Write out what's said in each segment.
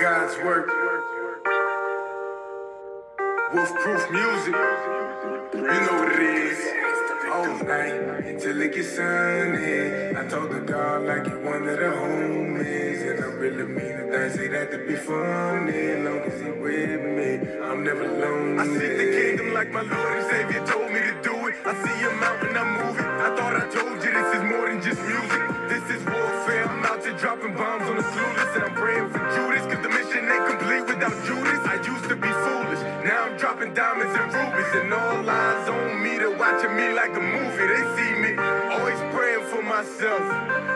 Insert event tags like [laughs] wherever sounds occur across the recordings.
God's work. Wolfproof music. You know what it is. All night until it gets sunny. I talk to God like he one of the homies. And I really mean it. I say that to be funny. Long as he with me, I'm never lonely. I seek the kingdom like my Lord and Savior told me to do it. I see a mountain, I'm moving. I thought I told you this is more than just music. This is warfare. I'm out here dropping bombs on the clueless. And I'm praying for Judas. Cause the mission ain't complete without Judas. I used to be foolish. Now I'm dropping diamonds and rubies. And all eyes on me. They're watching me like a movie. They see me always praying for myself.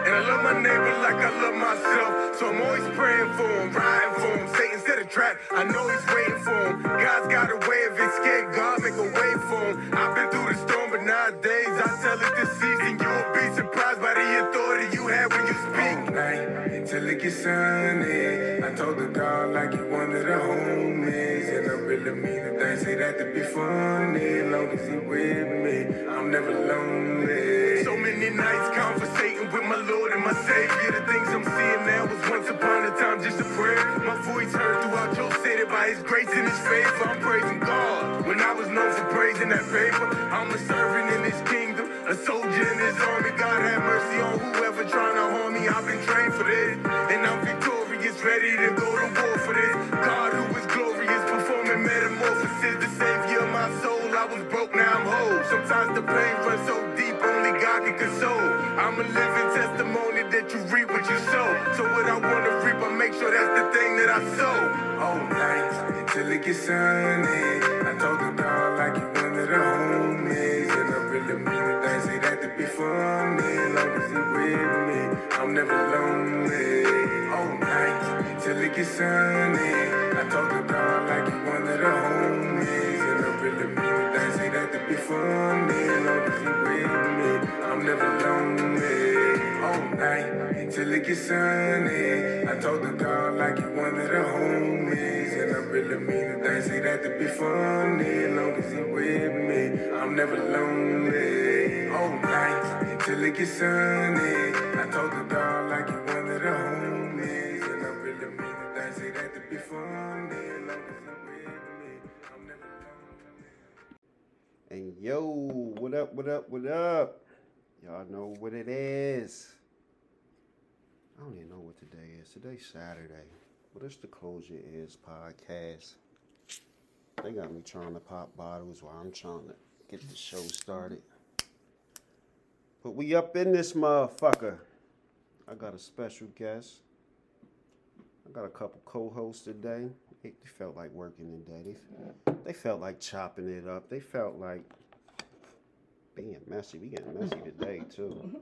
And I love my neighbor like I love myself. So I'm always praying for him, riding for him. Satan's instead of trap, I know he's waiting for him. God's got a way of escape. God make a way for him. I've been through the storm, but nowadays I tell it this season. You'll be surprised by the authority you have when you speak. All night until it gets sunny. I told the God like he one of the homies. And I really mean it. They say that to be funny. Long as he with me, I'm never lonely. So many nights conversating with my Lord and my Savior. The things I'm seeing now was once upon a time just a prayer. My voice heard throughout your city by His grace and His favor. I'm praising God. When I was known for praising that paper, I'm a servant in His kingdom, a soldier in His army. God have mercy on whoever trying to harm me. I've been trained for this, and I'm victorious, ready to go to war for this. God who is glorious, performing metamorphosis, the Savior of my soul. I was broke, now I'm whole. Sometimes the pain runs so deep, only God can console. I'm a living testimony that you reap what you sow. So what I want to reap, I make sure that's the thing that I sow. All night until it gets sunny. I told the dog like you one of the homies, and I really mean it. I say that to be funny. Long as you with me, I'm never lonely. All night until it gets sunny. I told the dog like you one of the homies, and I really mean it. I say that to be funny. Long as you with me, I'm never lonely. All night until it gets sunny. I told the dog like you one of the homies, and I really mean it. I say that to be funny. Long as he with me, I'm never lonely. All night until it gets sunny. I told the dog like you one of the homies, and I really mean it. I say that to be funny. Long as he with me, I'm never lonely. And yo, what up, what up, what up? Y'all know what it is. I don't even know what today is. Today's Saturday. But it's the Closure Is podcast. They got me trying to pop bottles while I'm trying to get the show started. But we up in this motherfucker. I got a special guest. I got a couple co-hosts today. They they felt like working today. They, they felt like chopping it up. They felt like being messy. We getting messy today too.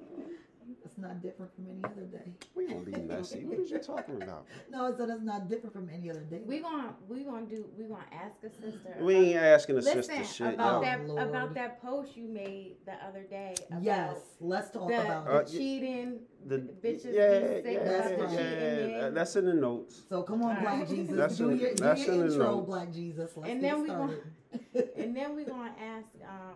It's not different from any other day. We gonna be messy. What are you talking about? No, it's, it's not different from any other day. We gonna we gonna do we gonna ask a sister. We about- ain't asking the listen sister shit, yo. about that Oh, Lord. about that post you made the other day. About yes, let's talk the, about the it. Uh, y- cheating The bitches. yeah, be sick yeah, about the yeah, cheating yeah. men. That's in the notes. So come on, Black Alright. Jesus, That's do in- your, do that's in your the intro, notes. Black Jesus. Let's And get then we started. [laughs] and then we gonna ask um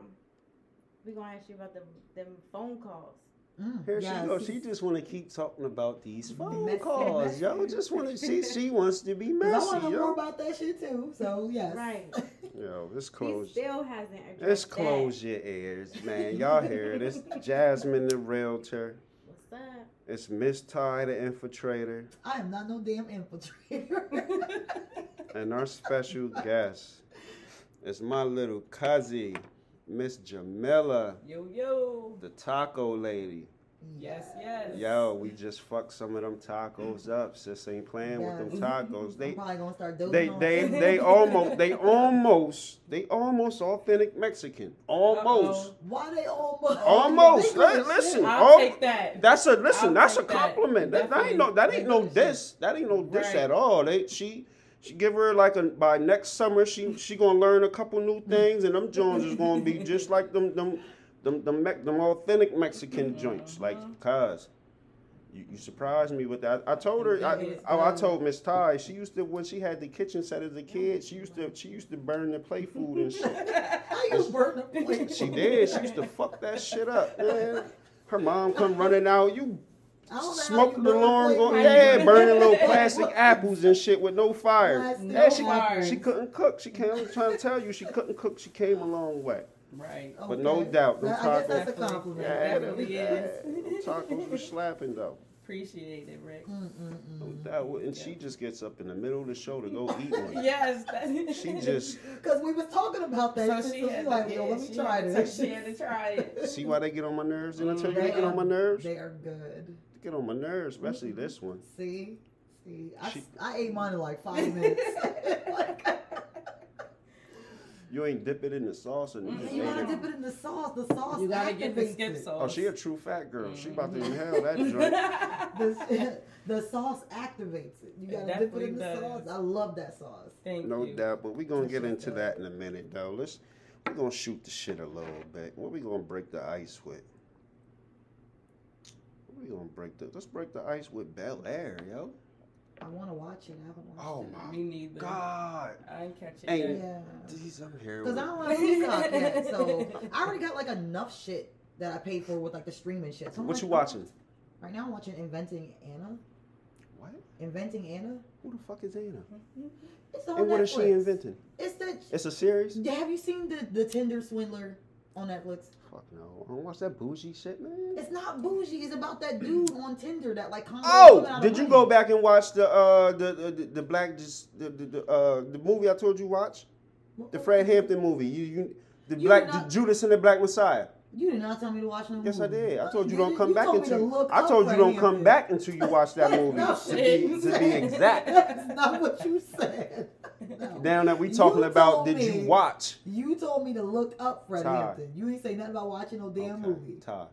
we gonna ask you about the them phone calls. Mm, Here yes. she goes. She just want to keep talking about these phone Messy, calls, yo. messy. Just want to. She she wants to be 'Cause I messy, want to know more yo. about that shit too. So yes, Right. Yo, this He closure. still hasn't addressed This that. close your ears, man. Y'all hear it? It's Jasmine the realtor. What's up? It's Miss Ty the infiltrator, [laughs] I am not no damn [laughs] infiltrator. and our special guest is my little cousin, Miss Jamila, Yo yo. the taco lady. Yes, yes. Yo, we just fucked some of them tacos up. Sis ain't playing with them Yes. tacos. I'm They probably gonna start doing they on they some- they almost they almost they almost authentic Mexican. Almost. Why they almost? Almost. They really Li- listen. shit. I'll Oh, take that. That's a listen, I'll that's a take that. compliment. That, that ain't no that ain't no Definitely. They diss. That ain't no diss Right. at all. They she she give her like a by next summer she she gonna learn a couple new things and them Jones is gonna [laughs] be just like them them them them, Me- them authentic Mexican Mm-hmm. joints. Like cuz you, you surprised me with that. I, I told her. It I, is I, I good. told Miss Ty. She used to when she had the kitchen set as a kid. She used to. She used to burn the play food [laughs] and shit. How you burn the plate? she did. She used to fuck that shit up, man. Her mom come running out. You I don't know how Smoking you the lawn, burn going, wood. yeah, burning little plastic apples and shit with no fire. Plastic Yeah, she, fire. she couldn't cook. She came. I'm trying to tell you, she couldn't cook. She came a long way. [laughs] Right. Oh, But no Okay. doubt, no That- I guess chocolate. that's a Definitely. compliment. Yeah, Definitely yeah. is. Tacos were slapping though. Appreciate it, Rick. No Mm-mm-mm. doubt. And she just gets up in the middle of the show to go eat [laughs] one. Yes. that- She just Because we was talking about that. So So she she's had to, like, yo, yeah, let me she try had to- this. She [laughs] had to try it. see why they get on my nerves. And I tell you They they get on my nerves. They They are good. get on my nerves, especially this one. See? See? I, She- I ate mine in like [laughs] five minutes. [laughs] You ain't dip it in the sauce and you Mm, just Mm-hmm. you ate gotta it. dip it in the sauce. The sauce You gotta get the activates skip it. sauce. Oh, she a true fat girl. She about to inhale [laughs] that drink. The, [laughs] the sauce activates it. You It gotta dip it in definitely the does. sauce. I love that sauce. Thank No you. doubt, but we're gonna get into Appreciate that in a minute though. Let's we're gonna shoot the shit a little bit. What we gonna break the ice with? What we gonna break the let's break the ice with Bel Air, yo. I wanna watch it. I haven't watched Oh it. my Me neither. god. I ain't catch it. Hey. yet. Yeah. Jeez, I'm here Because with I don't want to Peacock yet. So I already got like enough shit that I paid for with like the streaming shit. So I'm What like, you watching? Right now I'm watching Inventing Anna. What? Inventing Anna? Who the fuck is Anna? It's on and what Netflix. is she inventing? It's the. It's a series? Yeah, Have you seen the the Tinder Swindler on Netflix? Fuck no. I don't watch that bougie shit, man. It's not bougie. It's about that dude on Tinder that like. conned a woman Oh, out of did you money. go back and watch the uh the the, the, the black just the, the, the uh the movie I told you watch? What- The Fred Hampton movie. You you the You black did not- Judas and the Black Messiah. You did not tell me to watch no Yes, I movie. did. I told you didn't. don't come back told me to until look I up told you Fred don't come Hampton. back until you watch that movie. [laughs] No, to, be, to be exact. [laughs] That's not what you said. [laughs] No. Now that we You talking about, told did you me- watch? You told me to look up Fred Ty. Hampton. You ain't say nothing about watching no damn Okay, movie. Ty,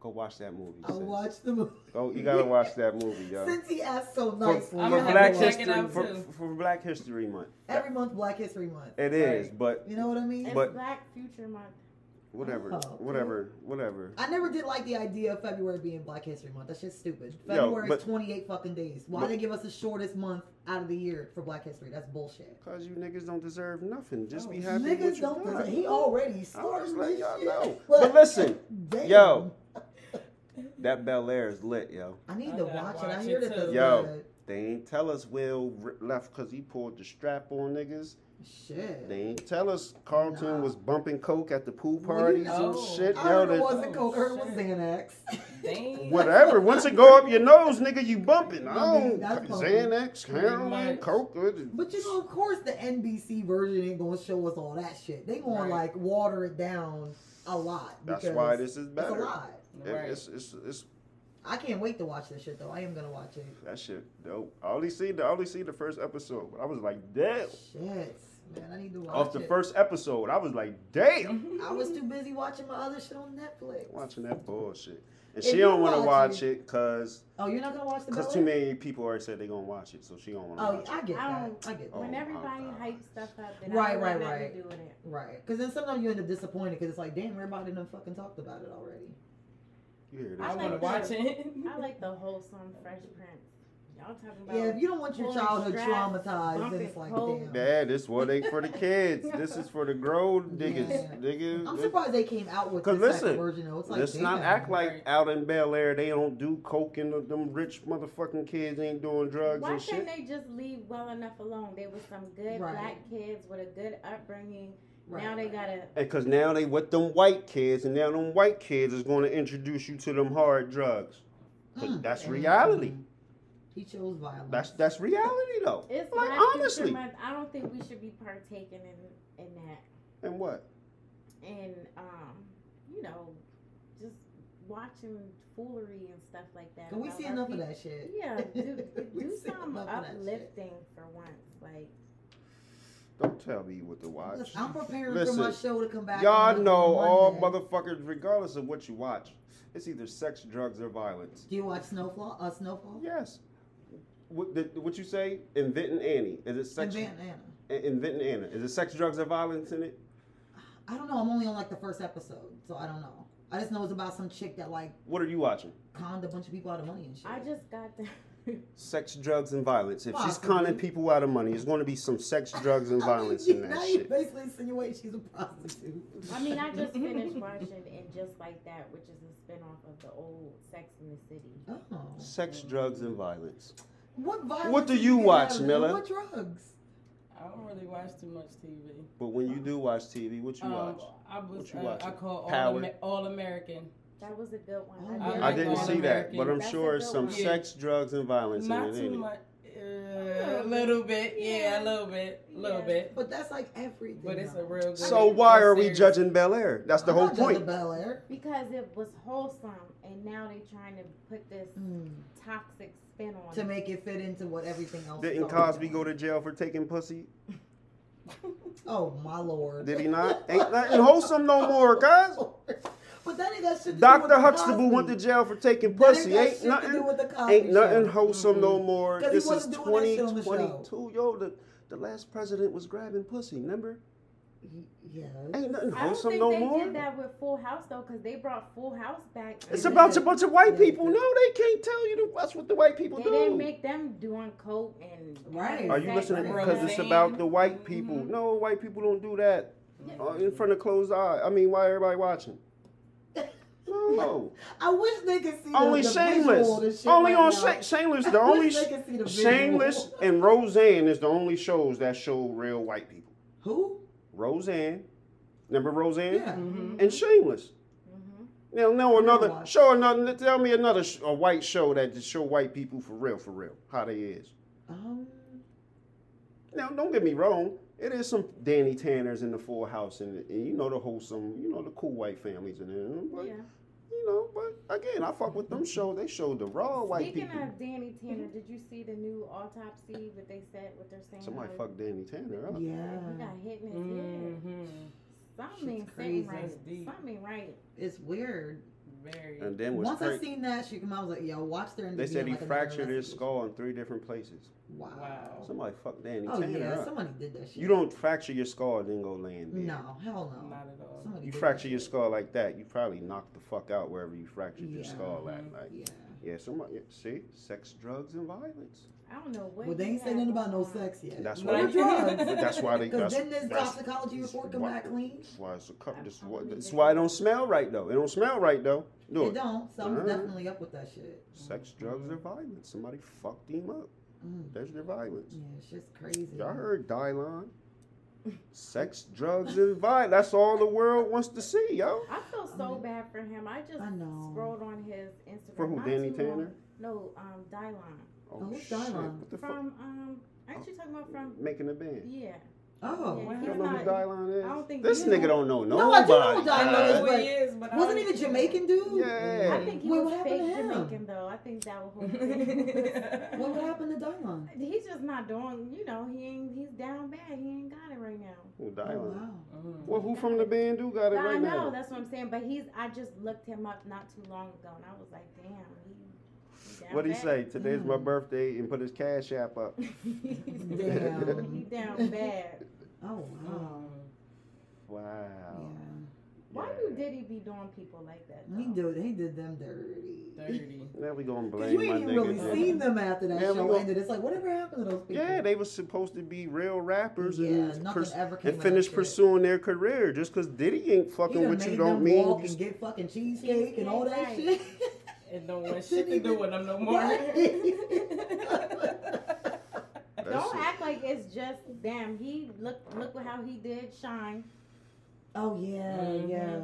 go watch that movie. I sis. watched the movie. Oh, you gotta watch that movie, yo. [laughs] Since he asked so For, nicely. for I'm I gonna have Black to check it History out, for, too. for Black History Month. Every month, Black History Month. It is, Right. but You know what I mean? It's But- Black Future Month. whatever, Oh, okay. whatever, whatever. I never did like the idea of February being Black History Month. That shit's stupid. Yo, February but- is 28 fucking days. Why but- they give us the shortest month out of the year for Black History? That's bullshit. Cause you niggas don't deserve nothing. Just be Oh, happy. with what Niggas you don't. got. He already I'm started just letting this y'all shit. know. [laughs] But listen, damn. yo. that Bel Air is lit, yo. [laughs] I need I to gotta watch, it. I watch hear it that that's too. Yo. good. They ain't tell us Will r- left because he pulled the strap on niggas. Shit. They ain't tell us Carlton Nah. was bumping coke at the pool Well, you parties know. and shit. I Yo, heard it that- wasn't Oh, coke. I heard it was shit. Xanax. [laughs] Dang. whatever. Once it go up your nose, nigga, you bumping. I I mean, don't that's bumping. Xanax, Pretty heroin, much. coke. it- But you know, of course, the NBC version ain't gonna show us all that shit. They gonna Right. like water it down a lot. That's because why this is It's a better. lot. It- Right. [laughs] It's, it's, it's I can't wait to watch this shit though. I am gonna watch it. that shit dope. I only see the I only see the first episode, but I was like, damn. Shit, man, I need to watch Off the it. Mm-hmm. first episode, I was like, damn. I was too busy watching my other shit on Netflix. Watching that bullshit, and If she you don't want to watch watch it because Oh, you're not gonna watch the because Bel too Air? many people already said they gonna watch it, so she don't want to Oh, watch it. I get I that. don't- I get that. Oh, when my everybody God. hypes stuff up, then Right, I don't right, want nothing right. to do with it. Right, because then sometimes you end up disappointed because it's like, damn, everybody done fucking talked about it already. You hear this? I I want to like watch that. it. I like the wholesome Fresh Prince. Y'all talking about? Yeah, if you don't want your pulling childhood straps, traumatized, then bumping it's like, coke. damn. Yeah, this what ain't [laughs] for the kids. This is for the grown niggas. Yeah. Nigga, I'm this- surprised they came out with 'Cause this listen, listen, version. Though. It's like, let's not damn. act like Right. out in Bel Air they don't do coke and the- them rich motherfucking kids ain't doing drugs Why and couldn't shit. they just leave well enough alone? They were some good Right. black kids with a good upbringing. Right, now they right. gotta. Because now they with them white kids, and now them white kids is going to introduce you to them hard drugs. 'Cause Mm. that's Mm. reality. He chose violence. That's that's reality though. It's Like, like honestly, honestly. month. I don't think we should be partaking in in that. And what? And um, you know, just watching foolery and stuff like that. Can we about see our enough of people. that shit? [laughs] Yeah, do, We do see something enough of that shit. uplifting for once. Like Don't tell me what to watch. Listen, I'm preparing for my Listen, show to come back. Y'all on know all Monday. motherfuckers, regardless of what you watch, it's either sex, drugs, or violence. Do you watch Snowfall? Uh, Snowfall? Yes. What, the, what you say? Inventing Annie. Is it And sex? Van Anna. In- Inventing Anna. Is it sex, drugs, or violence in it? I don't know. I'm only on like the first episode, so I don't know. I just know it's about some chick that like What are you watching? conned a bunch of people out of money and shit. I just got the [laughs] Sex, drugs, and violence. If she's Possibly. conning people out of money, it's going to be some sex, drugs, and violence in now that you shit. basically insinuate she's a prostitute. I mean, I [laughs] just finished watching and just like that, which is a spinoff of the old Sex in the City. Oh. Sex, drugs, and violence. What violence? What do did you get watch, out of it? Miller? What drugs? [laughs] I don't really watch too much TV. But when you do watch TV, what you um, watch? I was What you uh, watching? I call all, Power? Amer- all American. That was a good one. Oh, did yeah. I like didn't All see that, but I'm American. That's sure a it's good some one. sex, drugs, and violence Not in it. too ain't it? much. Uh, a little bit, yeah, a little bit, a little Yeah. bit. But that's like everything. But it's a though. real good. So good why are we series. judging Bel Air? That's the I'm whole not judging point. Bel Air. Because it was wholesome, and now they're trying to put this Mm. toxic spin on To it. make it fit into what everything else. Didn't is. Cosby go to jail for taking pussy? Oh my lord. Did he not? Ain't nothing wholesome no more, [laughs] guys. But that ain't got shit. To do with Dr. the Huxtable Cosby. went to jail for taking That ain't pussy. got Ain't shit To do nothing, with the Cosby ain't nothing Show. wholesome no more. 'Cause he This is wasn't doing that shit on the 2022. Yo, the, the last president was grabbing pussy. Remember? Y- Yeah. Ain't nothing I don't wholesome think no they more. did that with Full House though, because they brought Full House back. It's They about did. a bunch of white They people. did. No, they can't tell you. to- That's what the white people They do. didn't make them doing coke and Right. Are you sex listening? and Right. Because it's Roseanne. about the Mm-hmm. white people. Mhm. No, white people don't do that Yeah. Uh, in front of closed eye. I mean, why everybody watching? [laughs] No, I wish they could see only the, the visual of Shameless. this shit Only right on now. Sha- Shameless. I [laughs] The wish only they sh- could see the visual. Shameless and Roseanne is the only shows that show real white people. Who? Roseanne, remember Roseanne, Yeah. Mhm. and Shameless. Mhm. Now, no, I never another watched. show. Another. Tell me another sh- a white show that just show white people for real, for real, how they is. Um. Now, don't get me wrong. It is some Danny Tanners in the Full House, and, and you know the wholesome, you know the cool white families in there. But Yeah. you know, but again, I fuck with them shows. They show the raw white Speaking people. of Danny Tanner, did you see the new autopsy? What they said, what they're saying? Somebody how fucked Danny Tanner up. Oh, Yeah. He got hit in his Mm-hmm. head. Mhm. Something Shit's crazy. ain't sitting right. That's deep. Something ain't right. It's weird. Very. And then was Once I crazy. seen that, she came out. I was like, "Yo, watch their." They said he like fractured another his lesson. skull in three different places. Wow. Wow. Somebody fucked Danny Oh Tanner yeah, up. somebody did that shit. You don't fracture your skull and then go laying there. No, hell no. Not at all. Somebody You did that fracture your shit. skull like that, you probably knocked the fuck out wherever you fractured your Yeah. skull at. Like, Yeah. yeah, somebody. yeah, See, sex, drugs, and violence. I don't know what. Well, they he ain't saying had nothing about no going on. sex yet. That's Nor why- [laughs] drugs. [laughs] But that's why they. Because That's, then this that's, toxicology report come why- back clean. That's why it's a cup. This is I what. believe That's it. why it don't smell right though. It don't smell right though. Do It it. don't. So I'm Alright. definitely up with that shit. Sex, drugs, or violence. Somebody fucked him up. Mm. There's their violence. Yeah, it's just crazy. Y'all heard [laughs] Dylon. Sex, drugs, and violence. That's all the world wants to see, yo. I feel so Mm. bad for him. I just I know. scrolled on his Instagram. For who, not Danny too Tanner? long- No, um, Dylon. Oh, who's shit. Dylon? What the fuck? From um, aren't you talking about from? Making a band. Yeah. Oh, Yeah, You he's don't know who not- Dylon is? I don't think this you know. nigga don't know No, I nobody. do know Dylon, I know guys. who but he is, but I wasn't don't he the [laughs] Jamaican dude? Yeah. I think he Wait, was what happened fake to him? Jamaican though. I think that was whole [laughs] thing. What What happened to Dylan? He's just not doing. You know, he ain't. He's down bad. He ain't got it right now. Who Oh, Dylon? wow. Well, who from the band do got it I right know now? that's what I'm saying. But he's. I just looked him up not too long ago, and I was like, damn. He, he down What'd he bad. say? Today's my Mm. birthday and put his cash app up. Damn. [laughs] he [laughs] down bad. Oh, wow. Mm-hmm. Wow. Um, Why Yeah. do Diddy be doing people like that? He though? did. He did them [laughs] dirty. Dirty. Now we gonna Because blame you my ain't even nigga. really niggas. seen them after that Yeah, we show go- ended. It's like whatever happened to those people. Yeah, they was supposed to be real rappers Yeah, and, nothing pers- ever came and out finish of it. pursuing their career. Just because Diddy ain't He fucking done with you made don't them mean walk you and s- get fucking cheesecake and all that Right. shit. [laughs] [laughs] It don't want Didn't shit to do even- with them no more. Right. That's Don't it. act like it's just them. He look look at how he did shine. oh yeah, Mhm. yeah,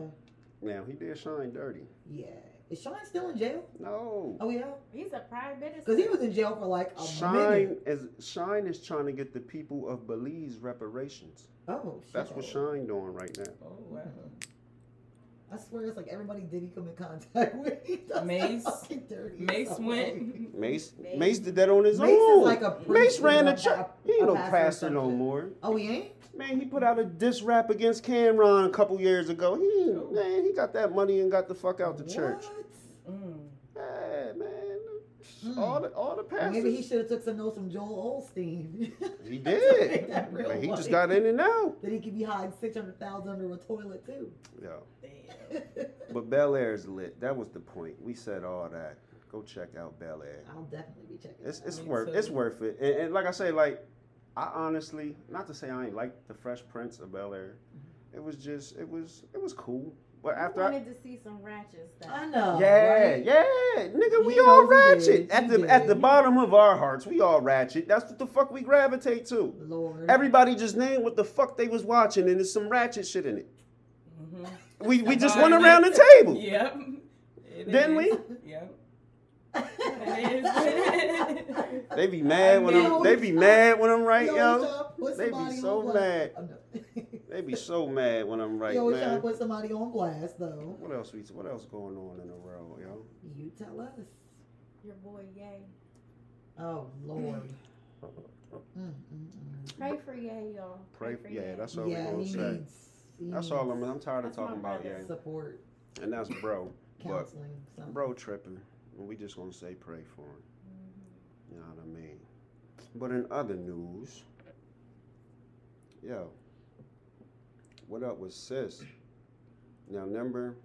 Now he did shine dirty. yeah. Is Sean still in jail? No. Oh yeah, He's a private citizen. because he was in jail for like Oh, a Shine minute. is Shine is trying to get the people of Belize reparations. Oh, shit. That's what Shine doing right now. [laughs] Oh wow. I swear it's like everybody did he come in contact [laughs] with. He does that Mace- fucking dirty Mace stuff. went. Mace Mace. Mace did that on his Mace is own. like a Mace priest ran or a a- church. a- He ain't a no pastor or pastor no something. more. Oh, he ain't. Man, he put out a diss rap against Cameron a couple years ago. He man, he got that money and got the fuck out the church. What? Mm. Hey, man, Mm. all the all the pastors. Maybe he should have took some notes from Joel Olstein. [laughs] He To make did. [laughs] that real Like, he just money. got in and out. That he could be hiding six hundred thousand under a toilet too. Yo, Damn. but Bel Air's lit. That was the point. We said all that. go check out Bel Air. [laughs] I'll definitely be checking. It's it out. it's Me worth too. it's worth it. And, and like I say, like I honestly, not to say I ain't like the Fresh Prince of Bel Air. Mm-hmm. It was just it was it was cool. But after I I, wanted to see some ratchet stuff. I know. yeah, right? yeah, nigga, we He all knows he ratchet. did, At he the did. at the bottom of our hearts, we all ratchet. That's what the fuck we gravitate to. Lord. [laughs] Everybody just named what the fuck they was watching, and there's some ratchet shit in it. Mhm. We we That's just all went it around is. the table. Yep. It Didn't is. Yep. They be mad when I'm. They be mad when I'm right, yo. They be so mad. They be so mad when I'm right, Oh, yo, we trying to man. put somebody on blast though. What else we? What else going on in the world, yo? You tell us. Your boy, yay. Oh [clears throat] Lord. Mm, mm, mm. Pray for yay, y'all. Pray, for yeah. Ye. That's all yeah, we he gonna say. needs. he That's all I'm. needs I'm tired of That's my talking about, yeah. brother. Support And that's bro, but counseling. something. bro tripping. And we just gonna say pray for him. Mm-hmm. You know what I mean? But in other news, yo, what up with sis? Now remember,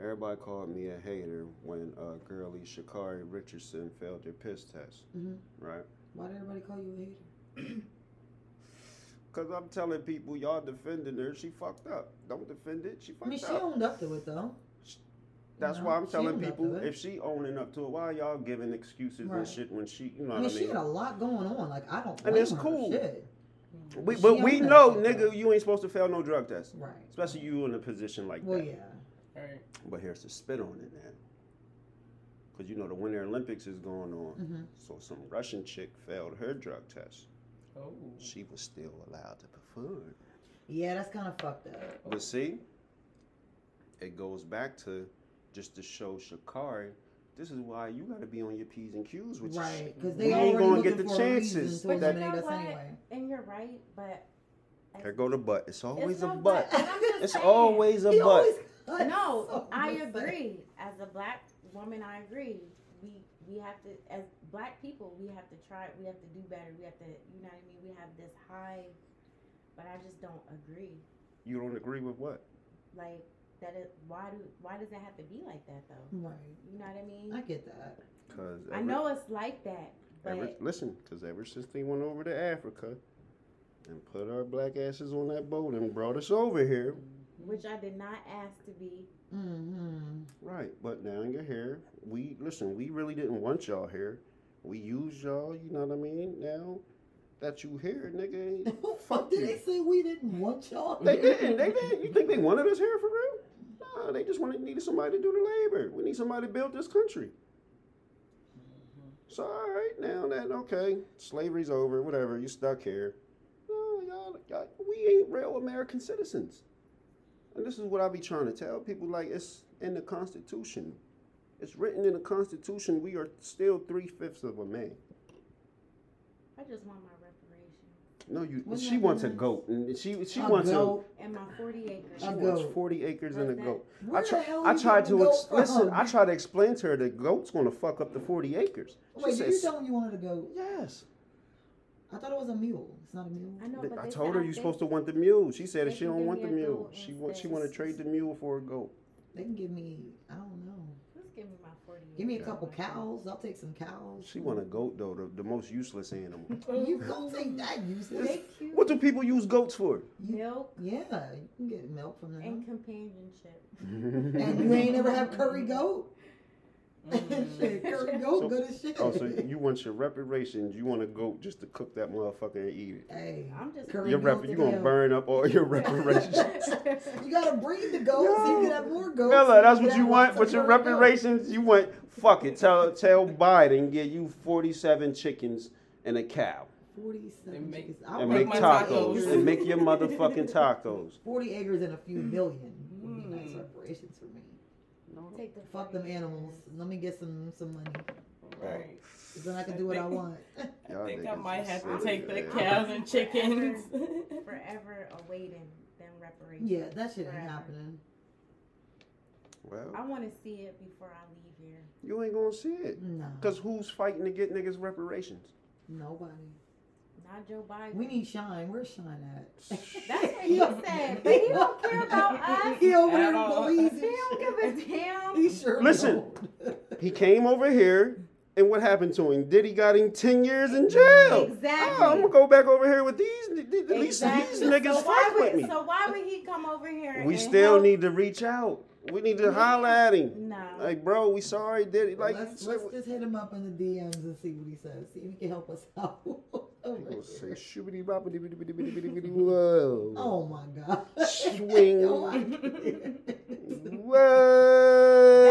everybody called me a hater when uh, girly Shakari Richardson failed their piss test, Mhm. right? Why did everybody call you a hater? Cause I'm telling people y'all defending her, she fucked up. Don't defend it, she I fucked mean, she up. owned up to it though. Sh- That's You know, why I'm she telling owned up people to it. if she owning up to it, why y'all giving excuses Right. and shit when she, you know I mean, what I she mean? had a lot going on. Like I don't. And blame it's her, cool. Shit. We, She but we owned up know, to it, though. nigga, you ain't supposed to fail no drug test. Right. Especially you in a position like Well, that. yeah. Right. But here's the spit on it now. Because you know the Winter Olympics is going on. Mm-hmm. So some Russian chick failed her drug test. Oh. She was still allowed to perform. Yeah, that's kind of fucked up. But see, it goes back to just to show Shakari, this is why you got to be on your P's and Q's with your Right, shit. because We they ain't already gonna looking get the for a reason chances to But you that- eliminate know us what? anyway. And you're right, but. There go the butt. It's always a no butt. [laughs] but. I'm just It's saying. always a He butt. always cuts No, [laughs] so I much. agree. As a black woman, I agree. We we have to, as black people, we have to try. We have to do better. We have to, you know what I mean. We have this high, but I just don't agree. You don't agree with what? Like that is why do why does it have to be like that though? Right, You know what I mean? I get that. Because I know it's like that, but Ever, listen, because ever since they went over to Africa and put our black asses on that boat and brought us over here, which I did not ask to be. Mm-hmm. right? But now you're here. We listen. We really didn't want y'all here. We used y'all. You know what I mean? Now that you here, nigga, [laughs] fuck did you. they say we didn't want y'all? They didn't. They didn't. You think they wanted us here for real? No, they just wanted needed somebody to do the labor. We need somebody to build this country. So all right, now then, okay, slavery's over, whatever. You stuck here. No, y'all, y'all, we ain't real American citizens. And this is what I be trying to tell people: like it's in the Constitution. It's written in the Constitution. We are still three fifths of a man. I just want my reparations No, you. What's she that wants a mean? goat, and she she A wants a. goat. and my forty She acres. A wants goat. forty acres and a Where's that? goat. Where I, the try, hell I you tried getting to a ex- goat from? listen. I tried to explain to her the goat's gonna fuck up the forty acres. She Wait, did you says, tell them you wanted a goat? yes. I thought it was a mule. It's not a mule. I know, Th- but I they told said her I you think- supposed to want the mule. She said they that she can don't give want me the a mule. goat She want she instead. want to trade the mule for a goat. They can give me, I don't know. Let's give me my forty. Give me a acres. couple cows. I'll take some cows. She want a goat though, the, the most useless animal. You don't think that useless. They cute. what do people use goats for? milk Yeah, you can get milk from and Uh-huh. [laughs] them. companionship. And you ain't never have curry goat. [laughs] Mm. Shit, curry goat, So- good as shit. oh, so you want your reparations? You want a goat just to cook that motherfucker and eat it? Hey, I'm just Curry Your goat rep, to you gonna kill. burn up all [laughs] your reparations. You gotta breed the goats so you can have more goats. Miller, that's what can you have want. lots But of your curry goats. reparations, you want fuck it. Tell tell Biden get you forty seven chickens and a cow, Forty-seven And make- chickens. I'll and make make my tacos, tacos. and make your [laughs] motherfucking tacos. Forty acres and a few million would be nice Mm. reparations for me. Oh. Take the Fuck them animals. Let me get some some money. Right. Then I can do what I think- want. [laughs] I Y'all think I niggas might is have to silly, take the man. cows [laughs] and chickens. Forever awaiting them reparations. yeah, that shit ain't Forever. happening. Well, I want to see it before I leave here. you ain't gonna see it. No. Cause who's fighting to get niggas reparations? Nobody. Not Joe Biden. We need Shine. Where's Shine at? That's what [laughs] he [laughs] said. He don't care about us. He over At there in all. Belize. and He don't shit. give a damn. He sure Listen. don't. [laughs] [laughs] He came over here, and what happened to him? Did he got him ten years in jail? Exactly. Oh, I'm gonna go back over here with these. n- th- At least Exactly. these niggas so why fuck would, with me. So why would he come over here? we and still help? need to reach out. We need to holler at him. No. Like, bro, we sorry. Did he like? let's, so- let's just hit him up in the DMs and see what he says. See if he can help us out. [laughs] He Over gonna say here. "Shoobity boppity bitty bitty bitty bitty bitty, whoa. oh my god. Swing. [laughs] Oh, I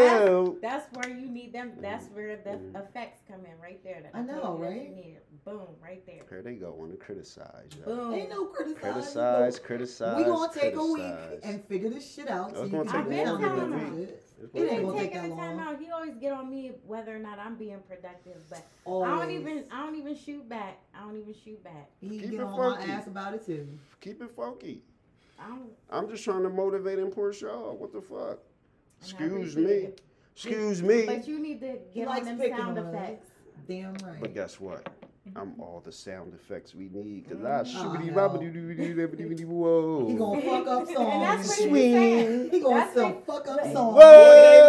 can't. Whoa. That's where you need them. That's where the effects come in, right there. That I know, told you that right? You need it. Boom, right there. Here they go, want to criticize. y'all. Boom. Ain't no criticizing. Criticize, criticize. We gonna take a week criticize. and figure this shit out. I was so you gonna can take get more on than with a this week. shit. It's It He like- ain't ain't gonna take taking that the time long. out. He always get on me whether or not I'm being productive, but I Always. don't even I don't even shoot back. I don't even shoot back. He Keep get it on funky. my ass about it too. Keep it funky. I don't. I'm just trying to motivate and push y'all. What the fuck? Excuse appreciate me. it. Excuse me. But you need to He get on likes them picking sound on us. effects. Damn right. [laughs] But guess what? I'm all the sound effects we need. Cause I Mm. shoobity Oh, no. boppity he whoa. [laughs] gonna fuck up songs. [laughs] And that's what and he shit. said. He gonna That's still what- fuck up Wait. songs.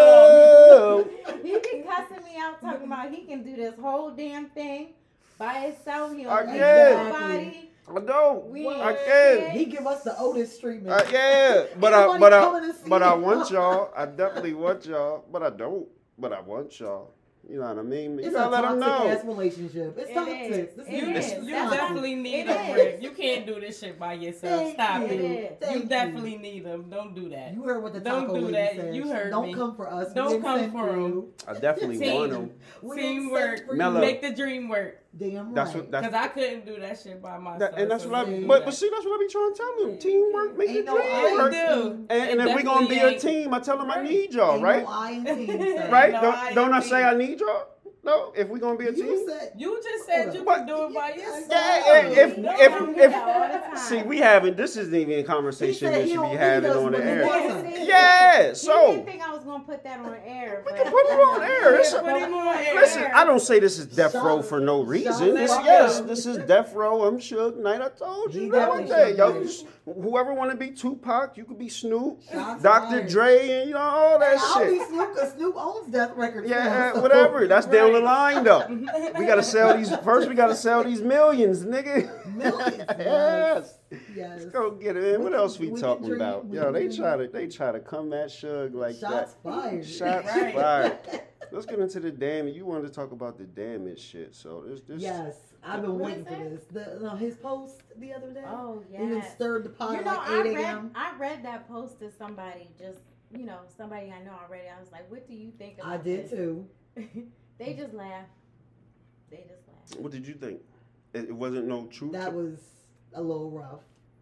Whoa. [laughs] He been cussing me out talking about he can do this whole damn thing by himself. He Uh, I don't need can. nobody. I know. We ain't I can. shit. He give us the Otis treatment. Uh, yeah, but I Nobody but I coming to see but I you. want y'all. I definitely want y'all, but I don't. But I want y'all. You know what I mean? You [laughs] It's a gotta let them toxic know. ass relationship. It's It toxic. is. This It You, is. you That's definitely need It a is. friend. You can't do this shit by yourself. Thank Stop you. it. It is. Thank you you. definitely need them. Don't do that. You heard what the Don't taco do lady that. said. You She- heard Don't me. come for us. We Don't didn't come send for 'em. you. I definitely Team. want them. We didn't send Teamwork. for Mellow. you. Make the dream work. Damn right. That's what. That's Because I couldn't do that shit by myself. that, and that's so what I. don't do But, that. but see, that's what I be trying to tell them. Teamwork make the Ain't dream no I They work. in do. And, and It if we gonna be definitely a team, I tell them I Right. need y'all, Ain't right? No I [laughs] in team, sir. right? no I don't in don't I team. say I need y'all? No. If we gonna be a You team, said You just said you What? could do it by Yeah, yourself. yeah, No. if No, I if do that all the if. time. See, we haven't. This isn't even a conversation said that he should don't be need having us on the when we air. want Yes, it is. Yeah, so- He didn't think I was gonna put that on air. We but- can put it [laughs] on air. It's Yeah, put him on air. Listen, I don't say this is death Shut row up. for no Shut reason. up. This, yes, this is death row. I'm Suge Knight. I told you He that one day. definitely Suge Yo, Knight. just- whoever want to be Tupac, you could be Snoop, Shots Dr. fired. Dre, and you know all that I'll be shit. Snoop because Snoop owns Death Records. Yeah, now, so- whatever. That's down the Right. line though. [laughs] We gotta sell these first. We gotta sell these millions, nigga. [laughs] [laughs] Millions, yes. yes. Yes. Let's go get it. Man, We what can- else we, we can talking dream, about? we Yo, can they dream. try to they try to come at Suge like that. Shots fired. Shots Right. fired. Let's get into the damage. You wanted to talk about the damage shit. So this this [laughs] Yes, I've been What waiting for is this. The, no, his post the other day. Oh yeah. He done stirred the pot You at know, Oh, like I 8 read a.m. I read that post to somebody just you know somebody I know already. I was like, what do you think? About I did this? too. [laughs] they just laugh. They just laugh. what did you think? It, it wasn't no truth. That was a little rough.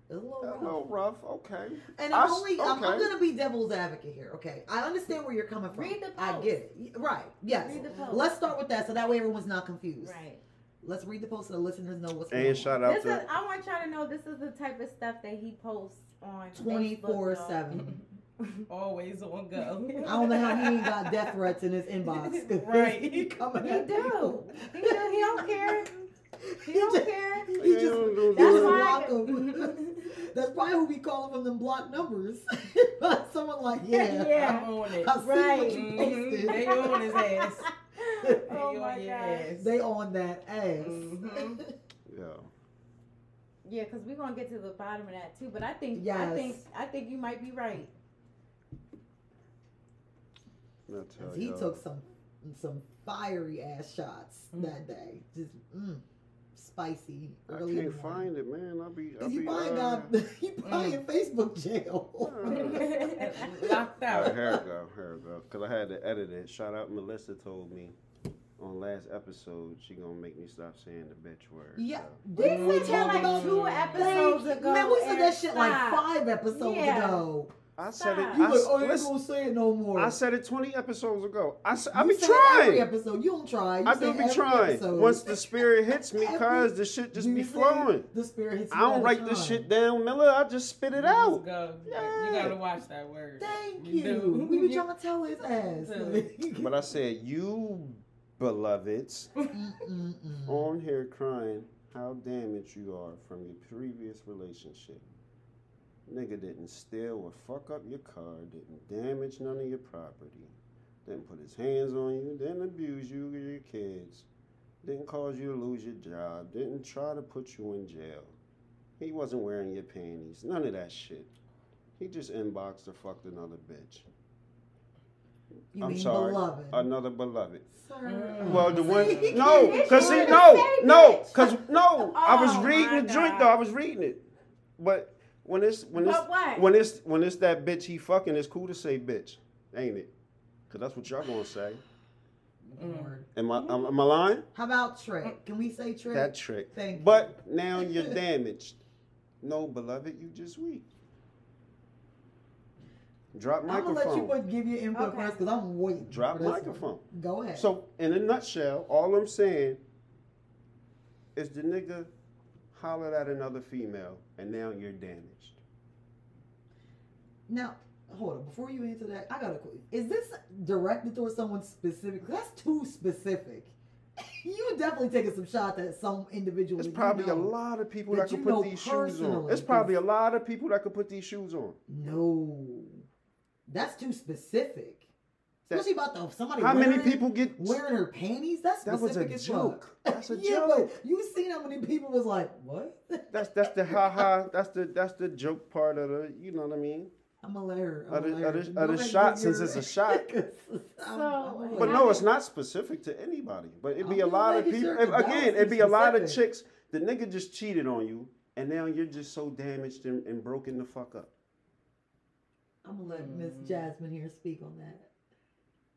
A little rough. no rough. Okay. And I I'm s- only I'm, I'm okay. gonna be devil's advocate here. Okay, I understand where you're coming from. Read the I post. get it. Y- Right. Yes. Read the post. Let's start with that, so that way everyone's not confused. Right. Let's read the post so the listeners know what's going on. And shout out This is. to I want y'all to know this is the type of stuff that he posts on Twenty four seven. seven. [laughs] Always on go. I don't know how he ain't got [laughs] death threats in his inbox. [laughs] [laughs] 'cause Right. he coming He at do. people. He, do, he [laughs] don't care. He don't just- care. [laughs] He Yeah, just, don't do he That's that. just why- block [laughs] 'em. [laughs] That's probably who we call from them block numbers. [laughs] Someone like, yeah, I'm Yeah. on it. I see Right. Mm-hmm. what you posted. Mhm. They on [laughs] his ass. They Oh on my your gosh. ass. [laughs] They on that ass. [laughs] Mm-hmm. Mhm. yeah. Yeah, because we're gonna get to the bottom of that too. But I think I Yes. think I think you might be right. I'll tell 'Cause he y'all. took some some fiery ass shots Mm-hmm. Mm. that day. Just mm, spicy. I early in can't the morning. find it, man. I'll be. I'll Cause be you probably uh, got [laughs] you probably in Facebook Mm. [laughs] jail. Locked All right, out. uh, here we go, here we go. Because I had to edit it. Shout out Melissa told me on last episode she gonna make me stop saying the bitch word. yeah, so. did we We had talk like about two episodes Like, ago. Man, we said that Eric, shit like stop. five episodes Yeah. ago. I said it. Stop. You I, like, s- oh, you ain't listen, gonna say it no more. I said it 20 episodes ago. I, s- I You be say it Every trying. episode, you don't try. You I say do it be every trying. episode. Once the spirit hits me, Every- cause the shit just You be say flowing. The spirit hits I you all don't the write this time. shit down, Miller. I just spit it [laughs] out. Go. Yeah. You gotta watch that word. Thank You do. you. We be trying to [laughs] tell his [laughs] ass. But I said, you beloveds Mm-mm-mm. on here crying how damaged you are from your previous relationship. Nigga didn't steal or fuck up your car, didn't damage none of your property. then put his hands on you, then abuse you or your kids, then cause you to lose your job, didn't try to put you in jail. He wasn't wearing your panties, none of that shit. He just inboxed or fucked another bitch. You I'm mean sorry. beloved. Another beloved. Sir. Well, the one See? [laughs] [laughs] no, cause see, You're no, the same no, bitch. cause no, I was Oh, my reading the joint God. though. I was reading it, but when it's when it's But what? when it's when it's that bitch he fucking, it's cool to say bitch, ain't it? Cause that's what y'all gonna say. Lord. Am I am, am I lying? How about trick? Can we say trick? That trick. Thank you. But [laughs] now you're damaged. No, beloved, you just weak. Drop I'm gonna let you microphone. both give your input Okay. first because I'm waiting. Drop for this one. microphone. Go ahead. So, in a nutshell, all I'm saying is the nigga hollered at another female, and now you're damaged. now, hold on. Before you answer that, I got a. qu- Is this directed towards someone specific? That's too specific. [laughs] you definitely taking some shots at some individual. There's that you probably a know. lot of people that that could you put know these shoes on. personally, There's because- probably a lot of people that could put these shoes on. No, that's too specific. That- Especially about the somebody. How wearing many it, people get? wearing her panties? That's That was specific a as fuck. joke. That's a [laughs] yeah, joke. but you seen how many people was like, "What?" [laughs] That's that's the ha ha. That's the that's the joke part of the. You know what I mean? I'm a liar. I'm Other- a liar. other- Don't other make me shot, since your- it's a [laughs] shot. I'm- I'm a So, But liar. no, it's not specific to anybody. But it'd be a I'm lot of making people. sure if- that that again, was it'd be a lot of specific. chicks. The nigga just cheated on you, and now you're just so damaged and, and broken the fuck up. I'm gonna let Miss Mm. Jasmine here speak on that,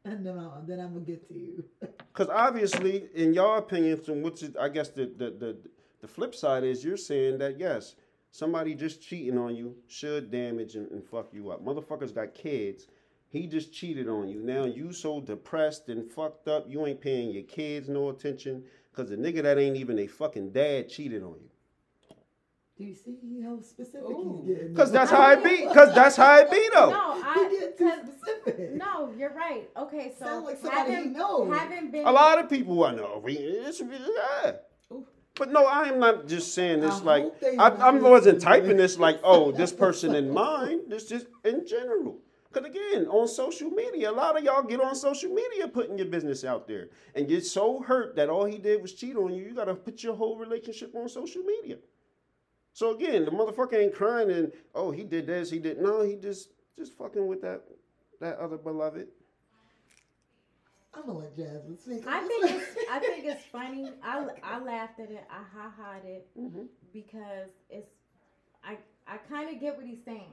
and then I'll, then I'm gonna get to you. [laughs] Because obviously, in your opinion, from which is, I guess the, the the the flip side is, you're saying that yes, somebody just cheating on you should damage and, and fuck you up. Motherfuckers got kids. He just cheated on you. Now you so depressed and fucked up. You ain't paying your kids no attention because the nigga that ain't even a fucking dad cheated on you. Do you see how specific Ooh. he's getting? Cause that's how it be. Cause that's how it be though. No, He I. get too 'cause- specific. No, you're right. Okay, so Sound like somebody he knows. haven't been A lot of people I know. we- it's- yeah. But no, I am not just saying I this hope like they I, I listen to wasn't this. typing this [laughs] like oh this person in mind. This just in general. Cause again, on social media, a lot of y'all get on social media putting your business out there and get so hurt that all he did was cheat on you. You gotta put your whole relationship on social media. So again, the motherfucker ain't crying and oh he did this, he did no, he just just fucking with that that other beloved. I'm gonna let Jasmine speak. on I this. think [laughs] it's, I think it's funny. I, I laughed at it. I ha haed it Mhm. because it's I I kind of get what he's saying.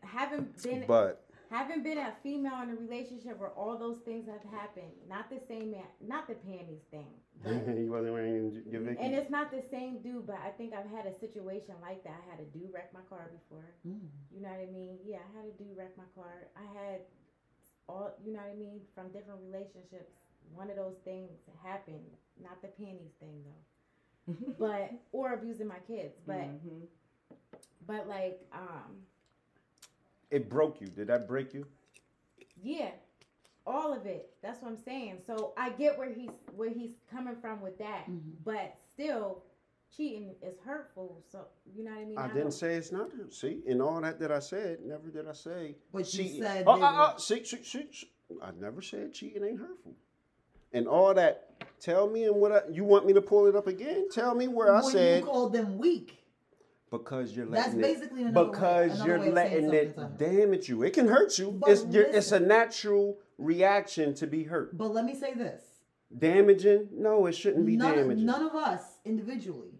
Haven't been Mm-hmm. But haven't been a female in a relationship where all those things have happened. Not the same man. Not the panties thing. [laughs] he wasn't wearing your Vicky. And it's not the same dude, but I think I've had a situation like that. I had a dude wreck my car before. [laughs] Mm. You know what I mean? Yeah, I had a dude wreck my car. I had all, you know what I mean, from different relationships. One of those things happened, not the panties thing though, but or abusing my kids, but Mhm. but like um it broke you. Did that break you? yeah, all of it. That's what I'm saying. So I get where he's where he's coming from with that, Mhm. but still cheating is hurtful. So you know what I mean? I don't- didn't say it's not. See, in all that that I said, never did I say. But you cheating. said Oh, they oh, were- oh, see, see, see, see. I never said cheating ain't hurtful. And all that. Tell me and what I, you want me to pull it up again? Tell me where I when said you called them weak. because you're That's letting it- basically another way- because another you're way of saying letting it something, Tyler. damage you. It can hurt you. But it's your, it's a natural reaction to be hurt. But let me say this: Damaging? No, it shouldn't be none, of, damaging. none of us individually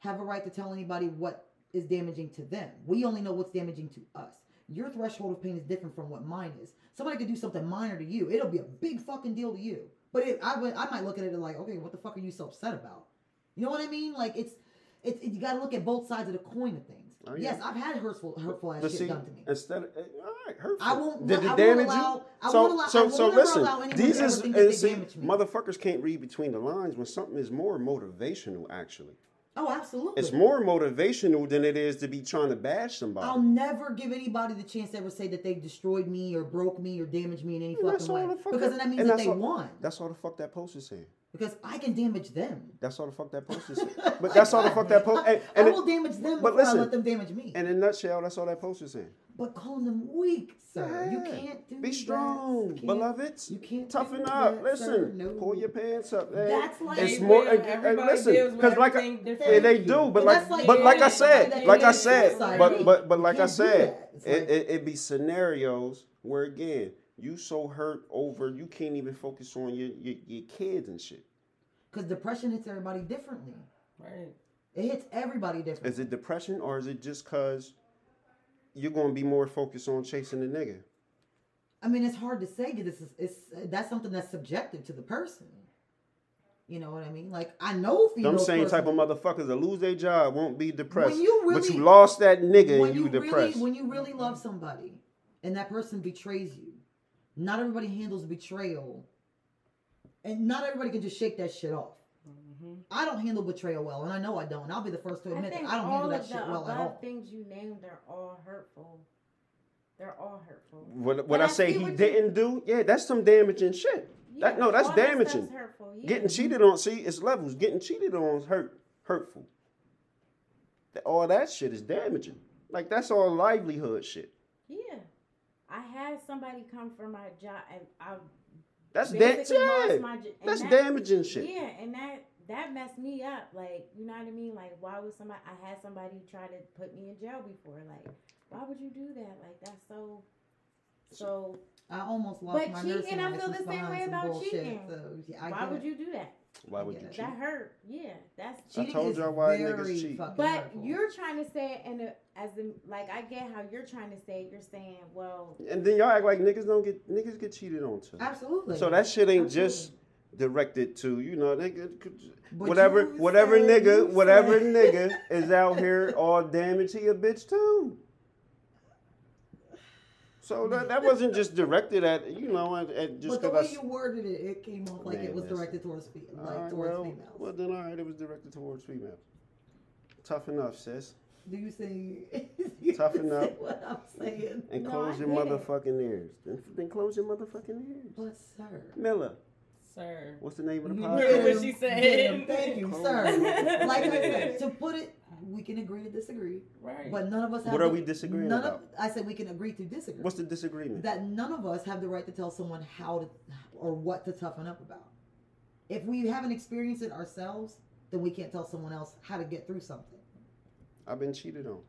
have a right to tell anybody what is damaging to them. We only know what's damaging to us. Your threshold of pain is different from what mine is. Somebody could do something minor to you; it'll be a big fucking deal to you. But it, I would, I might look at it and like, okay, what the fuck are you so upset about? You know what I mean? Like it's, it's you got to look at both sides of the coin of things. Oh, yeah. Yes, I've had hurtful, hurtful ass But shit see, done to me. instead of, eh, all right, hurtful. I won't- Did I it won't damage allow- you? I so, won't allow- I so, will so never listen, allow anyone to these ever is, think that and they see, damaged me. motherfuckers can't read between the lines when something is more motivational, actually. oh, absolutely. It's more motivational than it is to be trying to bash somebody. I'll never give anybody the chance to ever say that they destroyed me or broke me or damaged me in any And fucking way. the fuck Because then that means and that that's they all- won. That's all the fuck that post is saying. Because I can damage them. That's all the fuck that post is [laughs] saying. But that's all the fuck that post. I, And, and I it- will damage them but before I listen, let them damage me. And in a nutshell, that's all that post is saying. But calling them weak, sir. You Yeah. can't do Be that. strong, Can't- beloveds. You can't Toughen do up. that, sir. Listen, No. pull your pants up. Hey. That's like It's They more- will. and- and Everybody listen, deals with 'cause like I- everything Yeah, different. they do, but But like, that's like but like I everything. said, Like like I everything said, outside but me. but but You like I can't do said, that. It's it, like- it it be scenarios where again you so hurt over you can't even focus on your your, your kids and shit. Because depression hits everybody differently. Right. It hits everybody differently. Is it depression or is it just cause you're gonna be more focused on chasing the nigga? I mean, it's hard to say because it's, it's that's something that's subjective to the person. You know what I mean? Like I know Them females. same type of personally- motherfuckers that lose their job won't be depressed, you but really- you lost that nigga and you, depressed. really when you really love somebody and that person betrays you, not everybody handles betrayal, and not everybody can just shake that shit off. I don't handle betrayal well, and I know I don't. I'll be the first to Mm-hmm. I admit think that I don't handle all that of shit the well at all. above things you named are all hurtful. They're all hurtful. what But what I, I say see he what you- didn't do, yeah, that's some damaging shit. that Yeah, no, that's all that stuff's damaging. hurtful, yeah. Getting cheated on, see, it's levels. Getting cheated on is hurt, hurtful. That- All that shit is damaging. Like that's all livelihood shit. Yeah. I had somebody come for my job and I That's that, basically lost yeah. my j- and That's that- damaging shit. Yeah, and that that messed me up. Like, you know what I mean? Like, why would somebody? I had somebody try to put me in jail before. Like, why would you do that? Like, that's so. So I almost lost But my cheating, nursing I license feel the same behind way some about bullshit, cheating. so, yeah, I why get would it. you do that? Why would Yeah. you cheat? That hurt. Yeah, that's. I Cheating told is y'all why very niggas cheat. fucking But hurtful. you're trying to say it in a as in like I get how you're trying to say it. You're saying, well, And then y'all act like niggas don't get niggas get cheated on too. absolutely So that shit ain't just Absolutely. directed to you know they could, could- But whatever you whatever said- nigga you whatever said- [laughs] nigga is out here all damaged he a bitch too. So that, that wasn't just directed at you know at, at just [laughs] but the 'cause I way s- you worded it, it came off like Man, it was listen. directed towards fe- All like right, towards well, females. well then all right it was directed towards females. Tough enough, sis. Do you say [laughs] you Toughen understand up. What I'm saying, And No, close I your get it. motherfucking ears. Then, then close your motherfucking ears. but sir, Miller, Sir. what's the name of the You podcast? heard [laughs] what she said. Damn, thank you, Close your sir. motherfucking Like I said, ears. to put it, we can agree to disagree, Right. but none of us. Have What are the- we disagreeing none about? Of, I said we can agree to disagree. What's the disagreement? that none of us have the right to tell someone how to or what to toughen up about. If we haven't experienced it ourselves, then we can't tell someone else how to get through something. I've been cheated on.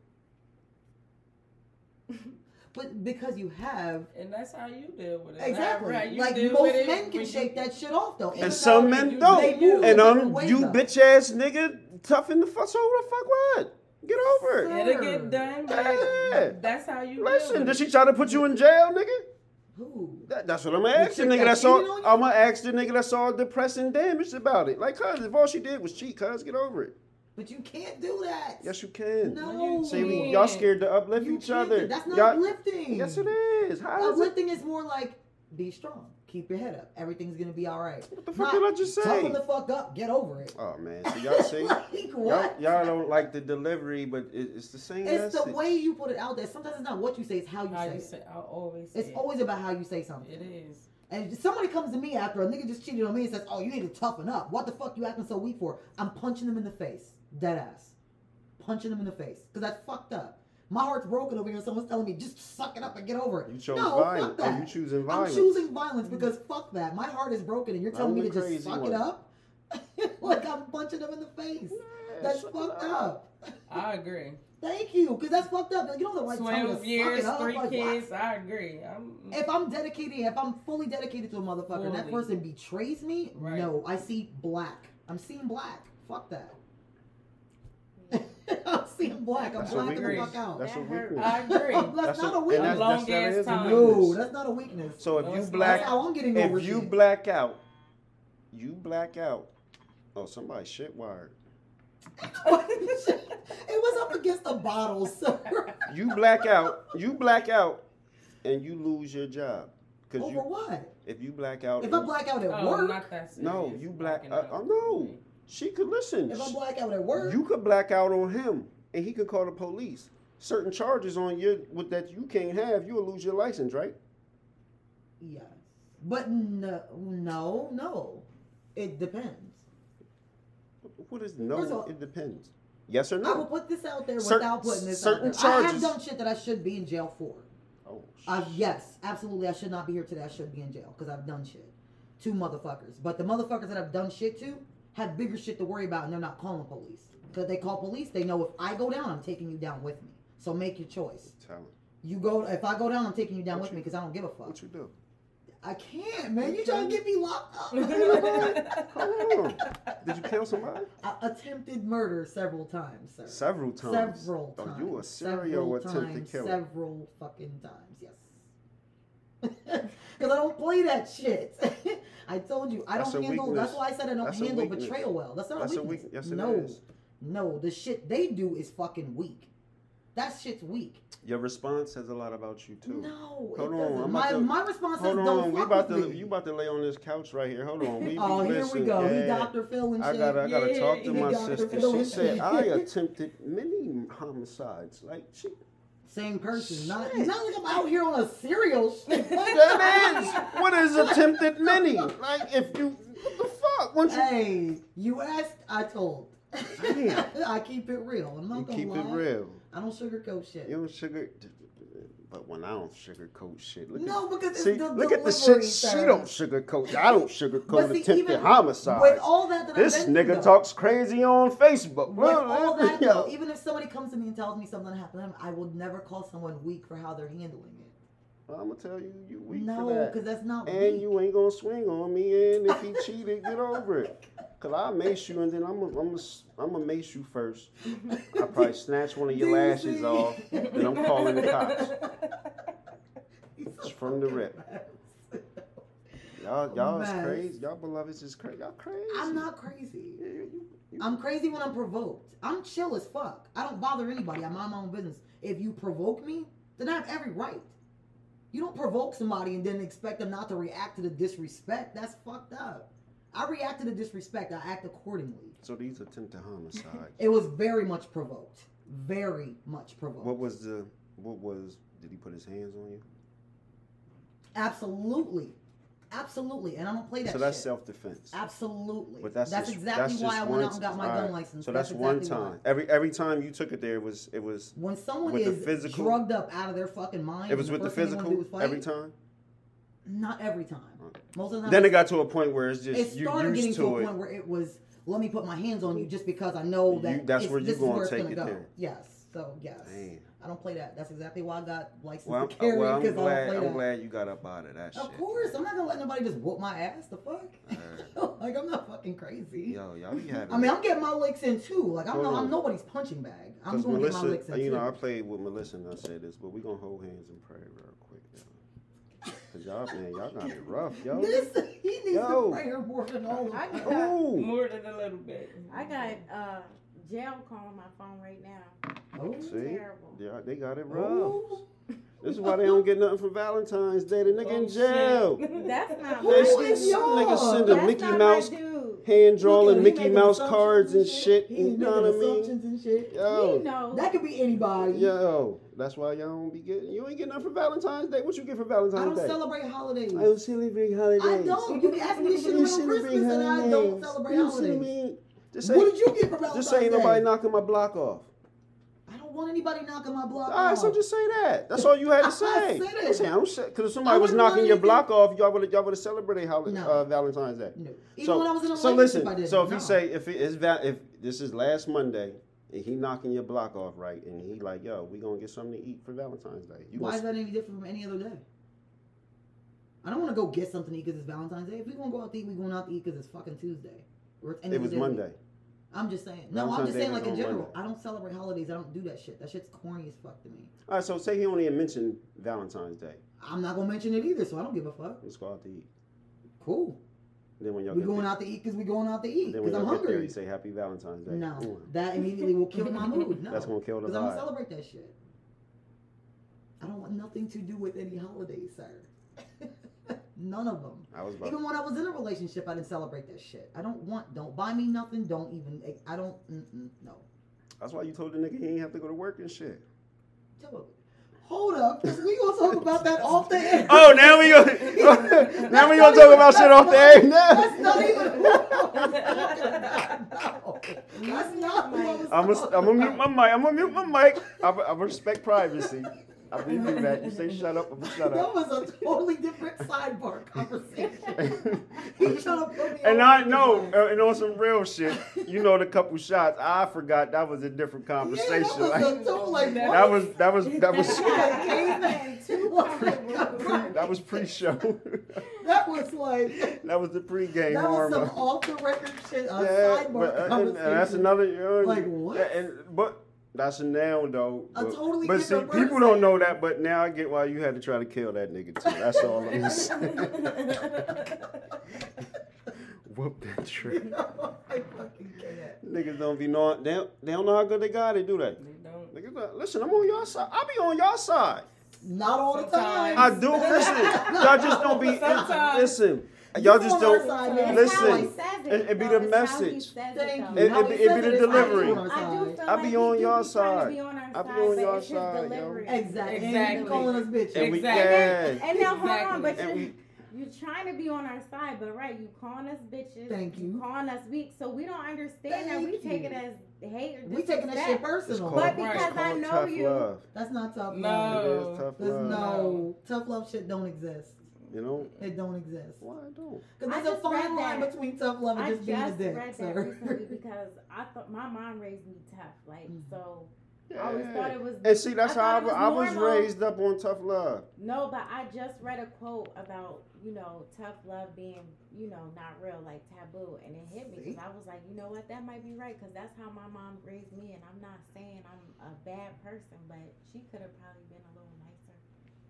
But because you have, and that's how you deal with it. Exactly. Right, you like deal most with it men can when shake you, that shit off though. And Even some though men you- don't. they move And a I'm different way, you though. bitch ass nigga toughen the fuck so the fuck what? Get over it. It'll get done, but Yeah. that's how you deal Listen, with did it. she try to put you in jail, nigga? Who? That, that's what I'm gonna ask the chick nigga that that's all cheated on you? I'm gonna ask the nigga that's all depressed and damaged about it. Like cuz if all she did was cheat, cuz get over it. But you can't do that. Yes you can. No. See we, man. y'all scared to uplift You each can't other. do- That's not Y'all- uplifting. Yes it is. How is it? Uplifting is more like be strong, keep your head up, everything's gonna be all right. What the fuck did I just say? Toughen the fuck up, get over it. Oh man, so [laughs] y'all see Like, y'all, what? y'all don't like the delivery, but it, it's the same It's the message. way you put it out there. Sometimes it's not what you say, it's how you How say you it. say, I always say It's it. always about how you say something. It is. And if somebody comes to me after a nigga just cheated on me and says, "Oh, you need to toughen up. What the fuck you acting so weak for?" I'm punching them in the face, dead ass, punching them in the face because that's fucked up. My heart's broken over here. Someone's telling me just suck it up and get over it. You chose no, violence. fuck that. Oh, you choosing I'm violence. choosing violence because fuck that. My heart is broken, and you're telling I'm me the to just crazy suck one. it up. [laughs] like I'm punching them in the face. Yeah, that's shut fucked up. up. [laughs] I agree. Thank you, because that's fucked up. You don't have the right to tell me to Twelve suck years, it up. three Like, what? kids. I agree. I'm, If I'm dedicated, if I'm fully dedicated to a motherfucker and that Fully. person betrays me, Right. no, I see black. I'm seeing black. Fuck that. [laughs] I'm seeing black. I'm That's what blacking the we- fuck out. That's what That we I [laughs] agree. Oh, that's, That's not a- a and weakness. that's- Long that's- that ass is a time. weakness. no, that's not a weakness. So if No, you it's not. black, that's how I'm getting over if you shit. black out, you black out. Oh, somebody shit wired. [laughs] it was up against the bottle, [laughs] sir. You black out. You black out, and you lose your job because Over you what? if you black out. If I black out at oh, work, not that serious. no, you black. Blacking Uh, out. oh no, she could listen. if I Sh- black out at work, You could black out on him, and he could call the police. Certain charges on you with that you can't have, you'll lose your license, right? yes, but no, no, no. It depends. What is no? First of all- it depends. Yes or I will no? put this out there Certain- without putting this certain out there. I have charges. done shit that I should be in jail for. Oh, Uh, sh- yes, absolutely. I should not be here today. I should be in jail because I've done shit to motherfuckers. But the motherfuckers that I've done shit to have bigger shit to worry about, and they're not calling police because they call police. They know if I go down, I'm taking you down with me. So make your choice. talent. You go if I go down, I'm taking you down What with me because I don't give a fuck. What you [laughs] do? I can't, man. You trying to get me locked up? Hold on. Did you kill somebody? [laughs] I attempted murder several times, sir. Several times. Several Oh, times. you a serial Several attempted times, killer. Several fucking times, yes. [laughs] Because I don't play that shit. [laughs] I told you, I That's don't a handle. That's weakness. why I said I don't That's a handle weakness. betrayal well. That's not That's a a weakness. weak. Yes, it no, is. no, the shit they do is fucking weak. That shit's weak. Your response says a lot about you too. No, it Hold on, doesn't. I'm my about to- my response Hold is on, don't we fuck about with to me. you about to lay on this couch right here. Hold on, we be oh, here we listening. go. He Yeah. Dr. Phil and I shit. gotta, I gotta Yeah, talk to he my got her sister. She feelings. said [laughs] I attempted many homicides. Like she, Same person. Not, Shit. not like I'm out here on a [laughs] serial shit. that is what is attempted many. Like if you, what the fuck? Once you, Hey, you asked, I told. Damn. [laughs] I keep it real. I'm not you gonna keep lie. it real. I don't sugarcoat shit. You don't sugar, but when I don't sugarcoat shit, look no, at because see, it's the look at the shit delivery, she sir. don't sugarcoat. I don't But sugarcoat see, attempted even homicides. With all that, that I've This been through, nigga though, talks crazy on Facebook. With Well, all that, yeah. [laughs] though, even if somebody comes to me and tells me something happened, to them, I will never call someone weak for how they're handling it. Well, I'm gonna tell you, you weak for no, that. because that's not And weak. you ain't gonna swing on me, and [laughs] if he cheated, get over it. Cause I mace you, and then I'm gonna, I'm gonna, I'm gonna mace you first. I [laughs] probably snatch one of your Do you lashes see? off, and I'm calling the cops. It's from the rip. Y'all, y'all is Mess. crazy. Y'all beloveds is crazy. Y'all crazy. I'm not crazy. Yeah, you- you- I'm crazy when I'm provoked. I'm chill as fuck. I don't bother anybody. I mind my own business. If you provoke me, then I have every right. You don't provoke somebody and then expect them not to react to the disrespect. That's fucked up. I react to the disrespect. I act accordingly. so these attempted homicides. [laughs] It was very much provoked. Very much provoked. what was the? What was? Did he put his hands on you? Absolutely. Absolutely. And I don't play that so that's shit. self defense. Absolutely. But that's just- exactly that's why just I went one out and got my time. gun license. So that's, one exactly why. time. Every every time you took it there, it was it was When someone With the is physical- drugged up out of their fucking mind, it was and with the first thing they wanna physical do is fight, every time. Not every time. Most of the time. Then it got to a point where it's just it you started getting used to to a it. point where it was, let me put my hands on you just because I know You- that that's it's- where you this is gonna where it's take gonna it go. there. Yes. So yes, Damn. I don't play that. That's exactly why I got licensed Well, to I'm, uh, carry well, I'm because I glad don't play I'm that. glad you got up out of that Of shit. course, I'm not gonna let nobody just whoop my ass. The fuck? Alright. [laughs] like I'm not fucking crazy. Yo, y'all be having. I mean, I'm getting my licks in too. Like I'm, Hold no, on. I'm nobody's punching bag. I'm 'Cause gonna get my Melissa, uh, licks in you too. know, I played with Melissa and I said this, but we gonna hold hands and pray real quick, y'all. [laughs] Cause y'all, man, y'all got it rough, yo. this he needs Yo. to pray her more than all of I us. got- Ooh, [laughs] More than a little bit. I got uh, jail calling my phone right now. Oh. It's See? terrible. yeah, they got it rough. Ooh. This is why they don't get nothing for Valentine's Day. The nigga in Oh, shit. jail. That's [laughs] not Who They is my send- some y'all? niggas send a That's Mickey not Mouse my dude. hand drawing He Mickey making Mouse assumptions cards and shit. He You making know what I mean? assumptions and shit. You Yo, know, That could be anybody. yo, that's why y'all don't be getting. You ain't getting nothing for Valentine's Day. What you get for I Valentine's don't Day? celebrate holidays. I don't celebrate holidays. I don't. You can ask me this shit You around celebrate Christmas and I don't holidays. celebrate You holidays. celebrate- Just What did ain't, you get for Valentine's just ain't Day? nobody knocking my block off. I don't want anybody knocking my block All right, off. Ah, so just say that. That's all you had Oh. [laughs] I to say. said it. I'm saying, I don't say, cause if somebody I was wouldn't want knocking your anything- block off, y'all would y'all would have celebrated hol- No. uh, Valentine's Day. No. Even when I was in a so relationship, listen. I didn't. So if no. you say if it is val- if this is last Monday and he knocking your block off right, and he like, yo, we gonna get something to eat for Valentine's Day. You Why gonna is that any different from any other day? I don't want to go get something to eat because it's Valentine's Day. If we going to go out to eat, we going out to eat because it's fucking Tuesday. Or it's any it was day. Monday. I'm just saying. No, I'm Valentine's just Day saying, was like, in on general, Monday. I don't celebrate holidays. I don't do that shit. That shit's corny as fuck to me. All right, so say he only had mentioned Valentine's Day. I'm not going to mention it either, so I don't give a fuck. Let's go out to eat. Cool. Then when y'all we get going there, out to eat because we going out to eat then when because I'm y'all get there, hungry. you say Happy Valentine's Day. No, Mm. that immediately will kill [laughs] my mood. No, that's gonna kill the because I don't vibe. celebrate that shit. I don't want nothing to do with any holidays, sir. [laughs] None of them. I was about. Even when I was in a relationship, I didn't celebrate that shit. I don't want. Don't buy me nothing. Don't even. eh, I don't. Mm-mm, no. That's why you told the nigga he ain't have to go to work and shit. Tell- Hold up, 'cause we gonna talk about that off the air. Oh, now we gonna [laughs] now we gonna talk about shit off the air. That's Now. not even. That's not what I was talking about. No. That's not what I was talking I'm gonna I'm gonna mute my mic. I'm gonna mute my mic. I, I respect privacy. I believe you, that. You say shut up. I'm gonna shut That up. was a totally different sidebar conversation. [laughs] He and tryna put me on I the know, device. uh, and on some real shit, you know, the couple shots. I forgot that was a different Yeah, conversation. that was Like, a total like That that [laughs] what? was that was that was [laughs] that that was pre-show. [laughs] [laughs] That was like that was the pre-game that was warm some up. off the record shit. A Yeah, sidebar but uh, and, and conversation. that's another. You know, Like, what? And, but that's a noun though. A But, totally but see, different people don't person. know that. But now I get why you had to try to kill that nigga too. That's all I'm [laughs] gonna say. [laughs] Whoop that You tree. know, I fucking can't. Niggas don't be knowing. They, don't- they don't know how good they got. They do that. Don't. Niggas, like, listen, I'm on your side. I be on your side. Not all the Sometimes. time. I [laughs] do. Listen, y'all just don't be. Sometimes. Listen, You y'all just on our don't. side, man. Listen, It's it- it be the message. Thank It- you. it How be- he it be says the it is how he delivery. on our I do side. feel I like be he on do your be trying side. to be on I our be on side, but your it's his side, yo. delivery. Exactly. And you Exactly. calling us bitches. And we- Exactly. Yeah. And now hold on, but Exactly. And you we- you trying to be on our side, but right, you calling us bitches. Thank you. Calling us weak, so we don't understand that we Thank take it you. as hate or we taking that shit disrespect. it's personal. called, But because it's called I know tough you- love. That's not tough No. love. It is tough oh, There's love. no tough love shit. Don't exist. You know It don't exist. why I don't? Because I there's a just read fine line that. between tough love and I just just being a read dick, that sir. [laughs] recently because I thought my mom raised me tough, like Mhm. so. Yeah. I always thought it was and see, that's I how I, thought it wa- I was was normal. raised up on tough love. No, but I just read a quote about you know tough love being you know not real like taboo, and it hit me See? 'cause I was like, you know what, that might be right because that's how my mom raised me, and I'm not saying I'm a bad person, but she could have probably been a little nicer.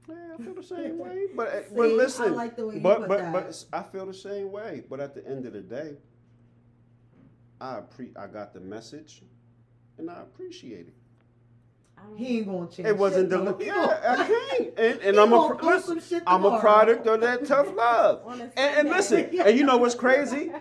Yeah, I feel the same way. But eh, See, but I listen, like the way you but put but that. but I feel the same way. But at the end of the day, I pre I got the message, and I appreciate it. I don't he ain't gonna change. It wasn't shit, though. delivered. He Yeah, gonna- I [laughs] can't. And, and he I'm a gonna pro- post listen, some shit I'm a tomorrow. product of that tough [laughs] love. On a And, and Sunday. listen, and you know what's [laughs] crazy?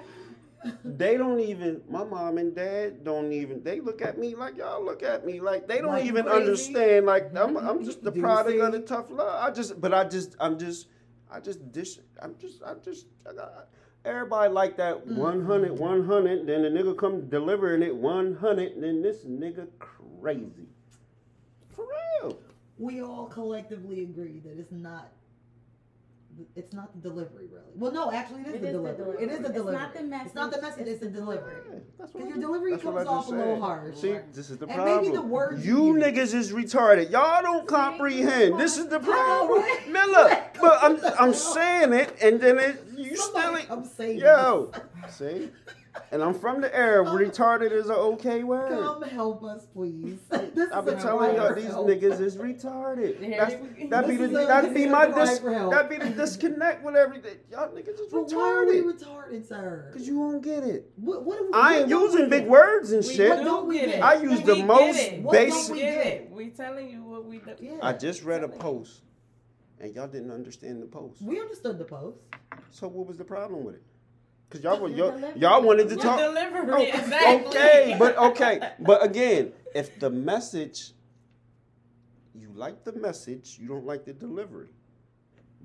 They don't even. My mom and dad don't even. They look at me like y'all look at me like they don't Like even crazy. understand. Like I'm, I'm just the Do you product of see? the tough love. I just, but I just, I'm just, I just dish. I'm just, I'm just. I got, everybody like that Mm. 100, 100. Then the nigga come delivering it 100. Then this nigga crazy. For real. we all collectively agree that it's not. It's not the delivery, really. Well, no, actually, it is, It the, is the delivery. It is the delivery. It's delivery. not the message, It's not the message. it's It's, the the delivery. Yeah, that's what 'Cause I your ju- delivery that's what I comes off just a little said. harsh. See, this is the And problem. maybe the word you you- niggas is retarded. Y'all don't comprehend. This is the problem, right? [laughs] Miller. But I'm I'm saying it, and then it you still Somebody ain't. come save Yo, [laughs] us. see, and I'm from the era. Retarded is an okay word. Come help us, please. [laughs] This I've is been a telling cry y'all for these help. niggas is retarded. Yeah, That's, we- that'd be This the is a- that'd this be is my a cry dis, for help. that'd be the disconnect with everything. Y'all niggas is But why are we retarded. retarded, sir? Cause you won't get it. What, what do we, I what ain't don't using we big get? words and We shit. don't get it. I use We the get most it. What don't basic- We we get get? it. We telling you what we do. Yeah. I just read a post, and y'all didn't understand the post. We understood the post. So what was the problem with it? Cause y'all were The y'all, delivery. y'all wanted to The talk. delivery, Oh, exactly. Okay, but okay, but again, if the message, you like the message, you don't like the delivery,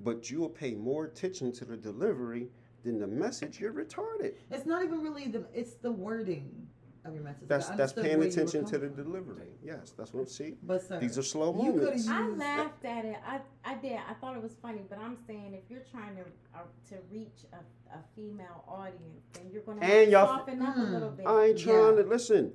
but you will pay more attention to the delivery than the message. You're retarded. It's not even really the. It's the wording of your message. That's I that's understood paying where you were attention to the coming from. delivery. Yes, that's what I'm seeing. But sir, These are slow you could moments. I Jeez. laughed at it. I, I did. I thought it was funny, but I'm saying if you're trying to uh, to reach a, a female audience, then you're gonna have And to y'all- soften up a Mm. little bit. I ain't trying Yeah. to listen.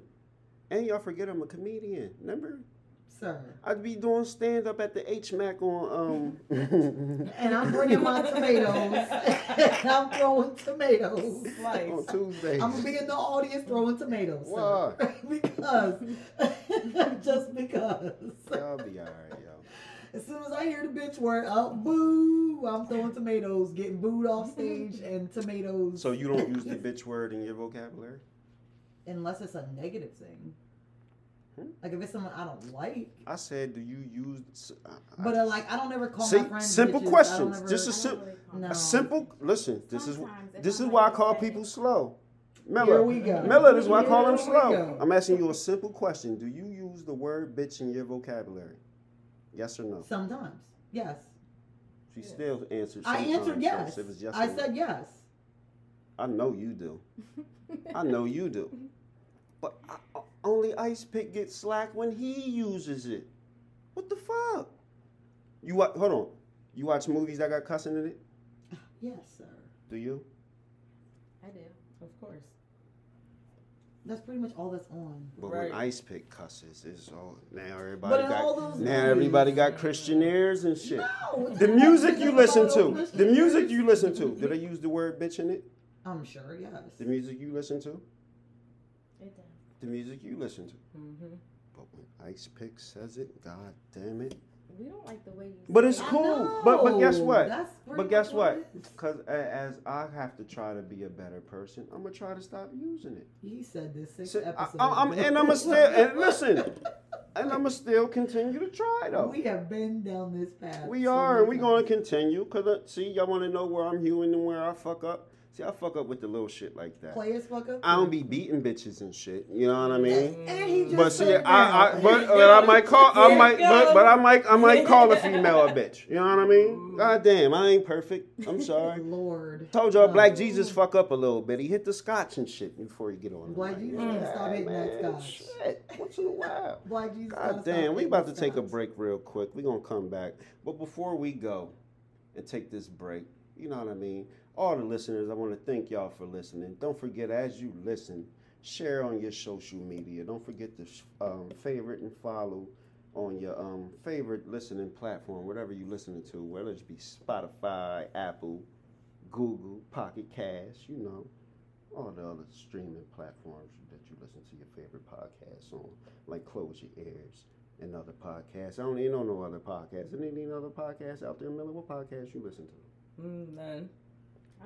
And y'all forget I'm a comedian. Remember, sir. I'd be doing stand up at the HMAC on [laughs] um And I'm [laughs] bringing my tomatoes. [laughs] and I'm throwing tomatoes. Slice. on Tuesday. I'm [laughs] gonna be in the audience throwing tomatoes. sir. Why? [laughs] because, [laughs] just because. Y'all be alright, [laughs] yo. As soon as I hear the bitch word, up, boo! I'm throwing tomatoes, getting booed off stage, and tomatoes. So you don't use the bitch word in your vocabulary? unless it's a negative thing. Hmm? Like if it's someone I don't like, I said, do you use? I- I- but uh, like I don't ever call See, my friends. simple bitches. I don't questions. ever- Just I a don't sim- really call No. a simple. Listen, this is Sometimes if this I'm is why I like call that- [laughs] people slow. Here Miller, we go. Miller, this is why I call them Here we slow. go. I'm asking you a simple question. Do you use the word bitch in your vocabulary? Yes or no? Sometimes, yes. She still answered. I answered sometimes, yes. so It was yes or I no. said yes. I know you do. I know you do. But I, Only Ice Pick gets slack when he uses it. What the fuck? You wa- hold on. You watch movies that got cussing in it? Yes, sir. Do you? I do. [laughs] Of course. That's pretty much all that's on. But Right. when Ice Pick cusses, it's all now everybody in got all those now everybody movies- got Christian ears and shit. No, [laughs] The music you listen to, the music you listen to. Did I use the word bitch in it? I'm sure, yes. The music you listen to, It does. the music you listen to. Mm-hmm. But when Ice Pick says it, god damn it. We don't like the way you. But say it's it. I cool. But- but guess know. what? That's pretty But guess much what? it is. Because as I have to try to be a better person, I'm gonna try to stop using it. He said this six So, I- episodes. I- I'm- and [laughs] I'ma still- and listen. And I'm gonna still continue to try though. We have been down this path. We so are, and we know. gonna continue. Cause uh, see, y'all wanna know where I'm hewing and where I fuck up. See, I fuck up with the little shit like that. play as fuck up. I don't be beating bitches and shit. You know what I mean? And he just But see, said I, I that. but, uh, but I might call, I There might, you go. but, but I might, I might call a female a bitch. You know what I mean? Mm. God damn, I ain't perfect. I'm sorry. Lord. Told y'all, Oh. Black Jesus fuck up a little bit. He hit the scotch and shit before he get on. the Black mic. Jesus gotta stop hitting that man, scotch. Shit, once in a while. Black Jesus. God damn, we about to take a break real quick. We're gonna come back. But before we go and take this break, you know what I mean? All the listeners, I wanna thank y'all for listening. Don't forget as you listen, share on your social media. Don't forget to sh- um, favorite and follow on your um, favorite listening platform, whatever you're listening to, whether it be Spotify, Apple, Google, Pocket Cast, you know, all the other streaming platforms that you listen to your favorite podcasts on, like Close Your Ears and other podcasts. I don't even know no other podcasts. Isn't there any other podcasts out there, Miller? What podcast you listen to? Mm, none.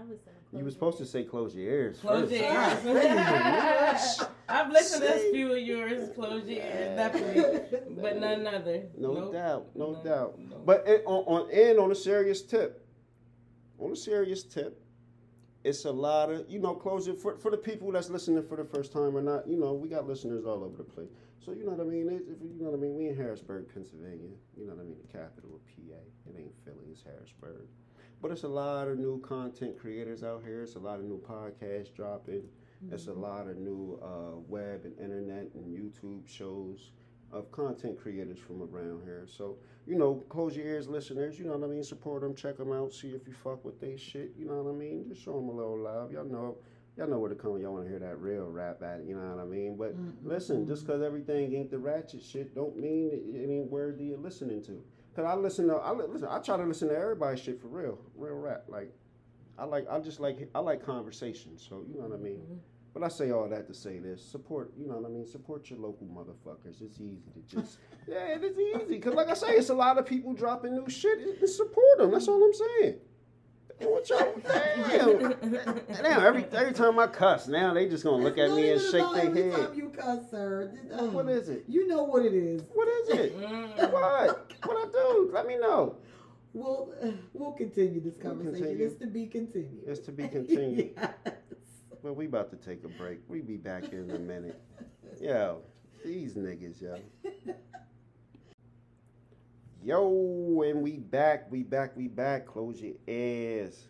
I was so You were close. supposed to say Close Your Ears. Close first. Your God Ears. [laughs] damn, man. I've listened to See? a few of yours. Close your ears, definitely. But none other. No Nope. doubt, no No, doubt. no. But it, on, on and on a serious tip, on a serious tip, it's a lot of you know closure for for the people that's listening for the first time or not. You know, we got listeners all over the place. So you know what I mean. It, if, you know what I mean. We in Harrisburg, Pennsylvania. You know what I mean. The capital of PA. It ain't Philly. It's Harrisburg. But it's a lot of new content creators out here. It's a lot of new podcasts dropping. It's a lot of new uh, web and internet and YouTube shows of content creators from around here. So, you know, close your ears, listeners. You know what I mean? Support them, check them out, see if you fuck with they shit. You know what I mean? Just show them a little love. Y'all know, y'all know where to come. Y'all want to hear that real rap at it. You know what I mean? But listen, just because everything ain't the ratchet shit, don't mean it it ain't worthy you're listening to. Cause I listen to, I li- listen, I try to listen to everybody's shit for real, real rap. Like, I like, I just like, I like conversation. So you know what I mean. But I say all that to say this: support, you know what I mean. Support your local motherfuckers. It's easy to just, [laughs] yeah, it's easy. Cause like I say, it's a lot of people dropping new shit. It- it support them. That's all I'm saying. What y'all- [laughs] Damn, Mm. damn. Every every time I cuss, now they just gonna look at me and shake their every head. Time you cuss, sir. Just, What um, is it? You know what it is. What is [laughs] it? Mm. What? What I do? Let me know. We'll [sighs] uh, we'll continue this We'll conversation. continue. It's to be continued. It's [laughs] to be continued. yes. Well, we about to take a break. We be back in a minute. Yo, these niggas, yo. Yo, and we back, we back, we back. Close your ears.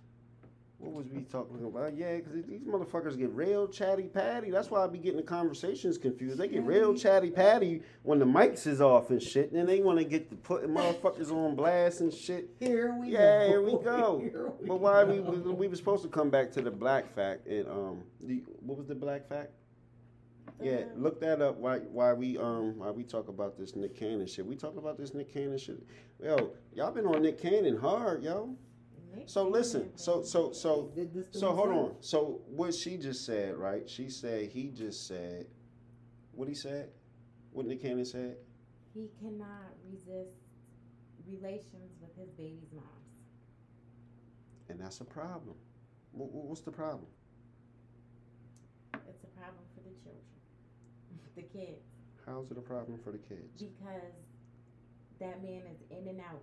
What was we talking about? Yeah, because these motherfuckers get real chatty patty. That's why I be getting the conversations confused. They get real chatty patty when the mics is off and shit. Then they want to get the putting motherfuckers on blast and shit. Here we Yeah, go. here [laughs] we go. Here we But why we go. we were supposed to come back to the black fact and um the, what was the black fact? Yeah, Uh, look that up. Why why we um why we talk about this Nick Cannon shit? We talk about this Nick Cannon shit. Yo, y'all been on Nick Cannon hard, yo. Nick So listen, Cannon, so bro. so so Did this to so hold himself. on. So what she just said, right? She said he just said what he said. What Nick Cannon said. He cannot resist relations with his baby's moms. And that's a problem. Wha- wha- What's the problem? It's a problem for the children, [laughs] the kids, How's it a problem for the kids? because that man is in and out.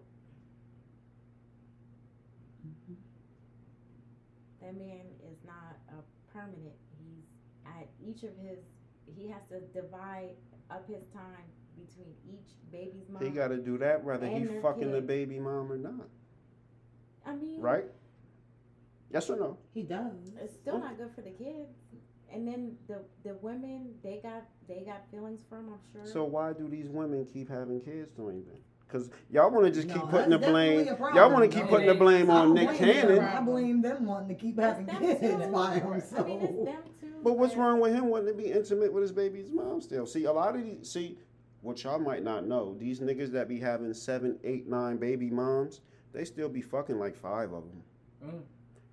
That man is not a permanent. He's at each of his. He has to divide up his time between each baby's mom. He got to do that whether he And their fucking the kids. baby mom or not, I mean, right? Yes or no? He does. It's still not good for the kids. And then the the women they got they got feelings from I'm Mm-hmm. sure. So why do these women keep having kids to him then? Because y'all want to just keep No, putting the that's definitely blame. a problem. Y'all want to keep No, putting it the blame ain't. on I Nick don't blame them. Cannon. I blame them wanting to keep having It's them kids [laughs] too. by I mean, it's themselves. them too. But what's wrong with him wanting to be intimate with his baby's mom still? See, a lot of these, see, what y'all might not know, these niggas that be having seven, eight, nine baby moms, they still be fucking like five of them. Mm.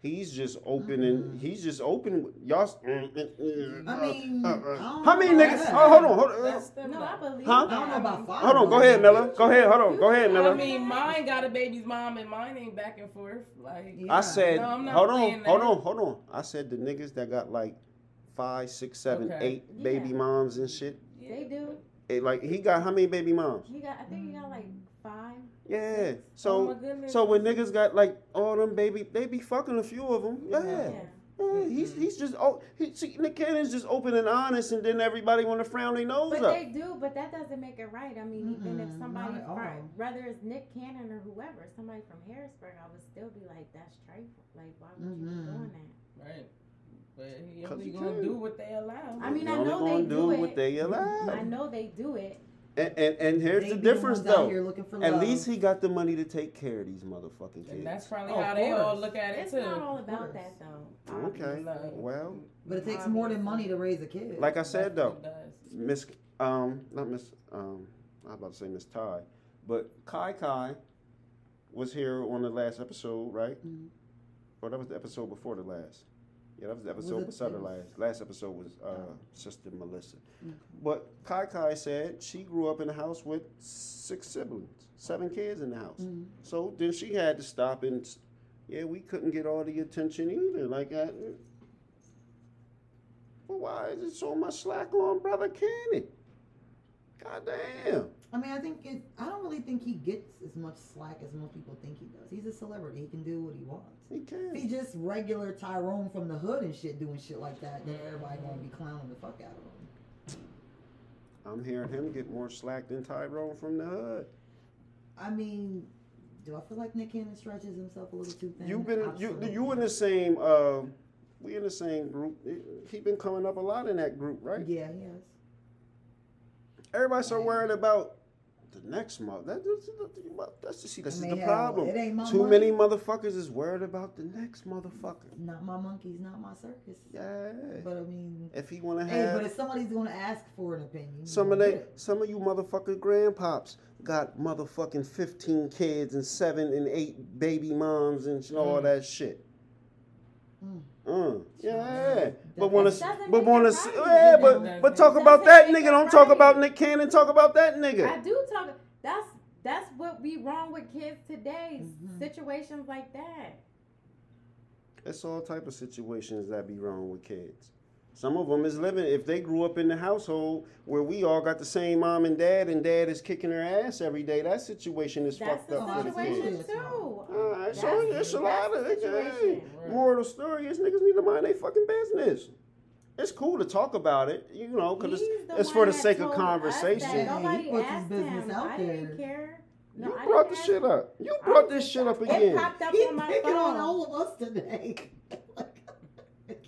He's just opening. Mm. He's just opening. Y'all. uh, I mean, I don't how many know. niggas? That's- Oh, hold on, hold on. That's them. No, I believe. Huh? I don't know about five. Hold on, go ahead, Miller. Go ahead, hold on, go ahead, I I Miller. mean, mine got a baby's mom, and mine ain't back and forth. Like, Yeah. I said, No, I'm not hold on, playing hold that. on, hold on. I said the niggas that got like five, six, seven, eight Okay. baby Yeah. moms and shit. They do. It, like he got how many baby moms? He got. I think he got like five. Yeah. oh So my goodness. so when niggas got like all them baby, they be fucking a few of them. Yeah. Yeah. yeah. Mm-hmm. He's he's just oh he, see Nick Cannon's just open and honest, and then everybody want to frown their nose But up. they do, but that doesn't make it right. I mean, even if Mm-mm, somebody, not at all. from, whether it's Nick Cannon or whoever, somebody from Harrisburg, I would still be like, that's trifle. Like, why would you Mm-hmm. Mhm. be doing that? Right. But he 'Cause only he gonna can. do what they allow. I mean, They I only know gonna they do, do what it. they allowed. I know they do it. And, and and here's They the be difference ones out though. here looking for At love. least he got the money to take care of these motherfucking and that's kids. probably Oh, how of they all course. look at it It's too. not all Of about course. that, though. Okay. obviously. Well, But it takes more than money to raise a kid. like I said though, Definitely does. Miss um not Miss um I was about to say Miss Ty, but Kai Kai was here on the last episode, right? Mhm. Or that was the episode before the last. Yeah, that was the Was episode it- beside the it was- last. Last episode was uh, Oh. Mm-hmm. Sister Melissa. Okay. But Kai Kai said she grew up in a house with six siblings, seven kids in the house. Mhm. So then she had to stop and, s- yeah, we couldn't get all the attention either. Like, I, well, why is it so much slack on Brother Cannon? Goddamn. I mean, I think it. I don't really think he gets as much slack as most people think he does. He's a celebrity. He can do what he wants. He If he can. just regular Tyrone from the hood and shit doing shit like that, then everybody gonna be clowning the fuck out of him. I'm hearing him get more slack than Tyrone from the hood. I mean, do I feel like Nick Cannon stretches himself a little too thin? You've been you Absolutely. you in the same uh, we in the same group. He been coming up a lot in that group, right? Yeah, he has. Everybody's so Right. worried about the next month. That, that's, that's, that's see, that's I mean, the hell, problem. It ain't my Too many money. motherfuckers is worried about the next motherfucker. Not my monkeys, not my circus. Yeah. But I mean, If he wanna hey, have but if somebody's gonna ask for an opinion, some of you they get it. some of you motherfucker grandpops got motherfucking fifteen kids and seven and eight baby moms and sh- all Mm. that shit. Mm. Mm. Yeah, That- but wanna, that s- doesn't but make wanna, it s- right. yeah, It but doesn't- but talk it about doesn't that make nigga. it Don't talk right. about Nick Cannon. Talk about that nigga. I do talk. That's that's what we wrong with kids today. Mm-hmm. Mhm. Situations like that. It's all type of situations that be wrong with kids. Some of them is living if they grew up in the household where we all got the same mom and dad, and dad is kicking her ass every day. That situation is That's fucked up the for the situation kids. kids. too. All right, so That's- it's a that's lot of the it. Hey, situation. Right. moral of the story is niggas need to mind their fucking business. It's cool to talk about it, you know, because it's, He's the it's one for the that sake of told us conversation. Yeah, That he nobody puts his asked business him. out I there. didn't care. No, you I brought didn't this ask shit him. up. You I brought was this just- shit up it again. popped up He's on my picking on phone. all of us today. [laughs]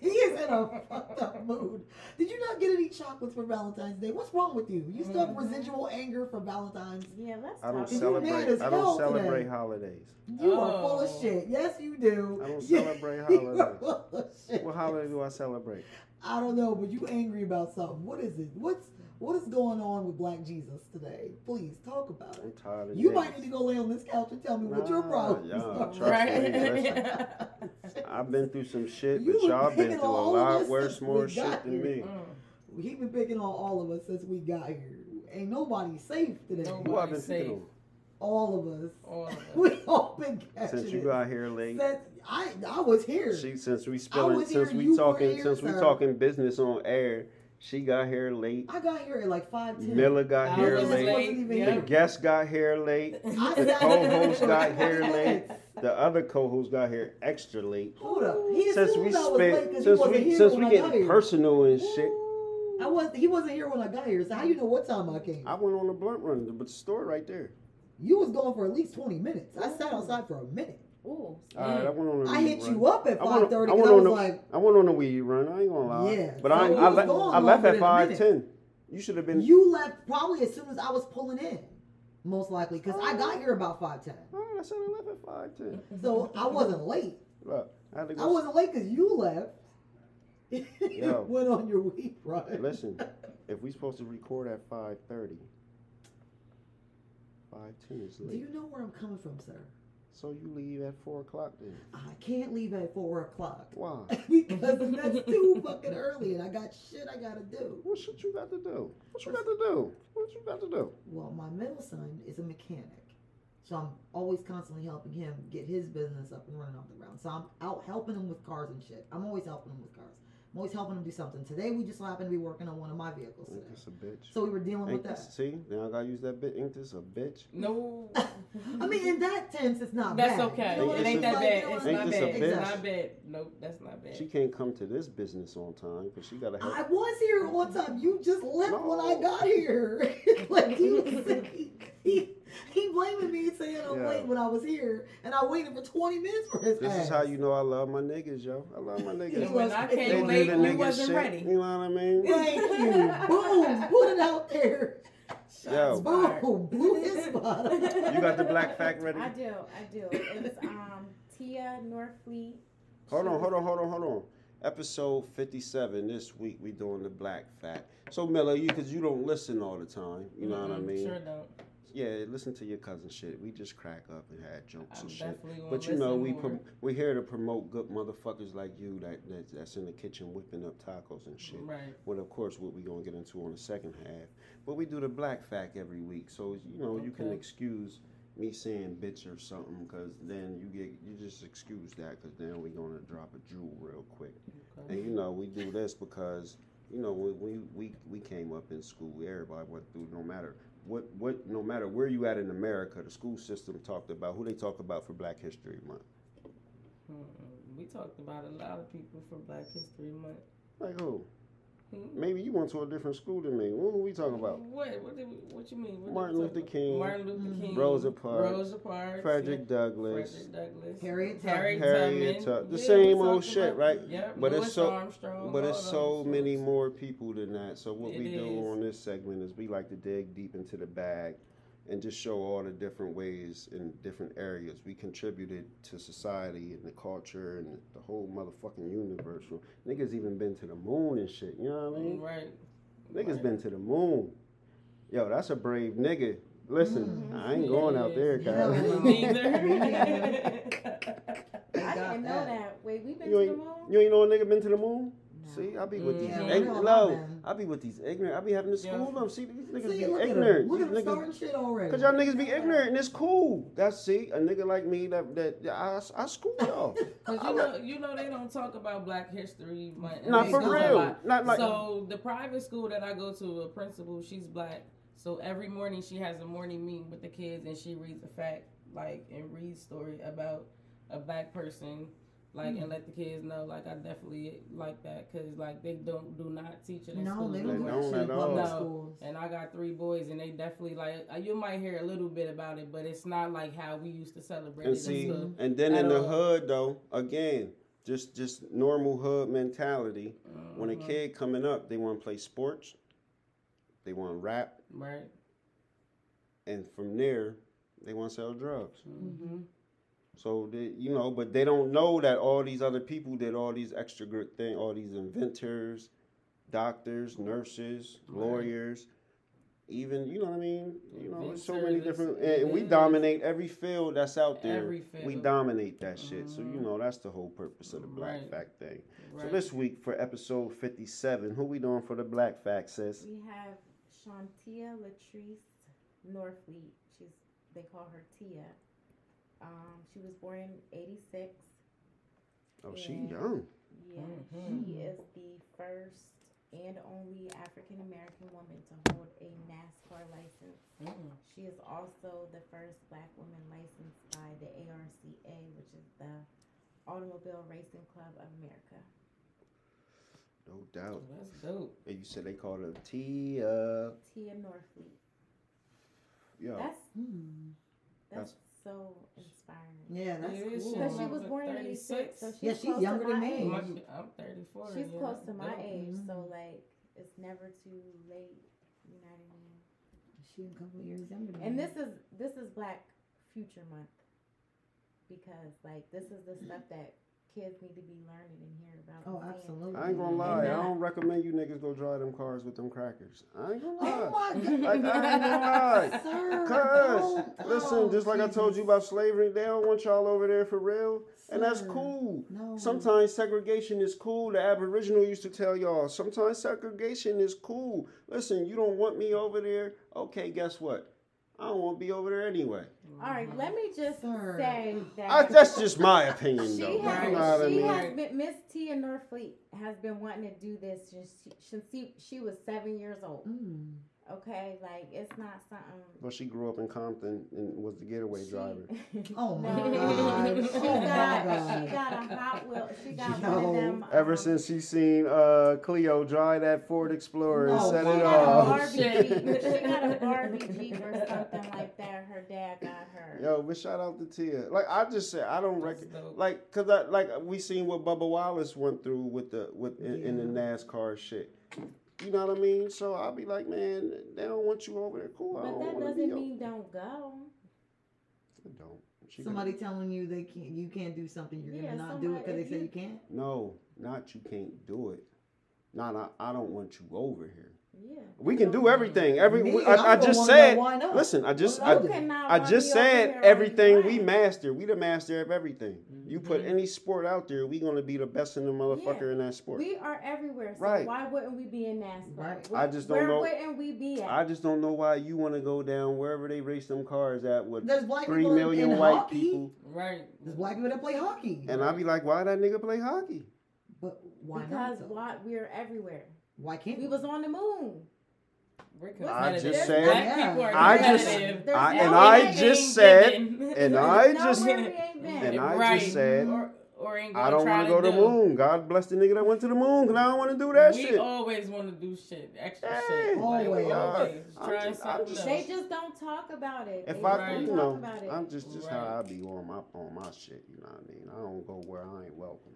he is in a fucked up mood. Did you not get any chocolates for Valentine's Day? What's wrong with you? You still have Mm-hmm. residual anger for Valentine's. Yeah, let's I don't talk. You mad celebrate. as I don't hell today. celebrate holidays. You are full of Oh. shit. Yes, [laughs] you do. I [laughs] don't Yeah, celebrate you are holidays. full of shit. What holiday do I celebrate? I don't know, but you angry about something. What is it? What's what is going on with Black Jesus today? Please talk about I'm it. tired of You niggas. might need to go lay on this couch and tell me what your Nah, problems y'all, are. trust me, listen. Right. [laughs] I've been through some shit, You but y'all been been picking through a on all of lot us worse, since we more got shit than here. me. [laughs] Mm. He been picking on all of us since we got here. Ain't nobody safe today. Nobody. Who I've been safe. picking All of us. [laughs] All of us. We all been on? catching Since you it. got here late, Since I I was here. she since we spilling, was since here, we you were talking, here, since we sir. talking business on air, she got here late. I got here at like five ten. Miller got I here was late. late, The yeah. guest got here late. I The sat- co-host got [laughs] [laughs] here late. The other co-host got here extra late. Hold up. He Since we assumed I was late 'cause spent, since he wasn't we here since when we I got getting here. personal and shit. I was he wasn't here when I got here, so how you know what time I came? I went on a blunt run, but the store right there. You was gone for at least twenty minutes. I sat outside for a minute. Ooh. All right, I went on a Mm. I weed hit run. you up at I went on- five thirty I went because I, on was a- like, I went on a weed run. I ain't gonna lie. Yeah, But so I, you I, was le- gone I left longer at than a five minute. ten. You should have been. you left probably as soon as I was pulling in, most likely because I got here about five ten. All right, I said I left at five ten. So I wasn't late. Look, I had to I go. wasn't late because you left. You Yo. [laughs] Went on your week run. Listen, if we supposed to record at five thirty, five ten is Do late. you know where I'm coming from, sir? So you leave at four o'clock then? I can't leave at four o'clock [laughs] Why? because that's too fucking early, and I got shit I gotta do. What shit you got to do? What you got to do? What you got to do? Well, my middle son is a mechanic, so I'm always constantly helping him get his business up and running off the ground. So I'm out helping him with cars and shit. I'm always helping him with cars. I'm always helping him do something. Today we just so happened to be working on one of my vehicles Ain't today, this a bitch? so we were dealing with Ain't that. this, see, now I gotta use that bitch. Ain't this a bitch? No. I mean, in that sense, it's not That's bad. okay. You know what it I ain't mean? that Like, bad. you know It's what I not Ain't bad. this a It's not bitch? bad. Nope, that's not bad. She can't come to this business on time because she gotta help. I was here one time. You just left when I got here. [laughs] like he, was, he, he, he blaming me and saying I'm Yeah. late when I was here, and I waited for 20 minutes for his This ass. is how you know I love my niggas, yo. I love my You niggas. And when I They came do late, the you nigga wasn't shit, ready. You know what I mean? Thank you. [laughs] Boom. Put it out there. Yo. Shots fired. Boom. Blew [laughs] his spot. You got the black fact ready? I do, I do. It's um Tia Norfleet. Hold on, hold on, hold on, hold on. Episode 57 this week we doing the black fact. So Miller, you cuz you don't listen all the time, you know what I Mm-mm, mean? Sure don't. Yeah, listen to your cousin shit. We just crack up and had jokes I'm and shit. definitely gonna But you know listen we more. prom- we here to promote good motherfuckers like you that, that that's in the kitchen whipping up tacos and shit. Right. Well, of course, what we're gonna get into on the second half. But we do the black fact every week, so you know you can Okay. excuse me saying bitch or something, because then you get you just excuse that, because then we're gonna drop a jewel real quick. Okay. And you know we do this because you know when we we we came up in school, everybody went through no matter. What, what no matter where you at in America, the school system talked about who they talk about for Black History Month. Mm-mm. hmm, We talked about a lot of people for Black History Month. Like who? Hmm? Maybe you went to a different school than me. What were we talking about? [laughs] What? What, did we, what you mean? What did we Martin talk Luther about? King, Martin Mm-hmm. Luther King. Rosa Parks, Rosa Parks. Frederick Douglass. Frederick Douglass. Harriet Harriet Tubman. Harriet Tubman. Tub- the Yeah, same we old talked shit, about- right? Yep. But it's Louis so- Armstrong, But all it's so those many folks. more people than that. So what It we do is. on this segment is we like to dig deep into the bag and just show all the different ways in different areas we contributed to society and the culture and the whole motherfucking universe. Niggas even been to the moon and shit. You know what I mean? Right. Niggas Right. been to the moon. Yo, that's a brave nigga. Listen, I ain't going out there, Yeah. guys. No, Mm-hmm. Me neither. [laughs] I They got didn't know that. Wait, we been You to the ain't- moon? [laughs] you ain't know a nigga been to the moon? No. See, I be with these Yeah, ignorant. we don't know, No, man. I be with these ignorant. I be having to Yeah. school them. See, these niggas See, be look at him. ignorant. Look at him These niggas, starting shit already. cause [laughs] y'all niggas be ignorant and it's cool. That's see, a nigga like me that that, that I I school [laughs] [laughs] y'all. Cause I you know, you know they don't talk about Black History Month. Not They for don't a real. lot. Not like- so. The private school that I go to, a principal, she's black. So every morning she has a morning meeting with the kids, and she reads a fact, like and reads story about a black person, like Hmm. and let the kids know, like I definitely like that, cause like they don't do not teach it in No, school. they They don't do don't that shit at in all. public No. schools. And I got three boys, and they definitely like uh, you might hear a little bit about it, but it's not like how we used to celebrate And it. in see, school. and then in At the all. hood though, again, just just normal hood mentality. When a Mm-hmm. Mhm. kid coming up, they want to play sports, they want to rap, right? and from there, they want to sell drugs. hmm So they, you know, but they don't know that all these other people did all these extra good thing, all these inventors, doctors, nurses, Right. lawyers, even you know what I mean. You know, there's so many Inventors, different, and, and we inventors. dominate every field that's out there. Every We field. dominate that shit. So you Mhm. know, that's the whole purpose of the black Right. fact thing. Right. So this week for episode fifty-seven, who we doing for the black fact, sis? We have Shantia Latrice Norfleet. She's they call her Tia. Um, she was born in '86. Oh, she Yeah. young. Yeah, Mm-hmm. she Mhm. is the first and only African American woman to hold a NASCAR license. Mm-hmm. Mm. She is also the first black woman licensed by the ARCA, which is the Automobile Racing Club of America. No doubt. That's dope. And you said they called her Tia. Tia Norfleet. Yeah. That's Hmm. that's so inspiring. Yeah, that's It is cool. shit. Because she was Like born in 36? 86, so she's Yeah, she's close to younger than my me. age. My- I'm 34. She's yeah. close to my Yeah. age, so Mhm. like it's never too late. You know what I mean? She a couple years younger. Than And me. this is this is Black Future Month because like this is [clears throat] the stuff that kids need to be learning and hearing about. Oh, and seeing. absolutely. I ain't gonna lie. I not- don't recommend you niggas go drive them cars with them crackers. [laughs] I ain't gonna Oh lie. my god. Like, I ain't gonna lie. [laughs] Sir, Cuz, don't- listen, oh, just like I told you Jesus. about slavery, they don't want y'all over there for real. And that's Sir, cool. Oh, No. Sometimes segregation is cool. The Aboriginal used to tell y'all, sometimes segregation is cool. Listen, you don't want me over there? Okay, guess what? I don't want to be over there anyway. All Mm-hmm. right, let me just Sir. say [gasps] that I, that's just my opinion, she though. has, You know what I she mean? has been Miss T in Northfleet has been wanting to do this since she, since she, she was seven years old. Mm. Okay, like it's not something. Well, she grew up in Compton and was the getaway she- [laughs] driver. Oh my No. god. She Oh my got, god. she got a Hot Wheel. [laughs] She got one Yo. of them. Ever um, since she seen uh, Cleo drive that Ford Explorer and No, Oh, set she it got a off. [laughs] Barbie Jeep. She got a Barbie Shit. Jeep or something like that. Her dad got her. Yo, but shout out to Tia. Like I just said, I don't That's reckon. dope. Like, cause I like we seen what Bubba Wallace went through with the with in, in the Yeah. NASCAR shit. You know what I mean? So I'll be like, man, they don't want you over there. Cool. I But don't that wanna doesn't be mean don't go. Over. Don't. She Somebody could- telling you they can't, you can't do something, you're gonna Yeah, not do it because somebody- they if say you- you can't. no, not you can't do it. Not I, I don't want you over here. Yeah. We can do everything. Every Me, we, I'm I, I the just one that said. wind up. Listen, I just What I, I'll do. I just said everything we master. We the master of everything. You put Mhm. any sport out there, we gonna be the best in the motherfucker in that sport. We are everywhere. So Right. why wouldn't we be in NASCAR? Right. Where- I just don't where know- wouldn't we be at? I just don't know why you want to go down wherever they race them cars at with There's black three people in- million in white hockey. people, Right. There's black people that play hockey, and I be like, why that nigga play hockey? but why not? because though? why we're everywhere. Why can't We was on the moon. We're I competitive. just said- Black people are I just- competitive. There's I- no and way I they just ain't said- giving. and There's I no just- where we ain't been. and I Right. just said, or, or ain't I don't want to go to do. the moon. God bless the nigga that went to the moon, cause I don't want to do that we shit. always want to do shit, extra Yeah. shit. Like, Always. always. I'm Trying just- I'm something just- else. They just don't talk about it. If They I, Right. don't you talk know, about it. I'm just just how Right. I be on my on my shit. You know what I mean? I don't go where I ain't welcome.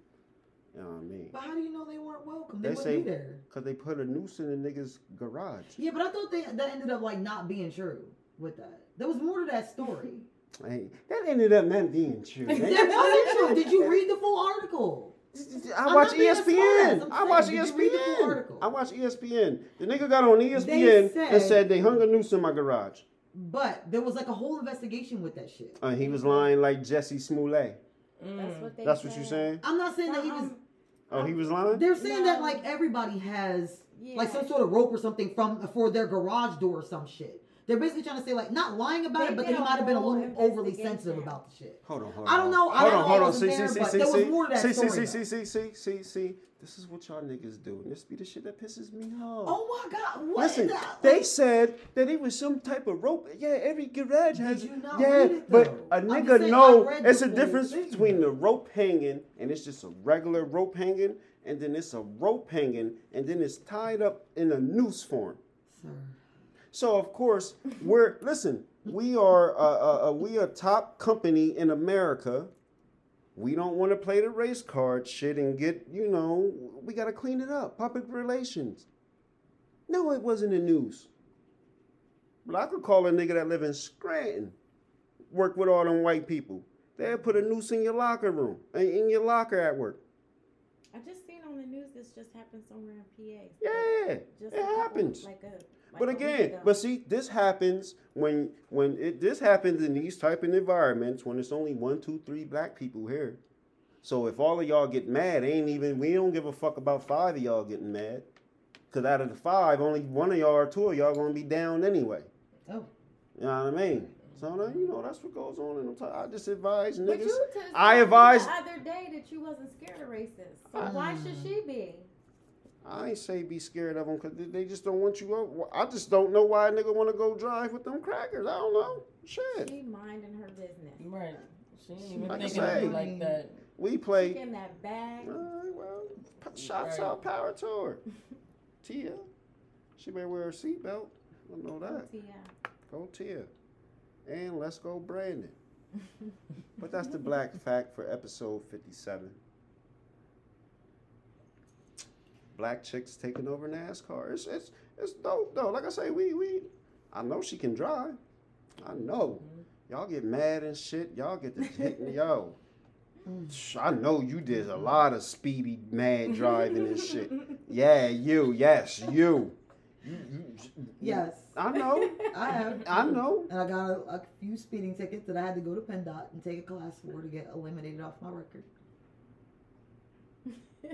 You know what I mean? But how do you know they weren't welcome? They, They wouldn't say- be there. Cause they put a noose in the nigga's garage. Yeah, but I thought they, that ended up like not being true with that. There was more to that story. [laughs] Hey, that ended up not being true. that nigga. wasn't true. Did you read the full article? I I'm watch not being as biased. ESPN. I'm I watch saying, did you read the full ESPN. article? I watch ESPN. The nigga got on ESPN and said- said they hung a noose in my garage. But there was like a whole investigation with that shit. Uh, he was lying like Jesse Smollett. That's Mm. what they Hmm. That's what said. you saying? I'm not saying that But, he was. um, Oh, he was lying. They're saying that no. like everybody has yeah. like some sort of rope or something from for their garage door or some shit. They're basically trying to say like not lying about They it, but did they a might have been a whole little overly investigation. sensitive about the shit. Hold on, hold on. I don't know. I Hold don't on, hold know if it on. was See, see, there, see, but see, there was see, more to that see, see, story, see, see, see, see, see. This is what y'all niggas do. This be the shit that pisses me off. Oh my god! What Listen, is that? they Like, said that it was some type of rope. Yeah, every garage has. you not yeah, read it, but though? a I'm just nigga saying, know I read it's the a full difference thing. between the rope hanging and it's just a regular rope hanging, and then it's a rope hanging, and then it's tied up in a noose form. Sir. So of course we're listen. We are uh, uh, uh, we a top company in America. We don't want to play the race card shit and get you know. We gotta clean it up. Public relations. No, it wasn't the news. But I could call a nigga that live in Scranton, work with all them white people. They'll put a noose in your locker room, in- in your locker at work. I just seen on the news this just happened somewhere in PA. Yeah, Just it a couple- happens. Like a, like But a week again, ago. but see, this happens when when it this happens in these type of environments when it's only one, two, three black people here. So if all of y'all get mad, ain't even we don't give a fuck about five of y'all getting mad, because out of the five, only one of y'all or two of y'all gonna be down anyway. Oh. You know what I mean? So now, you know that's what goes on. And I just advise But niggas. you just I told me advised- the other day that you wasn't scared of racists. So why should Mm. she be? I ain't say be scared of them because they just don't want you. Over. I just don't know why a nigga want to go drive with them crackers. I don't know. Shit. She minding her business. Right. She ain't even Like I thinking of say. you like that. We play. She in that bag. [laughs] Alright, well, p- shouts Right. out power to her. Tia. She may wear a seatbelt. I know that. Yeah. Go Tia. And let's go Brandon. But that's the black fact for episode 57. Black chicks taking over NASCAR. It's it's it's dope though. Like I say, we we I know she can drive. I know. Y'all get mad and shit. Y'all get to hit me yo. Sh- I know you did a lot of speedy mad driving and [laughs] shit. Yeah, you, yes, you. You- you- Yes, I know. I have. I know. And I got a, a few speeding tickets that I had to go to PennDOT and take a class for to get eliminated off my record.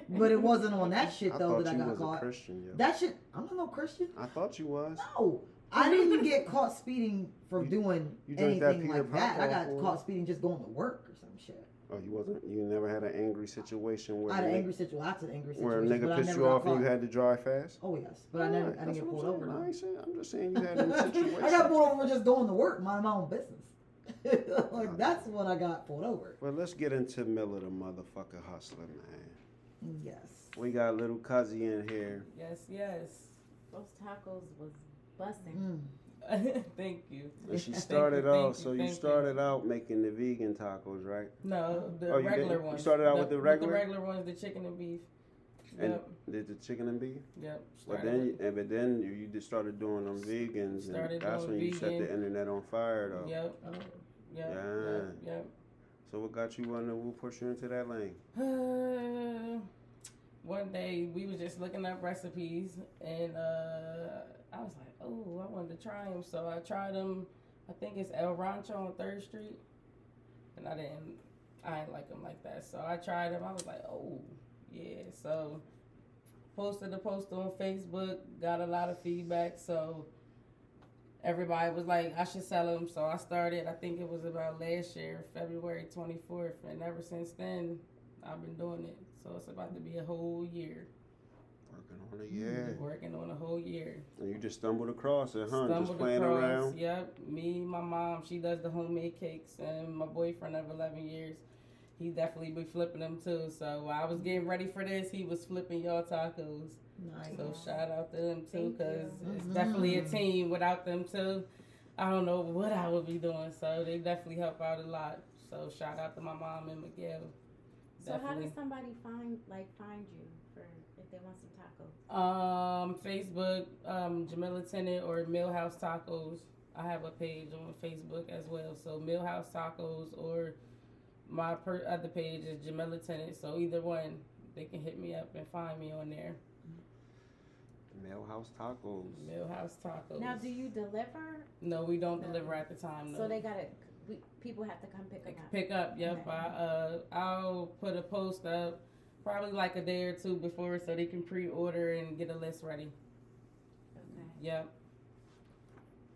But it wasn't on that shit I though thought that I you got was a caught. Christian, yo. That shit, I'm not no Christian. I thought you was. No, I didn't get caught speeding for You- doing you drank that anything Peter like that. I Popcorn got for it. caught speeding just going to work or some shit. Oh, you wasn't. You never had an angry situation where I had a an angry situation. Lots of angry where a situations. but nigga I pissed never you got off and you caught. had to drive fast. Oh yes, but I never. Alright, I didn't that's get what pulled I'm over. saying. though. I ain't saying. I'm just [laughs] saying you had them situations. I got pulled over just going to work, minding my own business. [laughs] Nah. like that's when I got pulled over. Well, let's get into Miller the motherfucker hustler, man. Yes. We got little Cuzzy in [laughs] here. Yes, yes. [laughs] Those tacos was busting. Mm. Thank you. And she [laughs] Thank you, started thank off. you, So you thank you. started out making the vegan tacos, right? No, the Oh, you regular didn't- you ones. started out with the regular? The regular ones, the chicken and beef. And- Yep, Did the chicken and beef? yep. But started then, with- you, and, but then you, you just started doing them vegans, and Started that's when doing you set the vegan. internet on fire, though. Yep. Oh, Yep. Yep. Yep. So what got you on the? We'll push you into that lane. [sighs] Uh, one day we was just looking up recipes, and uh, I was like, "Oh, I wanted to try them." So I tried them. I think it's El Rancho on Third Street, and I didn't. I didn't like them like that. So I tried them. I was like, "Oh, yeah." So posted the post on Facebook. Got a lot of feedback. So everybody was like, "I should sell them." So I started. I think it was about last year, February twenty fourth, and ever since then. I've been doing it, so it's about to be a whole year. Working on it, yeah. Working on a whole year. Mm-hmm. And you just stumbled across it, huh? Stumbled Uh-huh, just playing across, around. Yep. Me, my mom, she does the homemade cakes, and my boyfriend of 11 years, he definitely be flipping them too. So while I was getting ready for this, he was flipping y'all tacos. Nice. So shout out to them too, Thank because you. Mm-hmm. it's definitely a Mhm. team. Without them too, I don't know what I would be doing. So they definitely help out a lot. So shout out to my mom and Miguel. So how Definitely. does somebody find like find you for if they want some tacos? Um, Facebook, um, Jamila Tennant or Millhouse Tacos. I have a page on Facebook as well. So Millhouse Tacos or my per- other page is Jamila Tennant. So either one, they can hit me up and find me on there. Mail house tacos. Millhouse Tacos. Now do you deliver? No, we don't No. deliver at the time. No. So they gotta we, people have to come pick Pick- them up. pick up. Yep. Okay. I, uh, I'll put a post up probably like a day or two before so they can pre-order and get a list ready. Okay. Yep.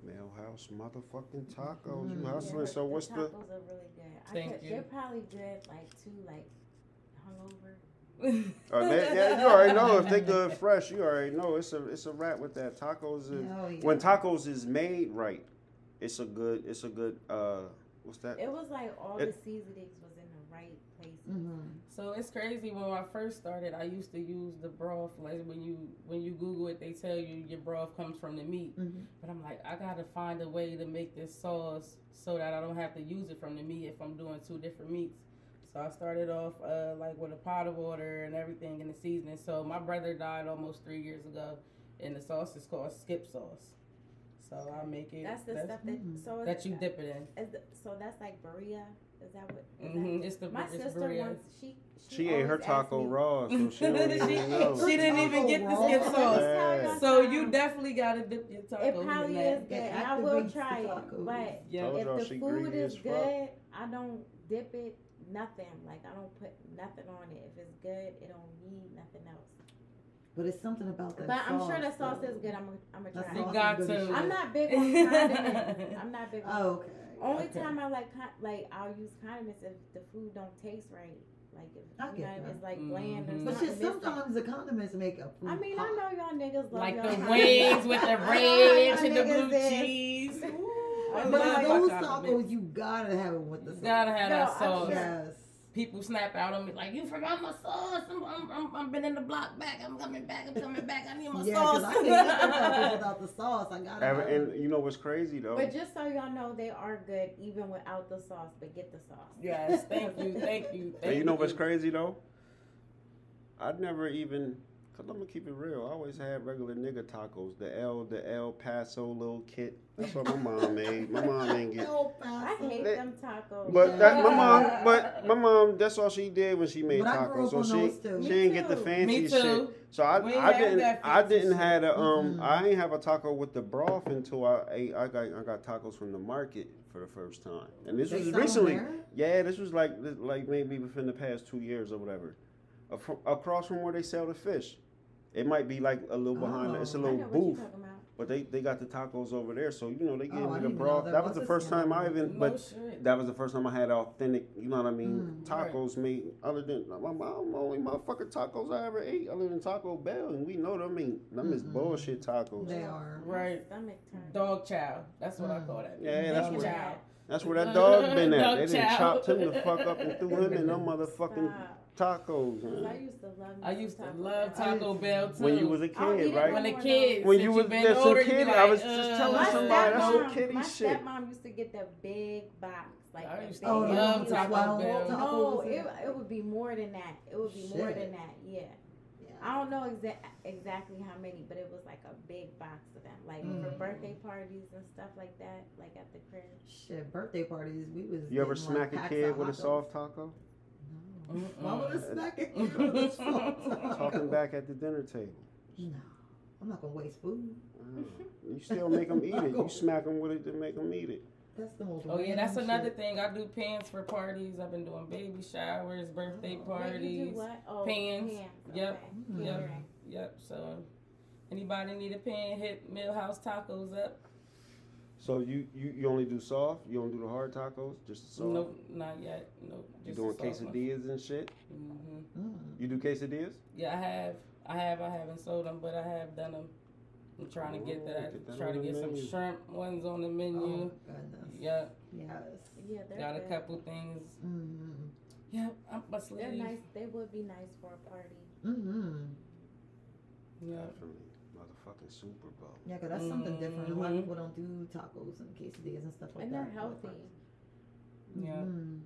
Mail house motherfucking tacos. Mm. You hustling? Yeah, so the what's [laughs] the? tacos are really good. I Thank could- you. They're probably good like too like hungover. Oh, they- yeah, you already know [laughs] if they good fresh. You already know it's a it's a wrap with that tacos. Is, Oh, yeah. When tacos is made right, it's a good it's a good uh what's that? It was like all It- the seasonings was in the right place. Mhm. So it's crazy. When I first started, I used to use the broth. Like when you when you Google it, they tell you your broth comes from the meat. Mhm. But I'm like, I gotta find a way to make this sauce so that I don't have to use it from the meat if I'm doing two different meats. So I started off uh, like with a pot of water and everything in the seasoning. So my brother died almost three years ago, and the sauce is called skip sauce. So I make it. That's the stuff that Mhm. so Mm-hmm. that you it's- dip it in. Is the, so that's like Berea. Is that what? is hmm that- It's the my it's sister burrito. once she she, She ate her always asked taco me- raw, so she [laughs] don't She- even know. she didn't even get the Let skip me sauce. tell Yeah. y'all So you something. definitely gotta dip your taco It in probably that. is good, That and I will activates the try it. tacos. But Yeah. Told y'all if she the greedy food as is fuck. good, I don't dip it. Nothing. Like I don't put nothing on it. If it's good, it don't need nothing else. But it's something about that. But I'm sure the that sauce is good. I'm gonna That try You sauce it. got is good as to. shit. I'm not big on condiments. I'm not big. On, Oh, okay. only okay. time I like con- like I'll use condiments if the food don't taste right. Like if I you get know, that. if Mm-hmm. it's like bland or Mhm. something. But shit, missing. sometimes the condiments make a food I mean, pop. I know y'all niggas love like y'all the tacos. wings [laughs] with the I ranch know and the y'all blue niggas is- cheese. Ooh, I But love like my those condiments. tacos, you gotta have it with the Gotta have No, that I'm sauce. sure. Yes. people snap out on me like, "You forgot my sauce. I'm, I'm, I'm, I'm been in the block back. I'm coming back. I'm coming back. I need my Yeah, 'cause sauce." I [laughs] can't eat them motherfuckers without the sauce. I gotta. And, have it. and you know what's crazy though? But just so y'all know, they are good even without the sauce. But get the sauce. yes, thank you, thank you, thank And you know what's crazy though? I never even, cause I'm gonna keep it real. I always had regular nigga tacos, the El, the El Paso little kit. That's what [laughs] my mom made. My mom didn't [laughs] get. El I Paso. hate them tacos. But that my mom, but my mom, that's all she did when she made But I tacos. grew up So on she those too. she Me didn't get the too. fancy Me shit. too. So I We I had didn't that I fancy didn't shit. have a um Mm-mm. I ain't have a taco with the broth until I ate I got I got tacos from the market for the first time. And this They was sell 'em recently. there? Yeah, this was like this- like maybe within the past two years or whatever. Afro- Across from where they sell the fish, it might be like a little behind. Oh. it's a I little know what booth, you're talking about. but they they got the tacos over there. So you know they gave Oh, I me the didn't even know broth. there That was was the a first time I sandwich. even. No but shit. that was the first time I had authentic. You know what I mean? Mm. Right. tacos made other than my mom only motherfucking tacos I ever ate other than Taco Bell, and we know them mean them is Mm-mm. bullshit tacos. They are. Right. Stomach turn. Dog chow. That's what I call that. Yeah, Dog that's what- chow. That's where that dog been at. Dog they didn't chow. chopped him the fuck up and threw him in [laughs] them motherfucking Stop. tacos. 'Cause I Man. used to love. I me used to Taco love Bell. Taco Bell too. When you was a I don't eat kid, it right? when no the more, kids, though. When since you you was- been that's so older, you be kidding. Like, I was just uh, telling My somebody, that's some stepmom- kitty my shit. stepmom used to get the big box, like I the used to big- Oh, love yeah, with the Taco swell Bell. tacos No, and- it, it would be more than that. It would be more Shit. than that. Yeah, Yeah. I don't know exa- exactly how many, but it was like a big box of them, like for Mm. birthday parties and stuff like that, like at the crib. Shit, birthday parties. We was. You ever getting, like, smack a packs kid of with a hot dogs. soft [laughs] taco? No. Mm-mm. Why would I smack a kid [laughs] with a soft taco? Talking back at the dinner table. No, I'm not gonna waste food. Oh, you still make them eat it. You smack them with it to make them eat it. That's the most. Oh yeah, random that's shit. another thing. I do pants for parties. I've been doing baby showers, birthday Oh. Wait, you do parties. what? Oh, pans. Yep, Okay. yep. Yeah, you're right. Yep. So anybody need a pan? Hit Millhouse Tacos up. So you, you, you only do soft? You don't do the hard tacos? Just the soft? Nope, not yet. Nope. You doing quesadillas and shit? Mm-hmm. Mm. You do quesadillas? Yeah, I have. I have. I haven't sold them, but I have done them. I'm trying to get Ooh, that. Oh, get that Try to on the get menu. some shrimp ones on the Oh menu. goodness. Yep. Yes. Yeah, they're Got a good. couple things. Mm. Yep. I'm my sleeve. They're nice. They would be nice for a party. Mm. Yep. Definitely. Motherfucking Super Bowl. Yeah, 'cause that's something different. A lot of Mhm. people don't do tacos and quesadillas and stuff like And that. they're healthy. Yeah. Mm.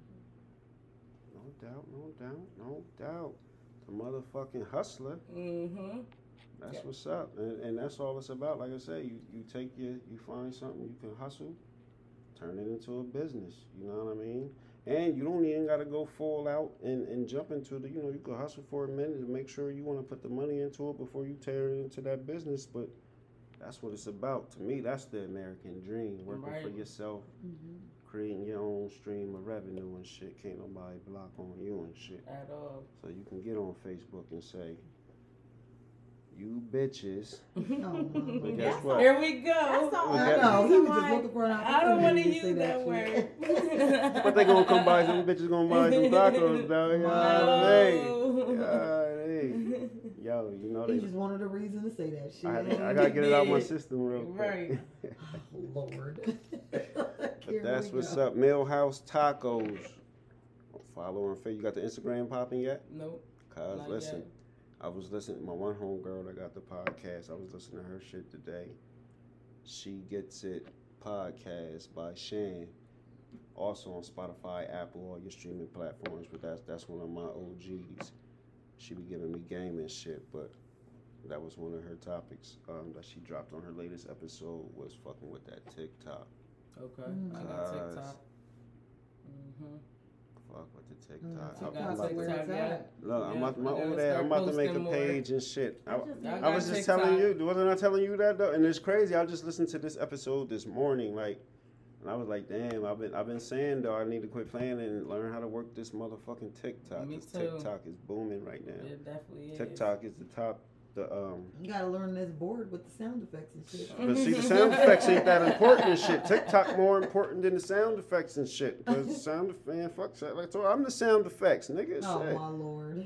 No doubt, no doubt, no doubt. The motherfucking hustler. Mm-hmm. That's Yeah. what's up. And, and that's all it's about. Like I say, you, you take your, you find something you can hustle, turn it into a business. You know what I mean? And you don't even got to go full out and, and jump into the, you know, you can hustle for a minute and make sure you want to put the money into it before you tear it into that business. But that's what it's about. To me, that's the American dream working for Right. yourself, Mhm. creating your own stream of revenue and shit. Can't nobody block on you and shit. At all. So you can get on Facebook and say, you bitches. [laughs] But guess That's what? Here we Oh, That's go. all. Okay. I know. Oh, He was just Why- looking for an I don't want to opportunity use say that, word. shit. But they gonna come by, some bitches gonna buy some tacos, though. [laughs] You know what I mean? Golly. Yo, you know [laughs] He [laughs] they. just wanted a reason to say that shit. I, had to- I gotta get it out my system real quick. Right. Oh, Lord. [laughs] but that's what's up. Millhouse Tacos. Follow on Facebook. You got the Instagram popping yet? Nope. Cause not listen, yet. I was listening. My one homegirl that got the podcast, I was listening to her shit today. She gets it podcast by Shan, also on Spotify, Apple, all your streaming platforms. But that's that's one of my OGs. She be giving me game and shit, but that was one of her topics um, that she dropped on her latest episode was fucking with that TikTok. Okay. Mm. I got Cause- TikTok. Mm-hmm. Fuck with the Mm, TikTok. I I'm got about TikTok's to- where it's TikTok, at. Look, I'm Yeah, about to, my I gotta old ass, I'm start about to make a posting more. page and shit. I- I just I love I got was it. just TikTok. telling you, wasn't I telling you that though? And it's crazy. I just listened to this episode this morning, like, and I was like, damn, I've been I've been saying though, I need to quit playing and learn how to work this motherfucking TikTok. Me 'cause too. TikTok is booming right now. It definitely is. TikTok is the top. The [laughs] um, You gotta learn this board with the sound effects and shit. but see, the sound effects ain't that important and shit. TikTok more important than the sound effects and shit. Cause the sound of man, fuck that. Like, so I'm the sound effects, nigga. [laughs] Oh shit. my lord. Uh,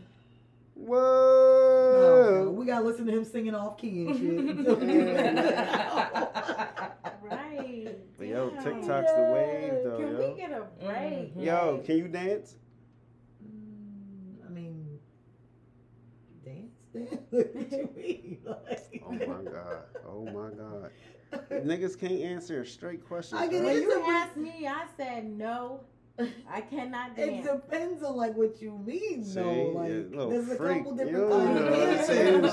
Whoa. Oh, No, no, we gotta listen to him singing off key and [laughs] shit. Mm, [laughs] Right. But yo, Damn. TikTok's the wave though, Can yo. Mm-hmm. we get a break? Mhm. Yo, Like, can you dance? Mm, dance, dance. what you mean? [laughs] Like, Oh my god. Oh my god. Oh, Niggas can't answer straight questions. I get right? When It's you a- asked me, I said no. [laughs] I cannot It dance. depends on like what you mean See, though. yeah, Like little there's a freak. couple different Yo, kinds of no, dancing. this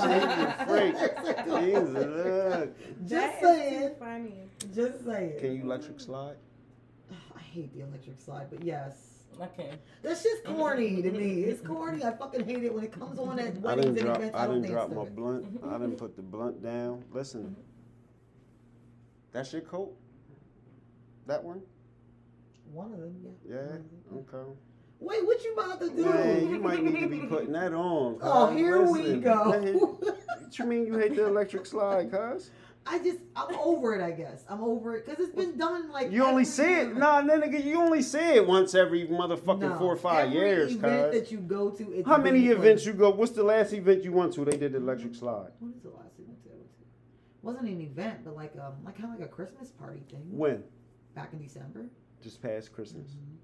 [laughs] Like, is freak. there's a couple Jesus, different kinds. look. Just That is saying. too funny. Just saying. Can you electric slide? [sighs] I hate the electric slide, but yes. Okay. That's just corny to me. It's corny. I fucking hate it when it comes on at I weddings didn't and drop. events. I don't didn't dance drop to my it. blunt. I [laughs] didn't put the blunt down. Listen, that's your coat. That one? One of them, yeah. Yeah. Mm-hmm. Okay. Wait, what you about to do? Man, you might need to be putting that on. Oh, cuz. here we Listen, man, go. What you mean you hate the electric slide, cuz? [laughs] I just, I'm over it. I guess I'm over it because it's been done like You only every see it. year. Nah, that nigga, you only see it once every motherfucking No. four or five Every years, event cuz. that you go to, it's How many been events played. you go? What's the last event you went to? They did the electric slide. When is the last event I went to? Wasn't an event, but like um, like kind of like a Christmas party thing When? back in December. Just past Christmas. Mhm.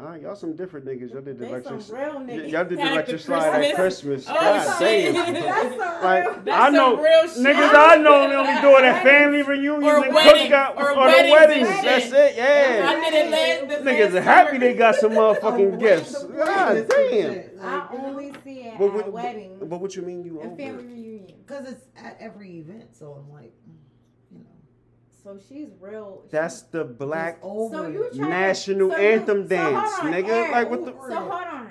All right, y'all some different niggas. Y'all did the They electric. some real Y- niggas. y'all did the After [laughs] electric slide at Christmas. Christmas. Oh, God [laughs] shit. [laughs] damn. That's a Like, real. That's I know some real shit. niggas I know they only do it at family reunions Or and weddings. cookout Or or, the weddings and weddings. shit. That's it, yeah. [laughs] I did it last. this Niggas last are happy summer. they [laughs] got some Oh, [laughs] motherfucking gifts. random God Christmas damn. shit, I like, only see it But at what, weddings but what you mean you and over? family it? reunions. Because it's at every event, so I'm like, mm, you know. So she's real. she- That's the black it's over. so you it. trying national so you- anthem so dance, hold on, nigga. Aaron, like what the? ooh. So hold on.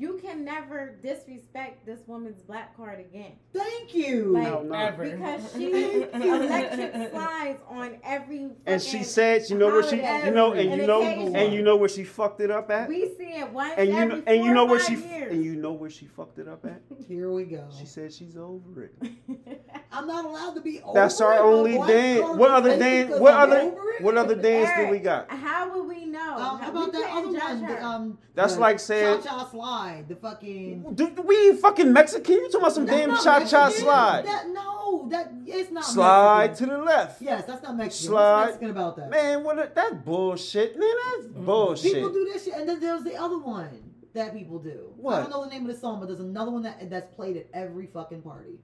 You can never disrespect this woman's black card again. Thank you. Like, No, no. Ever. [laughs] Because [laughs] she electric slides on every. And she fucking- said, you know where she, holiday. you know, and An you know, occasion. and you know where she fucked it up at, We see it once and you every know, and you know four or where she, five years. [laughs] and you know where she fucked it up at. Here we go. She said she's over it. I'm not allowed to be over That's our it. My only black dance. card What is other fake dance? because What I'm other? over it. What other dance do Eric. we got? How would we know? Um, how Oh, We about that couldn't other judge one? her. The, um, That's the like saying- cha-cha slide. The fucking Do, do we ain't fucking Mexican. You talking about some That's damn not cha cha Mexican. slide? That, no, that it's not Slide Mexican. to the left. Yes, that's not Mexican. Slide. What's Mexican about that? Man, what a, that bullshit, man. That's bullshit. people do that shit, and then there's the other one that people do. I What? don't know the name of the song, but there's another one that that's played at every fucking party.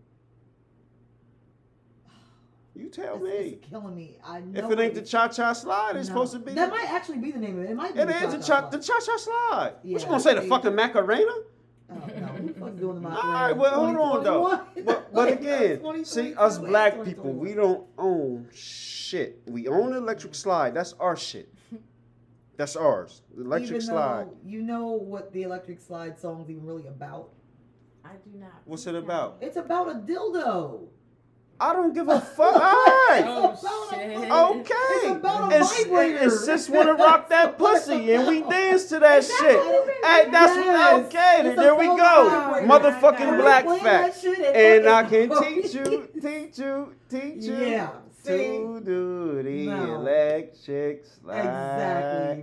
You tell It's- me. It's killing me. I know If it ain't it- the cha cha slide, it's no. supposed to be. That might actually be the name of it. It might be. It the is the cha cha-cha the slide. cha cha slide. Yeah, what you gonna say? The it- fucking Macarena? Oh, no, who the fuck's doing the [laughs] All right, well, hold on though. [laughs] But, but again, see, us black people, we don't own shit. We own electric slide. That's our shit. That's ours. The electric Even though slide. You know what the electric slide song's even really about? I do not. What's it about? It's about a dildo. I don't give a [laughs] fuck. All right. Oh, about a shit. fucking- Okay. It's about a And s- vibrator. And sis want to rock [laughs] that pussy, and we dance to that Is that shit. what it is? Hey, that's Yes. okay. It's there a we full go. vibrator. Motherfucking Right. black Playing that facts. shit at And [laughs] I fucking can parties. teach you, teach you, teach you. Yeah. See? To do the No. electric slide. Exactly.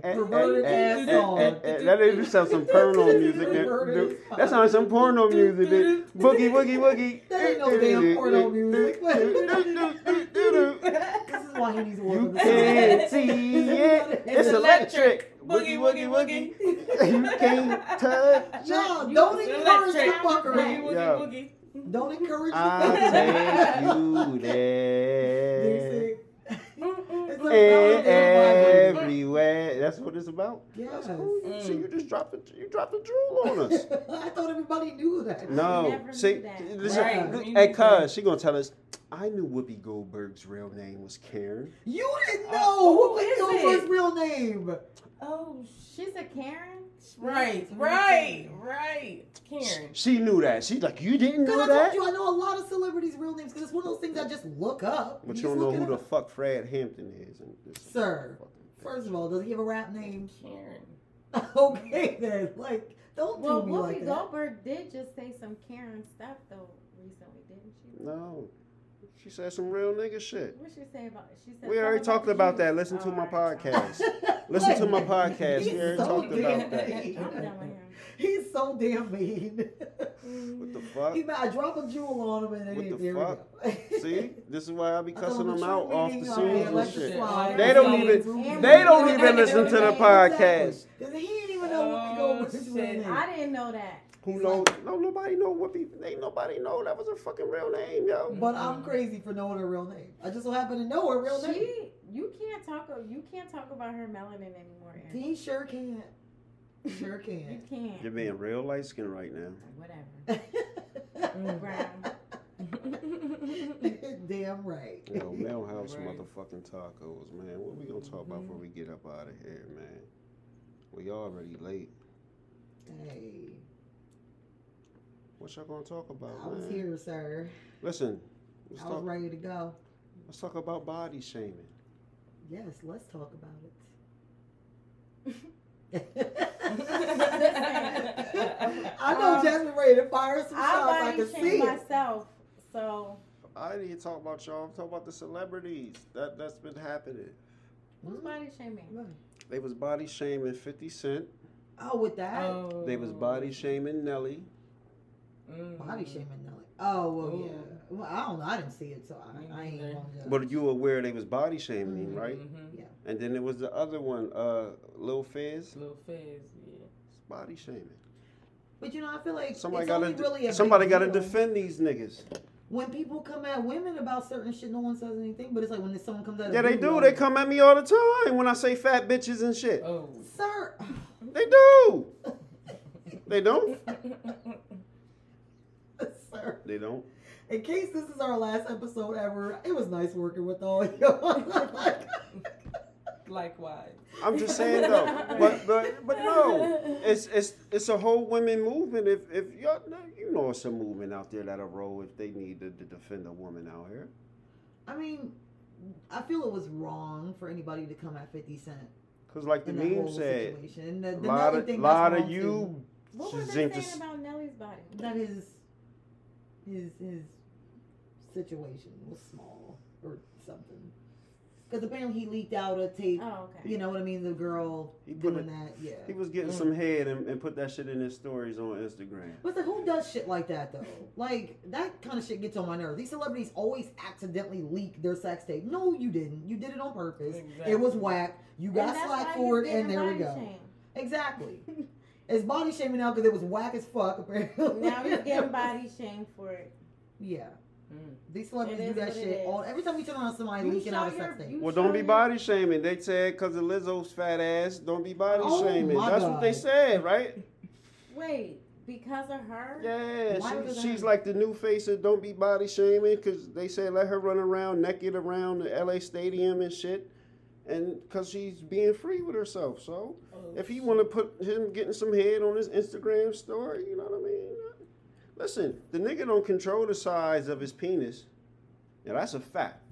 Eh, eh, Perverted eh, ass eh, song. eh, eh. That even sounds some [laughs] porno music. That, Perverted dude. as that sounds some porno music. That, boogie, woogie, woogie. [laughs] That ain't no damn [laughs] porno music. [laughs] This is why he needs to work on Can't [laughs] this. see it. It's electric. Boogie, woogie, woogie. You can't touch it. No, don't encourage the Electric. fuckery. Yo. Woogie, Don't encourage the [laughs] I'll take fuckery. you [laughs] there. woogie. It's about a damn vibrator. Everywhere. That's what it's about. Yes. Mm. See, you just dropped the you dropped the drool on us. [laughs] I thought everybody knew that. No, Never see, knew that. listen, Right. th- You hey, knew that. cuz she gonna tell us. I knew Whoopi Goldberg's real name was Karen. You didn't Uh, know who who is was Gilbert's it? real name. Oh, shit. She's a Karen. Right, right, right. Sh- Karen. She knew that. She's like, you didn't Because know I that. told you I know a lot of celebrities' real names because it's one of those things I just look up. But you just don't know look who it the up. fuck Fred Hampton is. And this Sir, fucking thing. First of all, does he have a rap name? [laughs] Karen. okay then, like don't do Well, me Whoopi like that. Goldberg did just say some Karen stuff though recently, didn't she? No, she said some real nigga shit. What she say about? She said We already something talked the about Jews. that. Listen to my Alright, podcast. Listen [laughs] Like, to my podcast. We already so talked about damn that. mean. [laughs] alright. I'm done with him. He's so damn mean. [laughs] What the fuck? he might drop a jewel on him and then What the there we go. [laughs] See, this is why I be I told cussing him them the out true off the meaning of scenes and electric shit. slide. They don't even- They don't even listen to the Exactly. podcast. Because he didn't even know Whoopi Oh, Goldberg's real shit. name. I didn't know that. Who knows? No, nobody know what people. Ain't nobody know that was a fucking real name, yo. But I'm crazy for knowing her real name. I just so happen to know her real name. She, you can't talk. a- You can't talk about her melanin anymore. Erin. He sure can. Sure You can. can't. You're being real light skinned right now. Whatever. [laughs] Damn right. Yo, [laughs] Mel House Right. motherfucking tacos, man. What we gonna talk about before we get up out of here, man? We already late. Hey, What y'all gonna talk about, I was man? here, sir. Listen, let's I was talk, ready to go. let's talk about body shaming. Yes, let's talk about it. I know Um, Jasmine ready to fire some shots. I, I body can see shame it. myself, so I didn't talk about y'all. I'm talking about the celebrities that that's been happening. who's body shaming? They was body shaming 50 Cent. Mm. Oh, with that [laughs] Oh. They was body shaming Nelly. Mm. body shaming, Nelly. Oh well, yeah. Ooh. Well, I don't know. I didn't see it, so I, I ain't neither. gonna judge. But you were aware they was body shaming him, Mhm. right? Mhm. And then there was the other one, uh, Lil Fizz, It's Lil Fizz, yeah. body shaming. But you know, I feel like Somebody it's got only to really a big somebody got to deal defend these niggas. When people come at women about certain shit, no one says anything. But it's like when someone comes at Yeah, a they dude, do. like, They come at me all the time when I say fat bitches and shit. Oh. [laughs] sir. [laughs] They do. They don't. sir. They don't. In case this is our last episode ever, it was nice working with all [laughs] of y'all. Likewise. I'm just saying though. But but but no. It's it's it's a whole women movement. If if y'all you know it's a movement out there that'll roll if they need to, to defend a woman out here. I mean, I feel it was wrong for anybody to come at 50 Cent Cause like the in that meme whole said, situation. And the, a the lot Nelly of thing that's lot of wrong, you What were they saying Zinc is- about Nelly's body? too. That his, his, his situation was small or something. Because apparently he leaked out a tape. Oh, okay. You know what I mean? The girl He put it- doing that. Yeah. He was getting some head and, and put that shit in his stories on Instagram. But it's like, who does shit like that though? Like that kind of shit gets on my nerves. These celebrities always accidentally leak their sex tape. No, you didn't. You did it on purpose. It was Exactly. whack. You And got that's why slack he's for it, getting and there we body go. shamed. [laughs] Exactly. It's body shaming now because it was whack as fuck. Apparently. Now he's getting body shamed for it. [laughs] Yeah. Mm. These celebrities It do is that what it shit is. all. Every time you turn on somebody You leaking show out a your- sex tape. you Well, don't show be your- body shaming. They said because of Lizzo's fat ass, don't be body Oh, shaming. my That's what they God. said, right? Wait, because of her? [laughs] Yeah, Why she- was it she's her? like the new face of don't be body shaming because they said let her run around naked around the LA stadium and shit. And because she's being free with herself. So Oh, if he want to put him getting some head on his Instagram story, you know what I mean? Listen, the nigga don't control the size of his penis. Now that's a fact.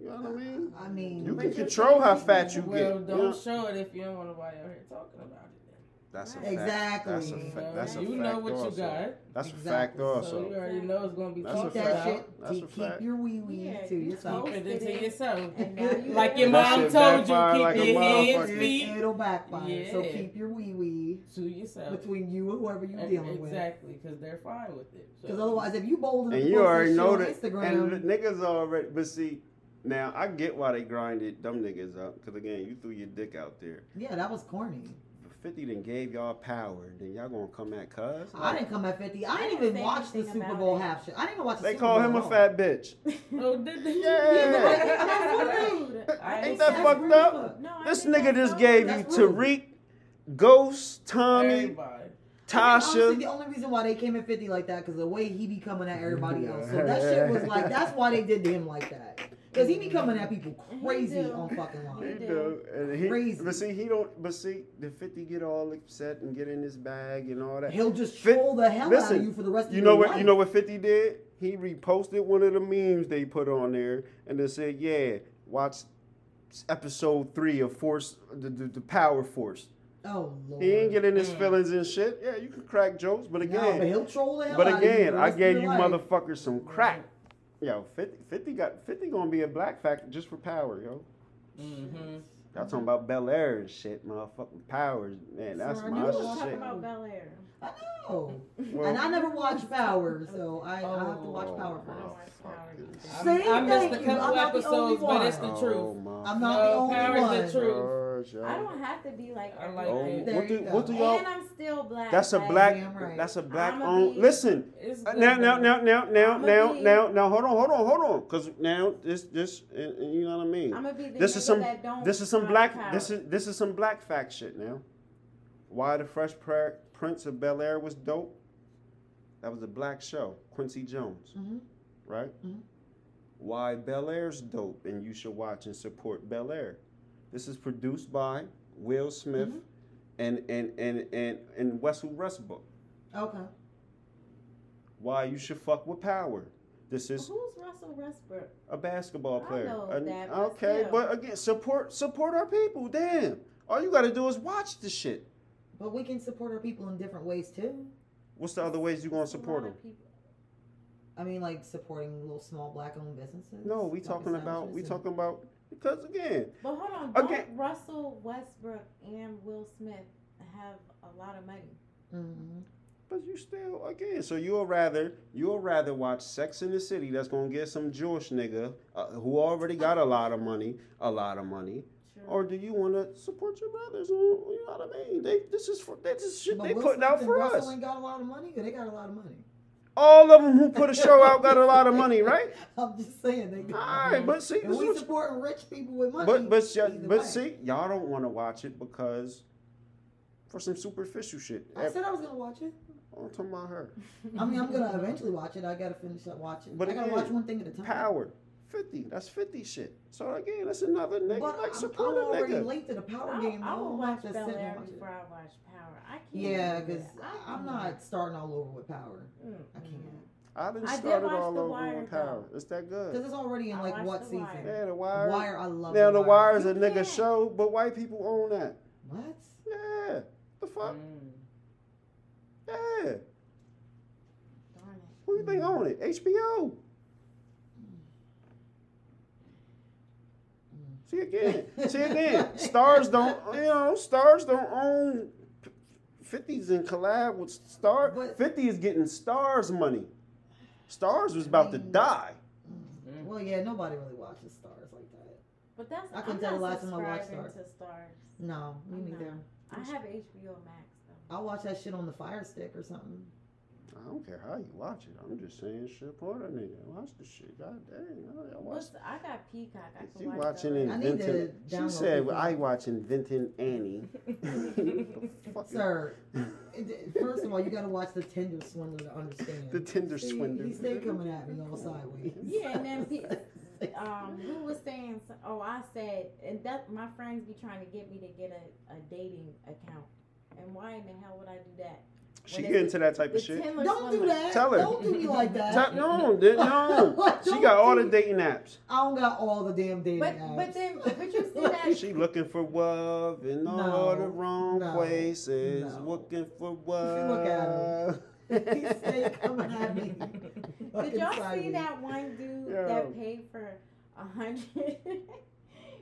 You know what I mean? I mean, You can But your control how penis is fat you well, get. don't you know? show it if you don't want nobody out here talking about it. Then. That's a fact. Exactly. That's a You fact. know, That's a you fact. know what also. you got. That's a Exactly. fact. So So you Also, already know it's gonna be That's talked keep a that about. shit. That's a keep, fact. keep your wee wee Yeah, to you yourself. told- Keep it to Posted it. yourself. And now you Like your That mom shit told backfired you, like a keep your hands, motherfucker. feet It'll backfire. So Yeah. keep your wee wee to yourself. between you and whoever you're And- dealing with. exactly, because they're fine with it. So- Because otherwise, if you bold enough and to you post already this know shit on that. Instagram, And the niggas already. But see, now I get why they grinded them niggas up. Because again, you threw your dick out there. yeah, that was corny. But Fifty then gave y'all power. Then y'all gonna come at Cuz? I didn't come at 50. I I didn't didn't even say watch the anything Super about Bowl it. half show. I didn't even watch the They Super call Bowl him at a all. fat bitch. Oh, did they? Yeah. Yeah, but like, that's what That's it is. rude. I Ain't that ain't seen That's fucked rude up? as fuck. No, I This think nigga that's just so gave you rude. That's rude. Tariq, Ghost, Tommy, [laughs] Everybody. I think, honestly, Tasha. the only reason why they came at 50 like that because the way he be coming at everybody else. So that shit was like, that's why they did to him like that. Because he be coming at people He crazy do. on fucking He line. He do. And he, Crazy. But see, he don't. But see, the fifty get all upset and get in his bag and all that. He'll just Fit- troll the hell out Listen, of you for the rest of you your know what? life. You know what Fifty did? He reposted one of the memes they put on there and then said, "Yeah, watch episode three of Force, the the, the Power Force." Oh, Lord. He ain't getting his Mm. feelings and shit. Yeah, you can crack jokes, but No, but again, he'll troll the hell but out of you for again, the I rest of gave your you life. motherfuckers some crack. Yo, 50, 50 got 50 gonna be a black factor just for power, yo. Mm-hmm. Y'all talking about Bel Air and shit, motherfucking powers, man. That's Sir, I You knew my it was was talking shit. happening. about Bel Air. I know. Well- and I [laughs] never [laughs] watched Power, so I, I have to Oh. watch Power I don't first. watch Power. Motherfuckers. I- Say I missed thank a you. couple I'm not the only episodes, but it's one. the truth. Oh, my I'm not No, the only Power's one. the truth. words, y'all. I don't have to be like. I like Oh, it. what do There you what do go. y'all? and I'm still black. That's a like, black. Damn right. That's a black I'ma owned. be- Listen. It's Uh, Now, good, now, though. now, now, now, I'ma now, be- now, now, hold on, hold on, hold on, because now this, this, and- and you know what I mean. I'm gonna be the This is nigga some- That don't This is some run black. power. This is this is some black fact shit now. Why the Fresh Pra- Prince of Bel Air was dope. That was a black show. Quincy Jones, Mm-hmm. Mhm. right? Mhm. Why Bel Air's dope, and you should watch and support Bel Air. This is produced by Will Smith Mhm. Mm-hmm. and and and and and Wessel Westbrook. Okay. Why you should fuck with Power. This is Who's Russell Westbrook? a basketball I player. know An- that, but okay, still. but again, support support our people. Damn, all you got to do is watch the shit. But we can support our people in different ways too. What's the other ways you gonna It's a support lot them? of people. I mean, like supporting little small black-owned businesses. No, we like talking about we establishments and- talking about because again, But hold on, don't Okay. Russell Westbrook and Will Smith have a lot of money? Mhm. but you still again. So you'll rather you'll rather watch Sex in the City that's gonna get some Jewish nigga uh, who already got a lot of money, a lot of money, Sure. or [laughs] do you want to support your brothers? You know what I mean? They this is for this is shit But they Will putting out Smith and for Russell us. Ain't got a lot of money. Yeah, They got a lot of money. [laughs] All of them who put a show out got a lot of money, right? I'm just saying they All got. right, but see, And this is we what you- supporting rich people with money. But but y'all- either but way. see, y'all don't want to watch it because for some superficial shit. I said I was gonna watch it. I'm talking about her. I mean, I'm gonna eventually watch it. I gotta finish up watching. But I gotta again, watch one thing at a time. Power. 50. That's 50 shit. So again, that's another nigga. But like, I'm, I'm support a already nigga. late to the power I'll- game. I though. will I'm watch just Bel sitting and Air watching it. before I watch Power. I can't. Yeah, do because that. I I'm can't. not starting all over with power. Mm-mm. I can't. I done I did started watch all The over Wire, with Power. It's that Because good. it's already in I like watched what The season? Wire. Yeah, The Wire. Wire. I love now, The Wire is You a nigga can't. show, but white people own that. What? Yeah. The fuck? Mm. Yeah. Darn it. Who you think own it? HBO. See again. See again. stars don't, you know, stars don't own. 50s and collab with Star. But- 50 is getting stars money. Stars was about to Mm. die. Mm. Well, yeah, nobody really watches stars like that. But that's I can I'm tell the not last time I watched subscribing to Stars. No, me I'm neither. I have HBO Max though. I'll watch that shit on the Fire Stick or something. I don't care how you watch it. I'm just saying shit for that nigga. Watch the shit. God dang. I watch. What's I got Peacock. I She can watch watching Bel Air. I need to inventing. She download said, this well, "I watch inventing Annie." Mm. The fuck is- Sir, it- first of all, you gotta watch the Tinder Swindler to [laughs] understand. the Tinder See, swindler. He stay coming at me all sideways. Yeah, and [laughs] [laughs] then pe- um, who was saying? so- Oh, I said, and that my friends be trying to get me to get a, a dating account. And why in the hell would I do that? She get into that type of shit. Tindler Don't do Swindler. that. Tell her. Don't do me like that. Tell- no, th- no. [laughs] What? she Don't got all the do- dating apps. I don't got all the damn dating But apps. but then but you [laughs] see that She looking for love in all the No, wrong no, places. no. Looking for look at love. [laughs] he stay coming [laughs] at me. Did Fucking y'all see sideways. that one dude Yeah. that paid for a hundred? [laughs]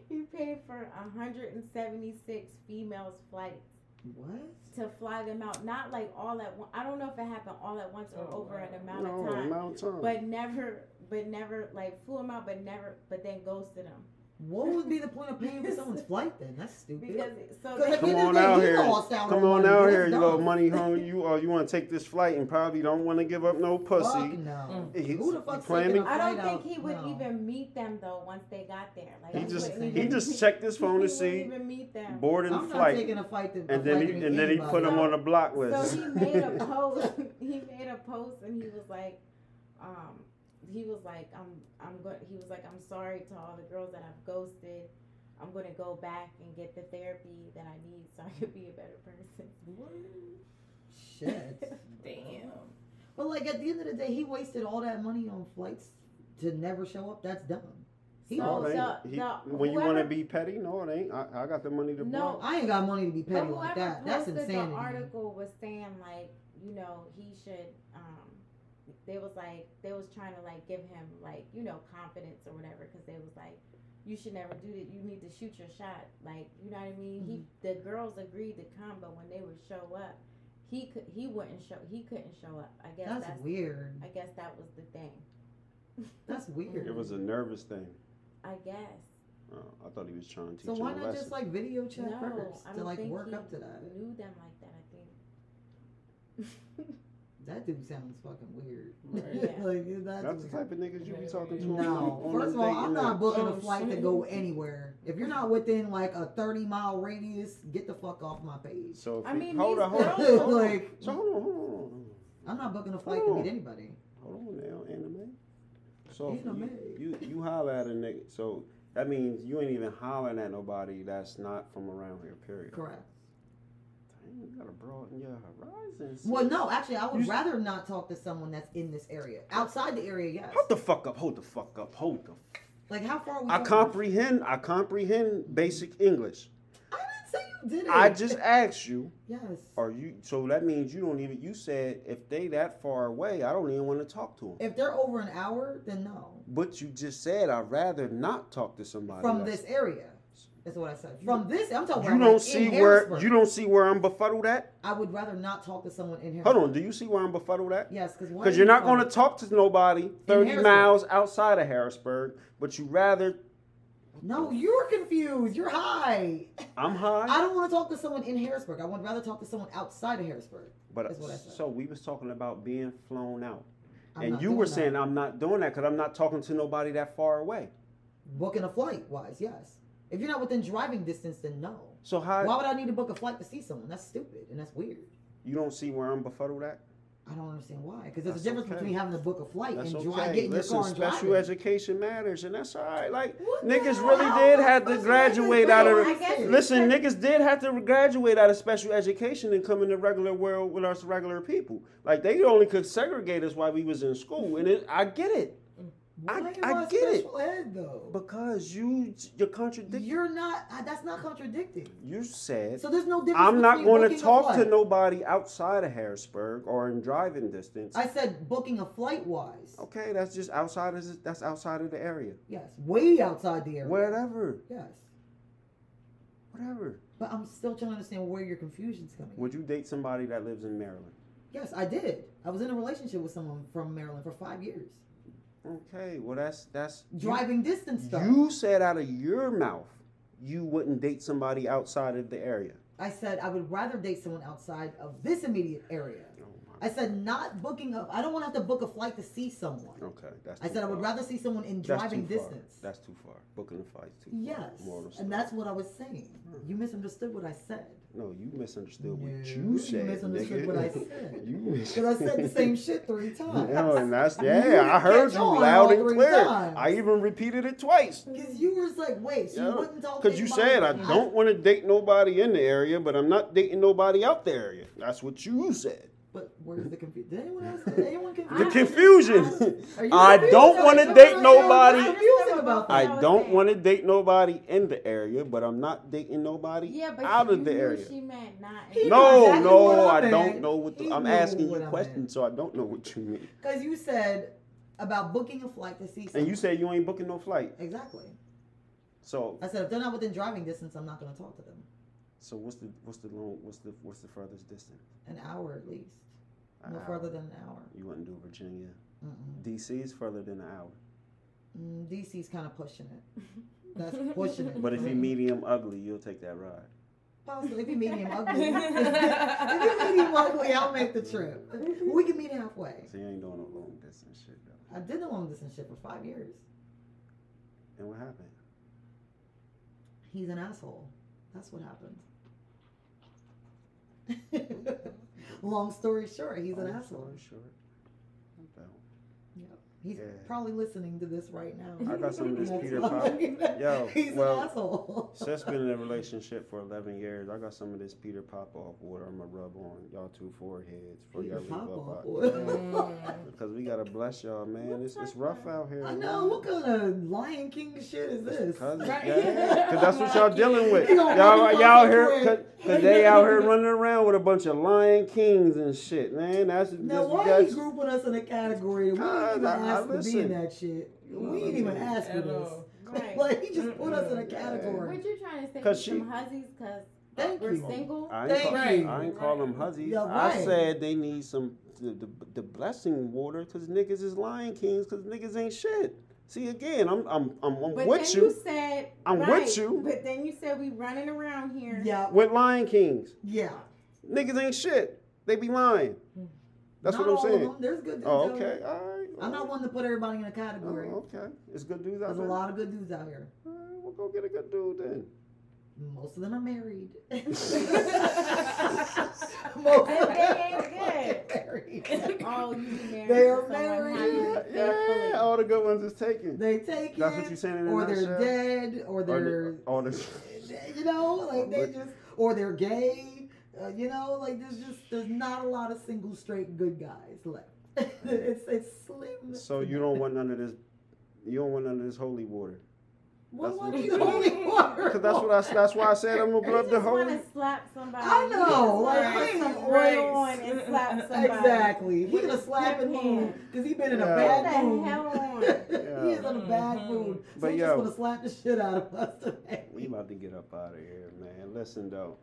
he paid for a hundred and seventy-six females' flights [laughs] What? to fly them out. Not like all at once. I don't know if it happened all at once or Oh, over wow. an amount No, of time. amount of time. But never, but never like flew them out, but never, but then ghosted them What would be the point of paying for [laughs] someone's flight then? That's stupid. because so. Because They, at the Come end of on the day, out he here. lost out Come on on money. out That's here, you little dumb. money hungry. You or you want to take this flight and probably don't want to give up no pussy. Fuck no. He- Who the he fuck's claiming- taking a Mm. I don't flight think out? he would No. even meet them though once they got there. Like He That's just what wouldn't they he even- just checked [laughs] his phone to wouldn't see even meet them. boarding I'm not flight, taking a flight to and then he flight to and then he put anybody. him on a block list. So he made a [laughs] post. he made a post, and he was like, um, he was like, I'm, I'm going. He was like, I'm sorry to all the girls that I've ghosted. I'm gonna go back and get the therapy that I need so I could be a better person. Shit. Damn. [laughs] But like at the end of the day, he wasted all that money on flights to never show up. That's dumb. He No, No, it lost. the- ain't. He- the- when you want to whoever- be petty, no, it ain't. I, I got the money to No, blow. I ain't got money to be But petty whoever like that. That's posted the insanity. article was saying like, you know, he should. Um, they was like, they was trying to like give him like, you know, confidence or whatever, because they was like, you should never do that. You need to shoot your shot. Like, you know what I mean? Mm-hmm. He, the girls agreed to come, but when they would show up, he could, he wouldn't show, he couldn't show up. I guess that's, that's, weird. I guess that was the thing. That's weird. It was a nervous thing. [laughs] I guess. Oh, I thought he was trying to teach So him why a not lesson. just like video chat No, first I to don't like think work he up to that? Knew them like that, I think. [laughs] That dude sounds fucking weird. [laughs] Right. like, that's That's the type of niggas you be talking to. no. on- on First a of all, date I'm and not that. booking Oh, a flight to shit. go anywhere. If you're not within like a 30 mile radius, get the fuck off my page. [laughs] So if I he- mean, hold these on, hold on, girls- hold on. like- So hold on, hold on, I'm not booking a flight Oh. to meet anybody. hold on, hold on now, anime. So if Anime. you, you you holler at a nigga. So that means you ain't even hollering at nobody that's not from around here. Period. Correct. Damn, you gotta broaden your horizons. Well, no, actually, I would You- rather not talk to someone that's in this area. Outside the area, yes. Hold the fuck up! Hold the fuck up! Hold the. F- Like, how far are we I going? comprehend. I comprehend basic English. I didn't say you did it. I just asked you. Yes. Are you? So that means you don't even. You said if they that far away, I don't even want to talk to them. If they're over an hour, then no. But you just said I'd rather not talk to somebody. From else. this area. That's what I said. From this, I'm talking about you like, in don't see where Harrisburg. you don't see where I'm befuddled at. I would rather not talk to someone in here. Hold on, do you see where I'm befuddled at? Yes, because Because you're not going to talk to nobody 30 Harrisburg. miles outside of Harrisburg, but you rather No, you're confused. You're high. I'm high. I don't want to talk to someone in Harrisburg. I would rather talk to someone outside of Harrisburg. but is what I said. so we was talking about being flown out, I'm and not you doing were that. saying I'm not doing that because I'm not talking to nobody that far away. booking a flight wise, yes. If you're not within driving distance, then no. So how Why would I need to book a flight to see someone? That's stupid and that's weird. you don't see where I'm befuddled at? I don't understand why. Because there's That's a difference okay. between having to book a flight That's and okay. dri- getting Listen, your car and special driving. education matters, and that's all right. Like What the niggas hell? really How did am I have to supposed graduate understand out what of. I'm saying? Listen, niggas did have to graduate out of special education and come in the regular world with us regular people. Like they only could segregate us while we was in school, and it, I get it I- Why am I get it. special ed, though? because you you're contradicting. you're not. I- That's not contradicting. You said So there's no difference. I'm not between going to booking a talk to flight. nobody outside of Harrisburg or in driving distance. I said booking a flight wise. okay, that's just outside of that's outside of the area. Yes, way outside the area. Whatever, Yes, whatever. but I'm still trying to understand where your confusion's coming. Would you date somebody that lives in Maryland? Yes, I did. I was in a relationship with someone from Maryland for five years. Okay, well that's that's you- Driving distance You, stuff. said out of your mouth you wouldn't date somebody outside of the area. I said I would rather date someone outside of this immediate area. Oh my. I said not booking up. I don't want to have to book a flight to see someone. Okay, that's. I too said I far. would rather see someone in That's driving too far. distance. That's too far. Booking a flight is too. far. yes, Moral story. and that's what I was saying. You misunderstood what I said. No, you misunderstood No, Hmm. what you you said. misunderstood nigga. what [laughs] I said. you Because I said the [laughs] same shit three times. No, and that's You didn't yeah. I heard catch you on all loud and three clear. times. I even repeated it twice. Because you was like, wait, so Yeah, you wouldn't talk Because you anybody- said I don't want to date nobody in the area, but I'm not dating nobody out the area. That's what you said. But where's the confusion? Did anyone else? [laughs] Did anyone confuse? The confusion. [laughs] Are you I confused? don't Are want you to date confused? I nobody. understand confusing what about both I of y'all don't saying. want to date nobody in the area, but I'm not dating nobody Yeah, but out you of the knew area. She meant not. He No, knew exactly what no, I I don't meant. know what the, He I'm knew asking what I you meant. questions, so I don't know what you mean. Because you said about booking a flight to see. Someone. And you said you ain't booking no flight, exactly. so I said if they're not within driving distance, I'm not going to talk to them. so what's the what's the long what's the what's the furthest distance? An hour at least, An no hour. further than an hour. You wouldn't do Virginia. Mm-mm. DC is further than an hour. Mm, DC's kind of pushing it. That's pushing it. But if for you me. medium ugly, you'll take that ride. Possibly, [laughs] if you medium ugly, if you medium ugly, I'll make the trip. We can meet halfway. So you ain't doing no long distance shit though. I did the long distance shit for five years. And what happened? He's an asshole. That's what happened. [laughs] long story short, he's an Oh, asshole. sorry, Short. What the hell? He's Yeah. probably listening to this right now. [laughs] [laughs] I got some of this That's Peter why- Piper. Yo, [laughs] he's well, an asshole. Seth's been in a relationship for 11 years. I got some of this Peter Pop off water. I'm going to rub on y'all two foreheads before Peter y'all leave Pop off up. water. Mm. Because we got to bless y'all, man. It's, it's rough out here. [laughs] I man. know. What kind of Lion King shit is this? Cause, Right. yeah, 'cause that's what y'all dealing with. You Y'all, gonna run y'all the here, fucking cause, [laughs] cause they out here running around with a bunch of lion kings and shit, man. That's Now, that's, why that's he grouping us in a category? that We Cause didn't even I- I ask to be listen. in that shit. We didn't even ask for At this. all. [laughs] Right. Like he just put us in a category. What you trying to say? 'Cause some she- hussies because Thank we're you. single. I ain't, Thank call, you. I ain't call them hussies. Yeah, I right. said they need some the, the, the blessing water because niggas is lion kings because niggas ain't shit. See again, I'm I'm I'm, I'm But with then you said I'm with right, you. But then you said we running around here. Yeah. with Lion Kings. Yeah. Niggas ain't shit. They be lying. That's Not what I'm all of saying. them. There's good dudes. Oh, out okay. here. All right. I'm not one to put everybody in a Oh, category. okay. It's good dudes out There's a there. lot of good dudes out here. All right, we'll go get a good dude then. Most of them [laughs] are married. [laughs] But they ain't married. good. Oh, you be They married. to are someone married. happy, Yeah, faithfully. yeah. All the good ones is taken. They take That's it, what you saying in a or they're nutshell? dead, or Or they're, the- [laughs] or the- you know, like they Look. just, or they're gay. Uh, you know, like there's just there's not a lot of single straight good guys left. [laughs] it's it's slim. So you don't want none of this. You don't want none of this holy water. What that's what what you you- only [laughs] [laughs] water? Cause that's what I. That's why I said I'm gonna You blow up the just wanna holy. slap somebody. I know, You just like, wanna I put some ain't oil on raised. and [laughs] slap somebody. Exactly. He With in a his slapping left mood hand. because he been in a Yeah. bad Put the mood. [laughs] hell on. Mm-hmm. he is in a bad Mhm. mood. So But he yo. just want to slap the shit out of us [laughs] today. We about to get up out of here, man. Listen though,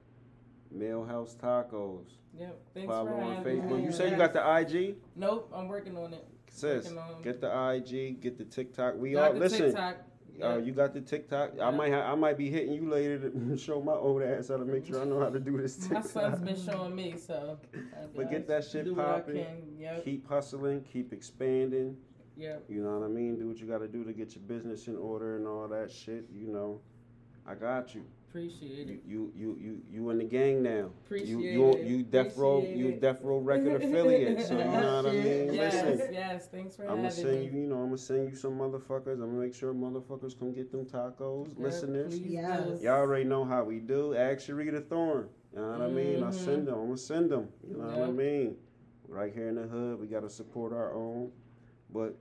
Millhouse Tacos. Yep. Thanks Follow for on having Facebook. me. You say you got the IG, Nope, I'm working on it. sis. Working on- Get the IG. Get the TikTok. We Got all the listen. TikTok. Uh, Yeah. you got the TikTok. I Yeah. might. Ha- I might be hitting you later to [laughs] show my old ass how to make sure I know how to do this [laughs] My TikTok. son's been showing me, so. I But get gotta that shit do what I poppin'. can. Yep. Keep hustling. Keep expanding. Yep. You know what I mean? Do what you got to do to get your business in order and all that shit. You know, I got you. Appreciate You it. you you you, you in the gang now. you Appreciate you it. you death row Appreciate you it. death row record affiliate. So you know what [laughs] I mean? Yes, Listen. yes. Thanks for I'm gonna having send me. you, you know, I'm gonna send you some motherfuckers. I'm gonna make sure motherfuckers come get them tacos. Yep, Listeners, please Yes. do. [laughs] y'all already know how we do. Ask Sharita Thorne. You know what I mean? I Mhm. send them. I'm gonna send them. You know what I Yep. mean? Right here in the hood, we gotta support our own. But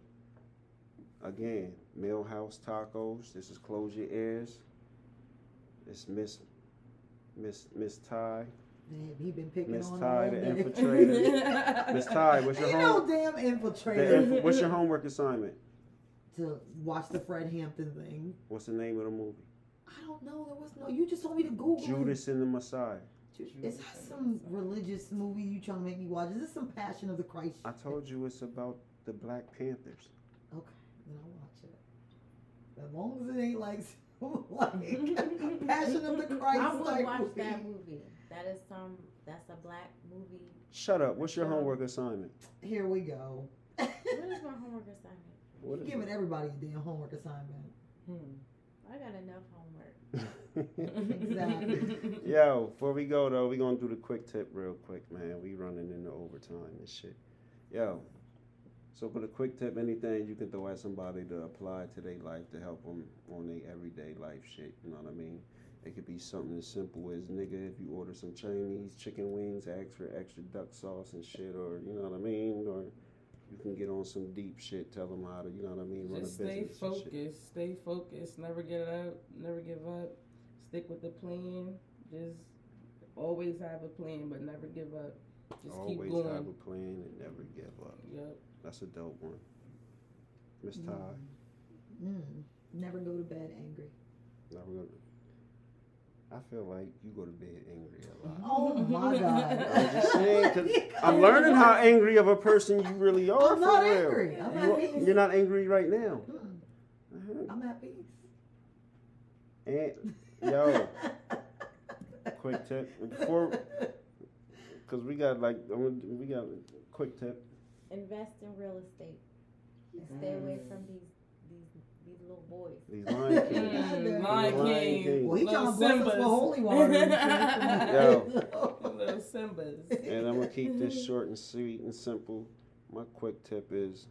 again, Millhouse Tacos. This is Close Your Ears. It's Miss Miss Miss Ty. Man, he been picking Miss on Ty, all the day. [laughs] infiltrator. [laughs] Miss Ty, what's your Ain't no home? damn the infiltrator inf- what's your homework assignment? to watch the Fred Hampton thing. What's the name of the movie? I don't know. There was no. You just told me to Google. it. Judas and the Messiah. Ju- Is that some religious movie you trying to make me watch? Is this some Passion of the Christ? I shit? told you it's about the Black Panthers. Okay, then I'll watch it. As long as it ain't like [laughs] some, like Passion of the Christ. [laughs] I would like, watch movie. that movie. That is some. That's a black movie. Shut up. What's your Shut up. homework assignment? Here we go. What [laughs] is my homework assignment? What You're giving everybody a damn homework assignment. Hmm. I got enough homework. it? Exactly. Yo, before we go though, we gonna do the quick tip real quick, man. We running into overtime and shit. Yo. So for the quick tip, anything you can throw at somebody to apply to their life to help them on their everyday life shit. You know what I mean? It could be something as simple as nigga, if you order some Chinese chicken wings, ask for extra duck sauce and shit, or you know what I mean, or you can get on some deep shit. Tell them how to, you know what I mean, run Just a stay business. and shit. focused. Stay focused. Never get up. Never give up. Stick with the plan. Just always have a plan, but never give up. Just keep Always have a going. plan and never give up. Yep. That's a dope one. Miss Ty, Mm. Mm. Never go to bed angry. now we're gonna- I feel like you go to bed angry a lot. Oh [laughs] my god. I'm Mm-hmm. just saying, [laughs] 'cause I'm learning how angry of a person you really are. I'm not for real. angry. I'm You, at are- peace. you're not angry right now. Mm. Uh-huh. I'm at peace. And [laughs] Yo. quick tip before, cause we got like I'm gonna- we got a quick tip. Invest in real estate. And stay away from these these these little boys. These [laughs] lion Mm. kings. Mm, Lion Lion King. King. Well, he Little trying to bless us with Simbas. holy [laughs] water. and shit. Little [laughs] Simbas. and I'm gonna keep this short and sweet and simple. My quick tip is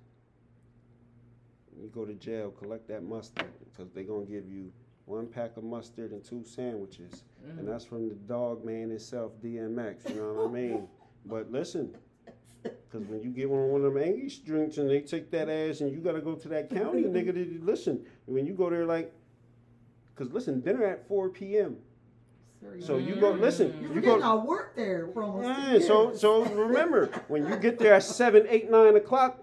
you go to jail, collect that mustard, because they're gonna give you one pack of mustard and two sandwiches. Mm, And that's from the dog man himself, DMX, you know what I mean? But listen, because when you get on one of them angry drinks and they take that ass and you gotta go to that county, nigga, to- listen, when you go there, like, because listen, dinner at 4 p.m. So you go, listen, You you did go. not work there for almost two Yeah, so years. so remember when you get there at seven, eight, nine o'clock,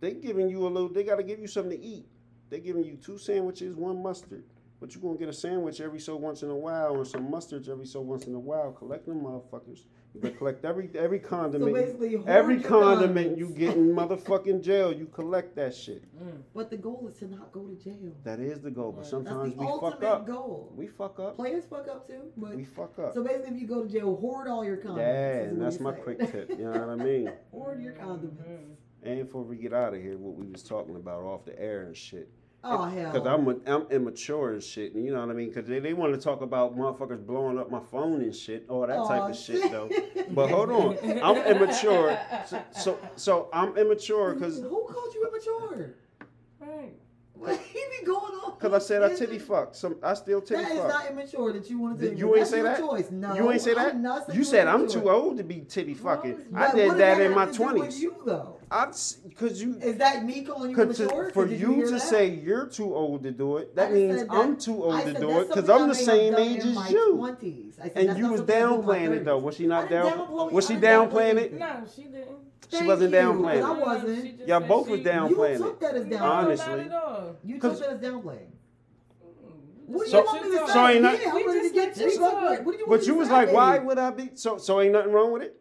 they giving you a little. They got to give you something to eat. They giving you two sandwiches, one mustard. But you gonna get a sandwich every so once in a while, and some mustards every so once in a while. Collect them motherfuckers, You better collect every every condiment. [laughs] So basically, hoard every your condiment guns. you get in motherfucking jail, you collect that shit. Mm. [laughs] But the goal is to not go to jail. That is the goal, but That's sometimes That's the we fuck ultimate up. goal. We fuck up. Players fuck up too, but We fuck up. so basically, if you go to jail, hoard all your condiments. Yeah, is and what that's he's my saying. quick tip, you know what I mean? [laughs] hoard your condiments. Mhm. And before we get out of here, what we was talking about off the air and shit. Oh hell, Because I'm, a- I'm immature and shit, you know what I mean? Because they, they want to talk about motherfuckers blowing up my phone and shit, all that type Aw, of shit, though. But hold on, I'm immature. So, so, so I'm immature because who called you immature? Right. What he be going on? cause I said I Is titty it- fuck. Some I still titty That is fuck. not immature that you want to do. Did- you but ain't that's say your that? Choice. No, you ain't say that. I'm not saying you you're said I'm immature. too old to be titty Well, fucking. you- I But what did does that in have my to do with twenties. You though, I because you is that me calling you Cause to- immature? for Did you, hear to that? say you're too old to do it, I that just means said that- I'm too old I to said do that's it because something I I'm the may have same done age in my as you. 20s. I said And that's you not was something I do in my downplaying it though. 30s. Was she not I didn't down? downplay- Was she I didn't downplaying downplay it? it. No, she didn't. She Thank wasn't you, downplaying I it. No, wasn't. she just Y'all said both was she- down. You downplaying took it. that as No, downplaying. not Honestly. at all. You took 'Cause- that as downplaying. We What do just you want me to took say? so ain't yeah, not- I'm We ready to just get took you. TikTok. What, what do you want me But to you was say? like, why would I be so? So ain't nothing wrong with it.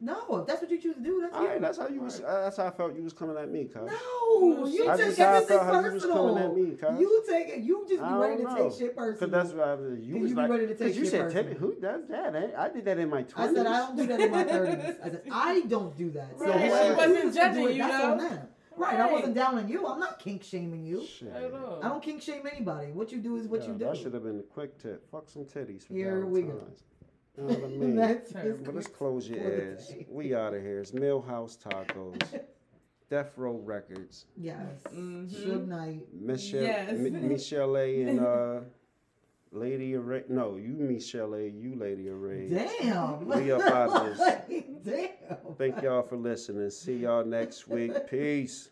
No, if that's what you choose to do, that's All you. right, that's how you was. uh, That's how I felt you was coming at me, cuz. No, you I just just- I got this felt how you was personal. coming at me, cuz. You take it. You just be I don't ready to know. take shit personal. Cause that's what I was. You You was be like, ready to take cause you shit said, personal. "Tell- who does that? eh? I did that in my I twenties. said I don't do that [laughs] in my thirties. I said I don't do that. So Right, she whoever wasn't chooses to do judging it, you, that's though. on them. Right, I Right. wasn't down on you. I'm not kink shaming you. Shit. At all. I don't kink shame anybody. What you do is what Yeah, you That should [laughs] do. have been a quick tip. Fuck some titties. For Here we go. Valentine's. You know [laughs] what I mean? his Well, let's quick close your for the ass. day. We out of here. It's Millhouse Tacos, [laughs] Death Row Records, Yes. Mm-hmm. Mhm. Should night. Michelle, Yes. M- Michelle A and uh, Lady Array. No, you Michelle A, you Lady Array. Damn. We [laughs] up out of this. Damn. [laughs] Thank y'all for listening. See y'all next week. Peace.